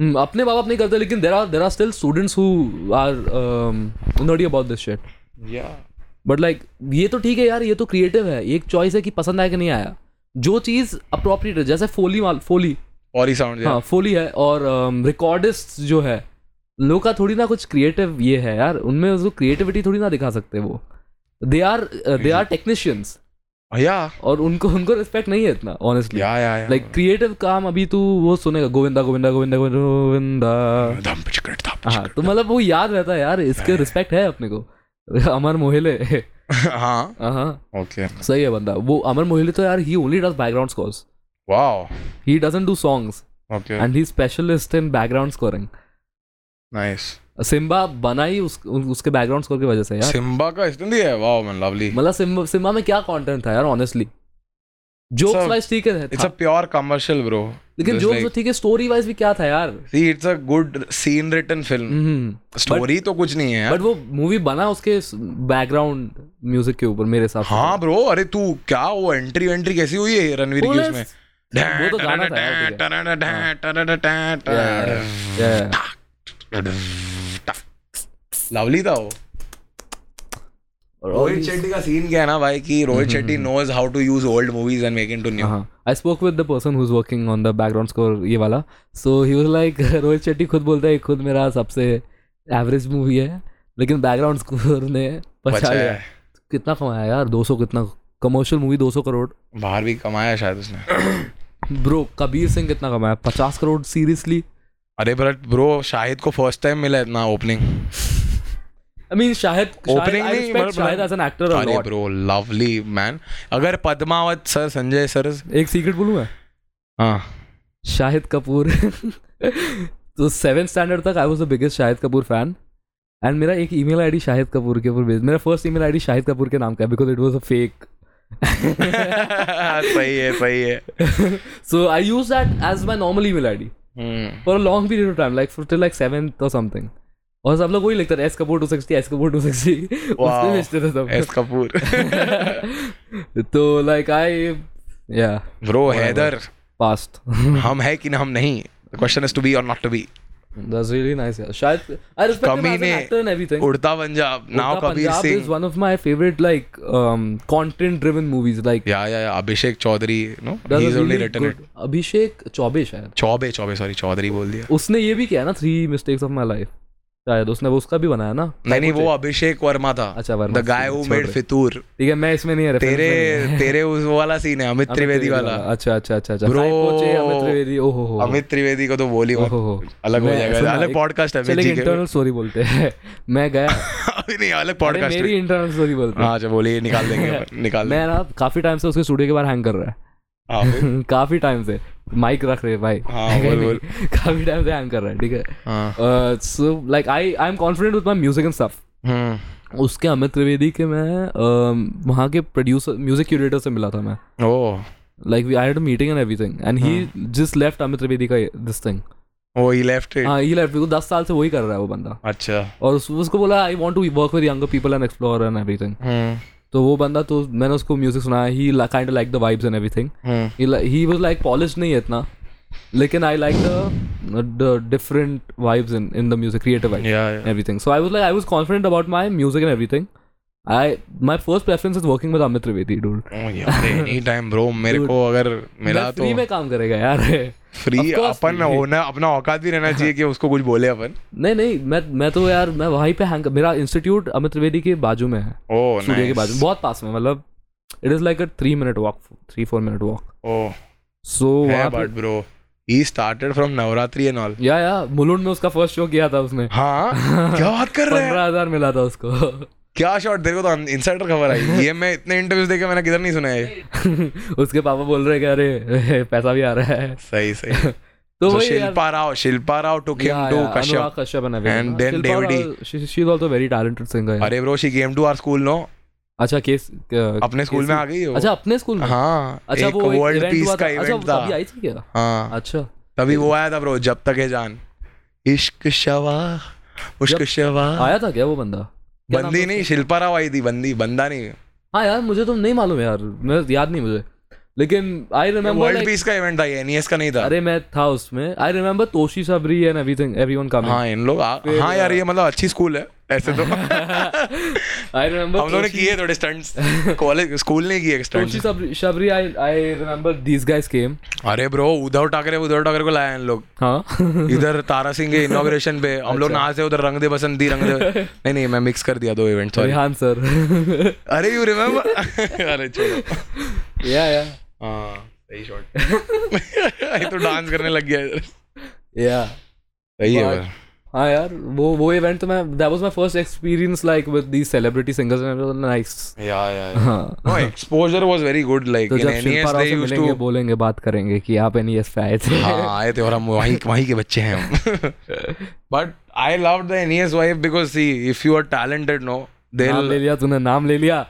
[SPEAKER 2] हम्म, अपने माँ बाप नहीं करते लेकिन there are there are still students who are um, nerdy about this shit
[SPEAKER 3] या
[SPEAKER 2] बट लाइक ये तो ठीक है यार ये तो क्रिएटिव है ये एक चॉइस है कि पसंद आया कि नहीं आया जो चीज़ अप्रोप्रिएट है जैसे फोली वाल फोली
[SPEAKER 3] और ही साउंड
[SPEAKER 2] हाँ फोली है और रिकॉर्डिस्ट जो है लोग का थोड़ी ना कुछ क्रिएटिव ये है यार उनमें उसको क्रिएटिविटी थोड़ी ना दिखा सकते वो uh, they are they are technicians
[SPEAKER 3] या
[SPEAKER 2] और उनको उनको रिस्पेक्ट नहीं है इतना ऑनेस्टली
[SPEAKER 3] या या या
[SPEAKER 2] लाइक क्रिएटिव काम अभी तू वो सुनेगा गोविंदा गोविंदा गोविंदा गोविंदा
[SPEAKER 3] धम पिचकट धम
[SPEAKER 2] हाँ तो मतलब वो याद रहता है यार इसके रिस्पेक्ट है अपने को अमर मोहले
[SPEAKER 3] पिचकट। हाँ
[SPEAKER 2] हाँ
[SPEAKER 3] ओके
[SPEAKER 2] सही है बंदा वो अमर मोहले तो यार he only does background scores
[SPEAKER 3] wow
[SPEAKER 2] he doesn't do songs
[SPEAKER 3] okay
[SPEAKER 2] and he specialist in background scoring
[SPEAKER 3] nice
[SPEAKER 2] Simmba बना ही उस, उन- उसके बैकग्राउंड स्कोर की वजह से यार
[SPEAKER 3] सिम्बा का इसलिए है वाओ मैन लवली
[SPEAKER 2] मतलब सिम्बा सिम्बा में क्या कंटेंट था यार ऑनेस्टली जोक्स
[SPEAKER 3] a-
[SPEAKER 2] वाइज ठीक है
[SPEAKER 3] इट्स अ
[SPEAKER 2] था,
[SPEAKER 3] प्योर कमर्शियल ब्रो
[SPEAKER 2] लेकिन जोक्स ठीक है स्टोरी वाइज भी क्या था यार
[SPEAKER 3] see it's a good scene written film
[SPEAKER 2] hmm
[SPEAKER 3] story तो कुछ नहीं है यार
[SPEAKER 2] बट वो मूवी बना उसके बैकग्राउंड म्यूजिक के ऊपर मेरे हिसाब से
[SPEAKER 3] हाँ ब्रो अरे तू क्या वो एंट्री एंट्री कैसी हुई है रणवीर की
[SPEAKER 2] Bonus!
[SPEAKER 3] उसमें
[SPEAKER 2] वो तो गाना था यार, ठीक है। Yeah, yeah, yeah.
[SPEAKER 3] लवली था वो
[SPEAKER 2] और
[SPEAKER 3] रोहित शेट्टी का सीन क्या है ना भाई कि Rohit Shetty knows how to use old movies and make into new
[SPEAKER 2] हाँ I spoke with the person who is working on the background score ये वाला so he was like Rohit Shetty खुद बोलता है "ये खुद मेरा सबसे एवरेज मूवी है लेकिन बैकग्राउंड स्कोर ने बचा लिया कितना कमाया यार 200 कितना कमर्शियल मूवी 200 करोड़
[SPEAKER 3] बाहर भी कमाया शायद उसने
[SPEAKER 2] ब्रो कबीर सिंह कितना कमाया 50 करोड़ सीरियसली
[SPEAKER 3] अरे बट ब्रो शाहिद को फर्स्ट टाइम मिला इतना opening
[SPEAKER 2] I mean Shahid
[SPEAKER 3] Opening नहीं,
[SPEAKER 2] ओपनिंग
[SPEAKER 3] मतलब-
[SPEAKER 2] शाहिद एज एन एक्टर
[SPEAKER 3] अरे ब्रो लवली मैन अगर पद्मावत सर संजय सर
[SPEAKER 2] एक सीक्रेट बोलूं मैं
[SPEAKER 3] हाँ
[SPEAKER 2] शाहिद कपूर तो सेवन स्टैंडर्ड तक I was the biggest Shahid Kapoor fan and मेरा एक ईमेल आईडी शाहिद कपूर के ऊपर भेज मेरा first email ID Shahid Kapoor के नाम का है because it was a fake
[SPEAKER 3] सही है सही है
[SPEAKER 2] so I use that as my normal email ID
[SPEAKER 3] hmm
[SPEAKER 2] for long period of time like for till like seven और समथिंग और सब लोग वही लिखते थे S Kapoor two sixty S Kapoor two sixty उसमें
[SPEAKER 3] Wow.
[SPEAKER 2] भेजते थे
[SPEAKER 3] एस कपूर
[SPEAKER 2] सब तो लाइक आई या
[SPEAKER 3] ब्रो हैदर
[SPEAKER 2] पास्ट
[SPEAKER 3] हम है कि ना हम नहीं क्वेश्चन इज टू बी और not to be
[SPEAKER 2] that's really nice यार शायद I respect him as an
[SPEAKER 3] Kaminey-
[SPEAKER 2] actor and everything
[SPEAKER 3] Udta Punjab now
[SPEAKER 2] Uttar
[SPEAKER 3] Kabir
[SPEAKER 2] Punjab is
[SPEAKER 3] Singh
[SPEAKER 2] one of my favorite like um, content driven movies like
[SPEAKER 3] या या yeah Abhishek Chaudhary no
[SPEAKER 2] does
[SPEAKER 3] he
[SPEAKER 2] a
[SPEAKER 3] is only
[SPEAKER 2] really
[SPEAKER 3] written it
[SPEAKER 2] good- Abhishek Chaubey शायद
[SPEAKER 3] चौबे चौबे सॉरी चौधरी बोल दिया
[SPEAKER 2] उसने ये भी किया है ना three mistakes of my life शायद उसने वो उसका भी बनाया ना
[SPEAKER 3] नहीं नहीं वो अभिषेक वर्मा था
[SPEAKER 2] अच्छा, Varma,
[SPEAKER 3] the guy who
[SPEAKER 2] sorry.
[SPEAKER 3] Made Fitoor
[SPEAKER 2] ठीक है मैं इसमें नहीं है
[SPEAKER 3] तेरे तेरे उस वो वाला सीन है अमित त्रिवेदी वाला
[SPEAKER 2] अच्छा अच्छा अच्छा अच्छा
[SPEAKER 3] Bro.
[SPEAKER 2] साई पोचे, अमित त्रिवेदी ओ हो हो
[SPEAKER 3] अमित त्रिवेदी को तो बोल ही मत
[SPEAKER 2] हो हो
[SPEAKER 3] अलग हो
[SPEAKER 2] मैं-
[SPEAKER 3] जाएगा
[SPEAKER 2] सुना,
[SPEAKER 3] अलग
[SPEAKER 2] एक-
[SPEAKER 3] पॉडकास्ट है
[SPEAKER 2] चलिए
[SPEAKER 3] अमित जी के
[SPEAKER 2] इंटरनल स्टोरी बोलते हैं मैं गया
[SPEAKER 3] अभी नहीं अलग
[SPEAKER 2] अरे,
[SPEAKER 3] पॉडकास्ट
[SPEAKER 2] मेरी इंटरनल स्टोरी बोलते
[SPEAKER 3] हाँ अच्छा बोलिए निकाल देंगे अपन, निकाल देंगे
[SPEAKER 2] मैं ना काफी टाइम से उसके स्टूडियो के बाहर हैंग कर रहा है
[SPEAKER 3] हाँ, फिर-
[SPEAKER 2] काफी टाइम से माइक रख रहे भाई
[SPEAKER 3] हाँ, बोल, बोल।
[SPEAKER 2] काफी टाइम से हैंग कर रहा है Uh, ठीक
[SPEAKER 3] हाँ।
[SPEAKER 2] है so like I I am confident with my music and stuff
[SPEAKER 3] hmm
[SPEAKER 2] उसके अमित त्रिवेदी के मैं uh, वहाँ के प्रोड्यूसर म्यूजिक क्यूरेटर से मिला था मैं
[SPEAKER 3] oh
[SPEAKER 2] like we I had meeting and everything and he
[SPEAKER 3] हाँ।
[SPEAKER 2] जस्ट लेफ्ट अमित त्रिवेदी का दिस थिंग
[SPEAKER 3] वो ही लेफ्ट
[SPEAKER 2] हाँ ही लेफ्ट बिकॉज दस साल से वही कर रहा है वो बंदा
[SPEAKER 3] अच्छा
[SPEAKER 2] और उस, उसको बोला I want to work with younger people and explore and everything
[SPEAKER 3] hmm
[SPEAKER 2] तो वो बंदा तो मैंने उसको म्यूजिक सुनाया he kind like the vibes and everything
[SPEAKER 3] hmm,
[SPEAKER 2] he was like polish नहीं है इतना लेकिन I like the different vibes in in the music creative vibes
[SPEAKER 3] Yeah,
[SPEAKER 2] and everything. So I was like, I was confident about my music and everything. I my first preference is working with Amit Trivedi, dude.
[SPEAKER 3] Any time bro मेरे को अगर मिला
[SPEAKER 2] मैं
[SPEAKER 3] तो
[SPEAKER 2] फ्री में काम करेगा यार
[SPEAKER 3] फ्री
[SPEAKER 2] Of course, हाँ।
[SPEAKER 3] अपन
[SPEAKER 2] free.
[SPEAKER 3] होना अपना औकात भी रहना चाहिए कि उसको कुछ बोले अपन
[SPEAKER 2] नहीं नहीं मैं मैं तो यार मैं वहीं पे हैंग मेरा इंस्टीट्यूट अमित त्रिवेदी के बाजू में है
[SPEAKER 3] ओ
[SPEAKER 2] स्टूडियो के बाजू बहुत पास में मतलब it is like a three minute walk three four minute walk
[SPEAKER 3] oh
[SPEAKER 2] so
[SPEAKER 3] है but bro he started from Navratri and all
[SPEAKER 2] या या मुलुंड में उसका फर्स्ट शो किया था उसने
[SPEAKER 3] हाँ क्या बात कर रहे हैं
[SPEAKER 2] पंद्रह हजार मिला था उसको
[SPEAKER 3] क्या शॉट देखो तो इनसाइडर खबर आई ये मैं इतने इंटरव्यूज देखे मैंने किधर नहीं सुना है ये।
[SPEAKER 2] उसके पापा बोल रहे कि अरे पैसा भी आ रहा है
[SPEAKER 3] सही सही
[SPEAKER 2] तो
[SPEAKER 3] so
[SPEAKER 2] वही यार
[SPEAKER 3] Shilpa Rao Shilpa Rao took him
[SPEAKER 2] Yeah,
[SPEAKER 3] to
[SPEAKER 2] yeah, Anurag
[SPEAKER 3] Kashyap.
[SPEAKER 2] Kashyap and everything.
[SPEAKER 3] And then
[SPEAKER 2] Shilpa
[SPEAKER 3] Devdi.
[SPEAKER 2] Rao, she, she's also a very talented singer. yeah.
[SPEAKER 3] अरे bro she came to our school no
[SPEAKER 2] अच्छा केस uh,
[SPEAKER 3] अपने स्कूल में आ गई वो
[SPEAKER 2] अच्छा अपने स्कूल में
[SPEAKER 3] हाँ
[SPEAKER 2] अच्छा
[SPEAKER 3] एक
[SPEAKER 2] वो एक
[SPEAKER 3] वर्ल्ड
[SPEAKER 2] event
[SPEAKER 3] पीस
[SPEAKER 2] हुआ
[SPEAKER 3] का
[SPEAKER 2] था अच्छा वो
[SPEAKER 3] इवेंट था
[SPEAKER 2] तभी आई थी क्या
[SPEAKER 3] हाँ
[SPEAKER 2] अच्छा
[SPEAKER 3] तभी वो आया था ब्रो जब तक है जान इश्क शवा उश्क
[SPEAKER 2] जब-
[SPEAKER 3] शवा
[SPEAKER 2] आया था क्या वो बंदा क्या नाम
[SPEAKER 3] बंदी
[SPEAKER 2] था
[SPEAKER 3] नहीं शिल्पा राव आई थी बंदी बंदा नहीं
[SPEAKER 2] उसका? हाँ यार मुझे तो नहीं मालूम यार मैं याद नहीं मुझे लेकिन आई रिमेम्बर
[SPEAKER 3] वर्ल्ड पीस का इवेंट था ये एनएस का नहीं था
[SPEAKER 2] अरे मैं था उसमें I remember Toshi Sabri and everything everyone
[SPEAKER 3] हाँ
[SPEAKER 2] कमिंग
[SPEAKER 3] इन लोग आ- हाँ यार ये मतलब अच्छी स्कूल है ऐसे तो
[SPEAKER 2] आई
[SPEAKER 3] हम लोगों
[SPEAKER 2] रिमेम्बर
[SPEAKER 3] ने किए थोड़े स्टंट्स कॉलेज स्कूल ने किए
[SPEAKER 2] Toshi
[SPEAKER 3] stunts
[SPEAKER 2] Shabari Shabari I I remember these guys came
[SPEAKER 3] अरे ब्रो उद्धव ठाकरे उद्धव ठाकरे को लाया इन लोग
[SPEAKER 2] हाँ
[SPEAKER 3] इधर तारा सिंह के इनोग्रेशन पे हम
[SPEAKER 2] अच्छा।
[SPEAKER 3] लोग नहा से उधर रंग दे बसंत दी रंग दे नहीं नहीं मैं मिक्स कर दिया दो इवेंट सॉरी
[SPEAKER 2] रेहान सर
[SPEAKER 3] अरे यू रिमेम्बर अरे छोड़ो
[SPEAKER 2] या या
[SPEAKER 3] हाँ सही शॉट ये तो डांस करने लग गया इधर
[SPEAKER 2] या
[SPEAKER 3] सही है
[SPEAKER 2] But-
[SPEAKER 3] पर।
[SPEAKER 2] हाँ यार वो वो इवेंट तो मैं that was my first experience like with the celebrity singers and nice
[SPEAKER 3] yeah या या।
[SPEAKER 2] हाँ
[SPEAKER 3] No, exposure was very good. Like
[SPEAKER 2] तो
[SPEAKER 3] in
[SPEAKER 2] जब शिल्पा
[SPEAKER 3] NES
[SPEAKER 2] राव
[SPEAKER 3] they
[SPEAKER 2] से
[SPEAKER 3] used
[SPEAKER 2] मिलेंगे
[SPEAKER 3] to.
[SPEAKER 2] बोलेंगे बात करेंगे कि आप एनईएस पे आए थे
[SPEAKER 3] हाँ आए थे और हम वहीं वहीं के बच्चे हैं हम but I love the NS wife because see if you are talented no they
[SPEAKER 2] नाम ले लिया तूने नाम ले लिया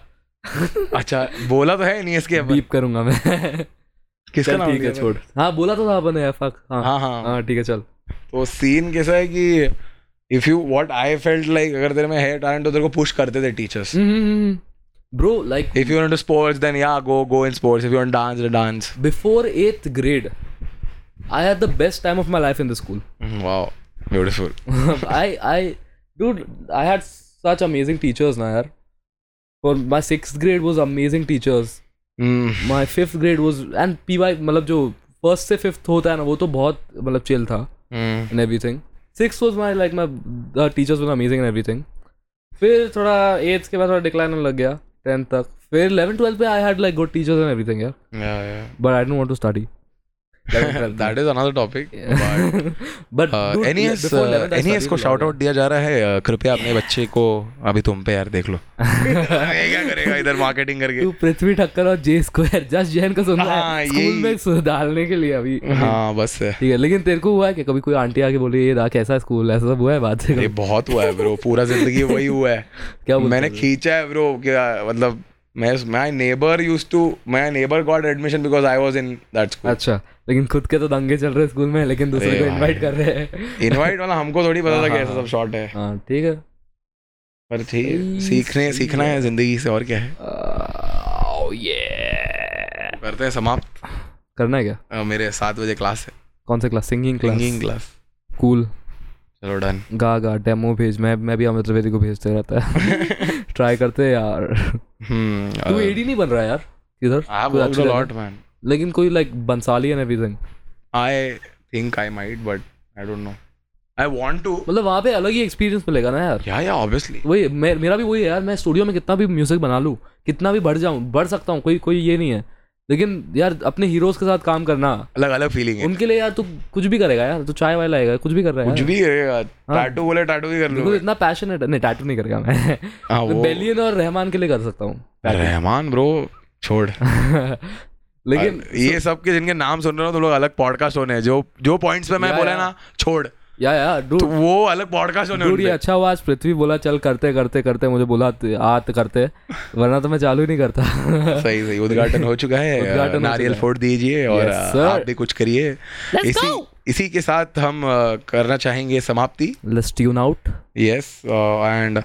[SPEAKER 3] अच्छा बोला तो है एनएस के अपन
[SPEAKER 2] बीप करूंगा मैं
[SPEAKER 3] किसका
[SPEAKER 2] चल
[SPEAKER 3] नाम
[SPEAKER 2] ठीक है
[SPEAKER 3] लिया
[SPEAKER 2] छोड़ हाँ बोला तो था अपन ने fuck,
[SPEAKER 3] था?
[SPEAKER 2] हाँ
[SPEAKER 3] हाँ हाँ
[SPEAKER 2] हाँ ठीक है चल
[SPEAKER 3] तो सीन कैसा है कि if you what I felt like अगर तेरे में है टैलेंट तो तेरे को पुश करते थे teachers
[SPEAKER 2] hmm, bro like
[SPEAKER 3] if you want sports then yeah go go in sports if you want dance dance
[SPEAKER 2] before eighth grade I had the best time of my life in the school
[SPEAKER 3] wow beautiful
[SPEAKER 2] I I dude I had such amazing teachers na yaar. For my sixth grade was amazing teachers.
[SPEAKER 3] Mm,
[SPEAKER 2] My fifth grade was and P Y मतलब जो फर्स्ट से फिफ्थ होता है ना वो तो बहुत मतलब चिल था
[SPEAKER 3] mm,
[SPEAKER 2] and everything six was my like my the teachers were amazing and everything फिर थोड़ा एट्थ के बाद थोड़ा डिक्लाइन होने लग गया टेंथ तक फिर 11 ट्वेल्थ पे I had like good teachers and everything यार but I don't want to study
[SPEAKER 3] that is another topic
[SPEAKER 2] but
[SPEAKER 3] uh, NS NS को शाउट आउट दिया जा रहा है uh, कृपया अपने बच्चे को अभी तुम पे यार देख लो ये क्या करेगा इधर मार्केटिंग करके
[SPEAKER 2] तू पृथ्वी ठक्कर और जे स्क्वायर जस्ट जैन का सुन रहा
[SPEAKER 3] हाँ,
[SPEAKER 2] है स्कूल
[SPEAKER 3] यही।
[SPEAKER 2] में सु- डालने के लिए अभी ठीक
[SPEAKER 3] हाँ बस है।
[SPEAKER 2] है लेकिन तेरे को हुआ है कि कभी कोई आंटी आके बोली ये रहा कैसा स्कूल है?" ऐसा सब हुआ है बात
[SPEAKER 3] ये बहुत हुआ है ब्रो पूरा जिंदगी वही हुआ है
[SPEAKER 2] क्या बोलते
[SPEAKER 3] मैंने
[SPEAKER 2] हो?
[SPEAKER 3] खींचा है ब्रो क्या मतलब मैं my neighbour used to my neighbour got admission because I was in that school
[SPEAKER 2] अच्छा लेकिन खुद के तो दंगे चल रहे हैं स्कूल में लेकिन दूसरे
[SPEAKER 3] अरे
[SPEAKER 2] को
[SPEAKER 3] भाई।
[SPEAKER 2] इनवाइट कर रहे हैं
[SPEAKER 3] इनवाइट वाला हमको थोड़ी पता था कि
[SPEAKER 2] हाँ,
[SPEAKER 3] ऐसा
[SPEAKER 2] हाँ।
[SPEAKER 3] सब शॉर्ट है
[SPEAKER 2] हाँ ठीक है
[SPEAKER 3] पर ठीक
[SPEAKER 2] सही,
[SPEAKER 3] है, सीखने
[SPEAKER 2] सही
[SPEAKER 3] सीखना है जिंदगी से और क्या है
[SPEAKER 2] आ, ओ ये
[SPEAKER 3] करते हैं समाप्त
[SPEAKER 2] करना है क्या
[SPEAKER 3] अ, मेरे सात बजे क्लास है
[SPEAKER 2] कौन सा class singing
[SPEAKER 3] singing
[SPEAKER 2] class
[SPEAKER 3] class
[SPEAKER 2] cool
[SPEAKER 3] चलो डन
[SPEAKER 2] गा गा डेमो भेज मैं मैं भी अमित त्रिवेदी को भेजते रहता है ट्राई करते हैं यार तू
[SPEAKER 3] हम्म
[SPEAKER 2] एडी नहीं बन रहा यार इधर
[SPEAKER 3] आई हैव
[SPEAKER 2] कोई
[SPEAKER 3] वर्कड
[SPEAKER 2] अच्छी
[SPEAKER 3] अ
[SPEAKER 2] जगह?
[SPEAKER 3] लॉट मैन
[SPEAKER 2] लेकिन कोई like Bhansali and everything
[SPEAKER 3] I think I might, but I don't know. I want to.
[SPEAKER 2] मतलब वहाँ पे अलग ही एक्सपीरियंस मिलेगा ना यार
[SPEAKER 3] Yeah, yeah, obviously.
[SPEAKER 2] वही मे, मेरा भी वही है यार मैं स्टूडियो में कितना भी म्यूजिक बना लूँ कितना भी बढ़ जाऊँ बढ़ सकता हूँ कोई कोई ये नहीं है लेकिन यार अपने हीरोज के साथ काम करना
[SPEAKER 3] अलग अलग फीलिंग है
[SPEAKER 2] उनके लिए यार तू कुछ भी करेगा यार तू चाय वाय लाएगा कुछ भी कर रहा है
[SPEAKER 3] कुछ
[SPEAKER 2] यार।
[SPEAKER 3] भी करेगा
[SPEAKER 2] हाँ।
[SPEAKER 3] टैटू बोले टैटू भी कर
[SPEAKER 2] मेरे को
[SPEAKER 3] लूंगा
[SPEAKER 2] इतना पैशनेट नहीं टैटू नहीं करेगा मैं
[SPEAKER 3] हाँ वो
[SPEAKER 2] बेलियन और रहमान के लिए कर सकता
[SPEAKER 3] रहमान ब्रो छोड़
[SPEAKER 2] हूँ हाँ। लेकिन
[SPEAKER 3] ये सब के जिनके नाम सुन रहे हो तुम लोग अलग पॉडकास्ट होने हैं जो जो पॉइंट्स पे मैं
[SPEAKER 2] Yeah,
[SPEAKER 3] बोला
[SPEAKER 2] yeah.
[SPEAKER 3] ना छोड़ तो
[SPEAKER 2] या यार डूड
[SPEAKER 3] वो अलग पॉडकास्ट होने
[SPEAKER 2] डूड ये
[SPEAKER 3] उनपे।
[SPEAKER 2] अच्छा हुआ आज पृथ्वी बोला चल करते करते करते मुझे बोला आत करते वरना तो मैं चालू ही नहीं करता
[SPEAKER 3] सही सही उद्घाटन हो चुका है
[SPEAKER 2] उद्घाटन हो
[SPEAKER 3] अ,
[SPEAKER 2] चुका
[SPEAKER 3] नारियल
[SPEAKER 2] है।
[SPEAKER 3] फोड़ दीजिए और
[SPEAKER 2] Yes,
[SPEAKER 3] अ,
[SPEAKER 2] sir.
[SPEAKER 3] आप भी कुछ करिए इसी इसी के साथ हम अ, करना चाहेंगे समाप्ति
[SPEAKER 2] let's tune out
[SPEAKER 3] yes uh, and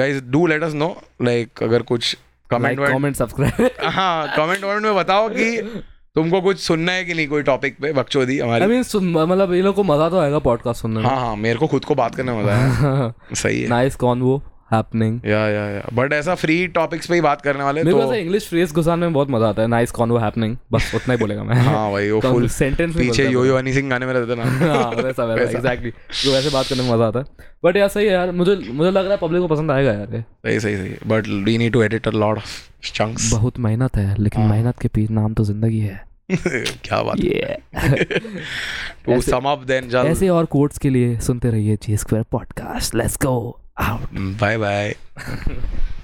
[SPEAKER 3] guys do let us know like अगर कुछ कमेंट
[SPEAKER 4] लाइक कमेंट सब्सक्राइब
[SPEAKER 3] हाँ कमेंट वमेंट में बताओ कि तुमको कुछ सुनना है कि नहीं कोई टॉपिक पे बकचोदी
[SPEAKER 2] आई
[SPEAKER 3] हमारी
[SPEAKER 2] मीन मतलब इन लोग को मजा तो आएगा पॉडकास्ट सुनने
[SPEAKER 3] हाँ हाँ मेरे को खुद को बात करने में मजा है
[SPEAKER 2] में
[SPEAKER 3] सही है
[SPEAKER 2] नाइस कॉन्वो हैपनिंग
[SPEAKER 3] या या या बट ऐसा फ्री टॉपिक्स पे ही बात करने वाले
[SPEAKER 2] मेरे
[SPEAKER 3] तो
[SPEAKER 2] को इंग्लिश फ्रेज घुसाने में बहुत मजा आता है नाइस कॉन्वो हैपनिंग बस उतना ही तो बोलेगा मैं
[SPEAKER 3] हाँ भाई वो फुल
[SPEAKER 2] सेंटेंस
[SPEAKER 3] पीछे यो यो हनी सिंह गाने में रहता था ना
[SPEAKER 2] हाँ वैसा वैसा एग्जैक्टली जो वैसे बात करने में मजा आता है बट यार सही है यार मुझे मुझे लग रहा है पब्लिक को पसंद आएगा यार ये।
[SPEAKER 3] सही सही सही but we need to edit a lot of chunks
[SPEAKER 2] बहुत मेहनत है लेकिन
[SPEAKER 3] हाँ।
[SPEAKER 2] मेहनत के पीछे नाम तो जिंदगी है
[SPEAKER 3] क्या बात टू
[SPEAKER 2] ऐसे-
[SPEAKER 3] सम अप देन जल
[SPEAKER 2] ऐसे और कोर्ट्स के लिए सुनते रहिए G square podcast let's go out
[SPEAKER 3] bye bye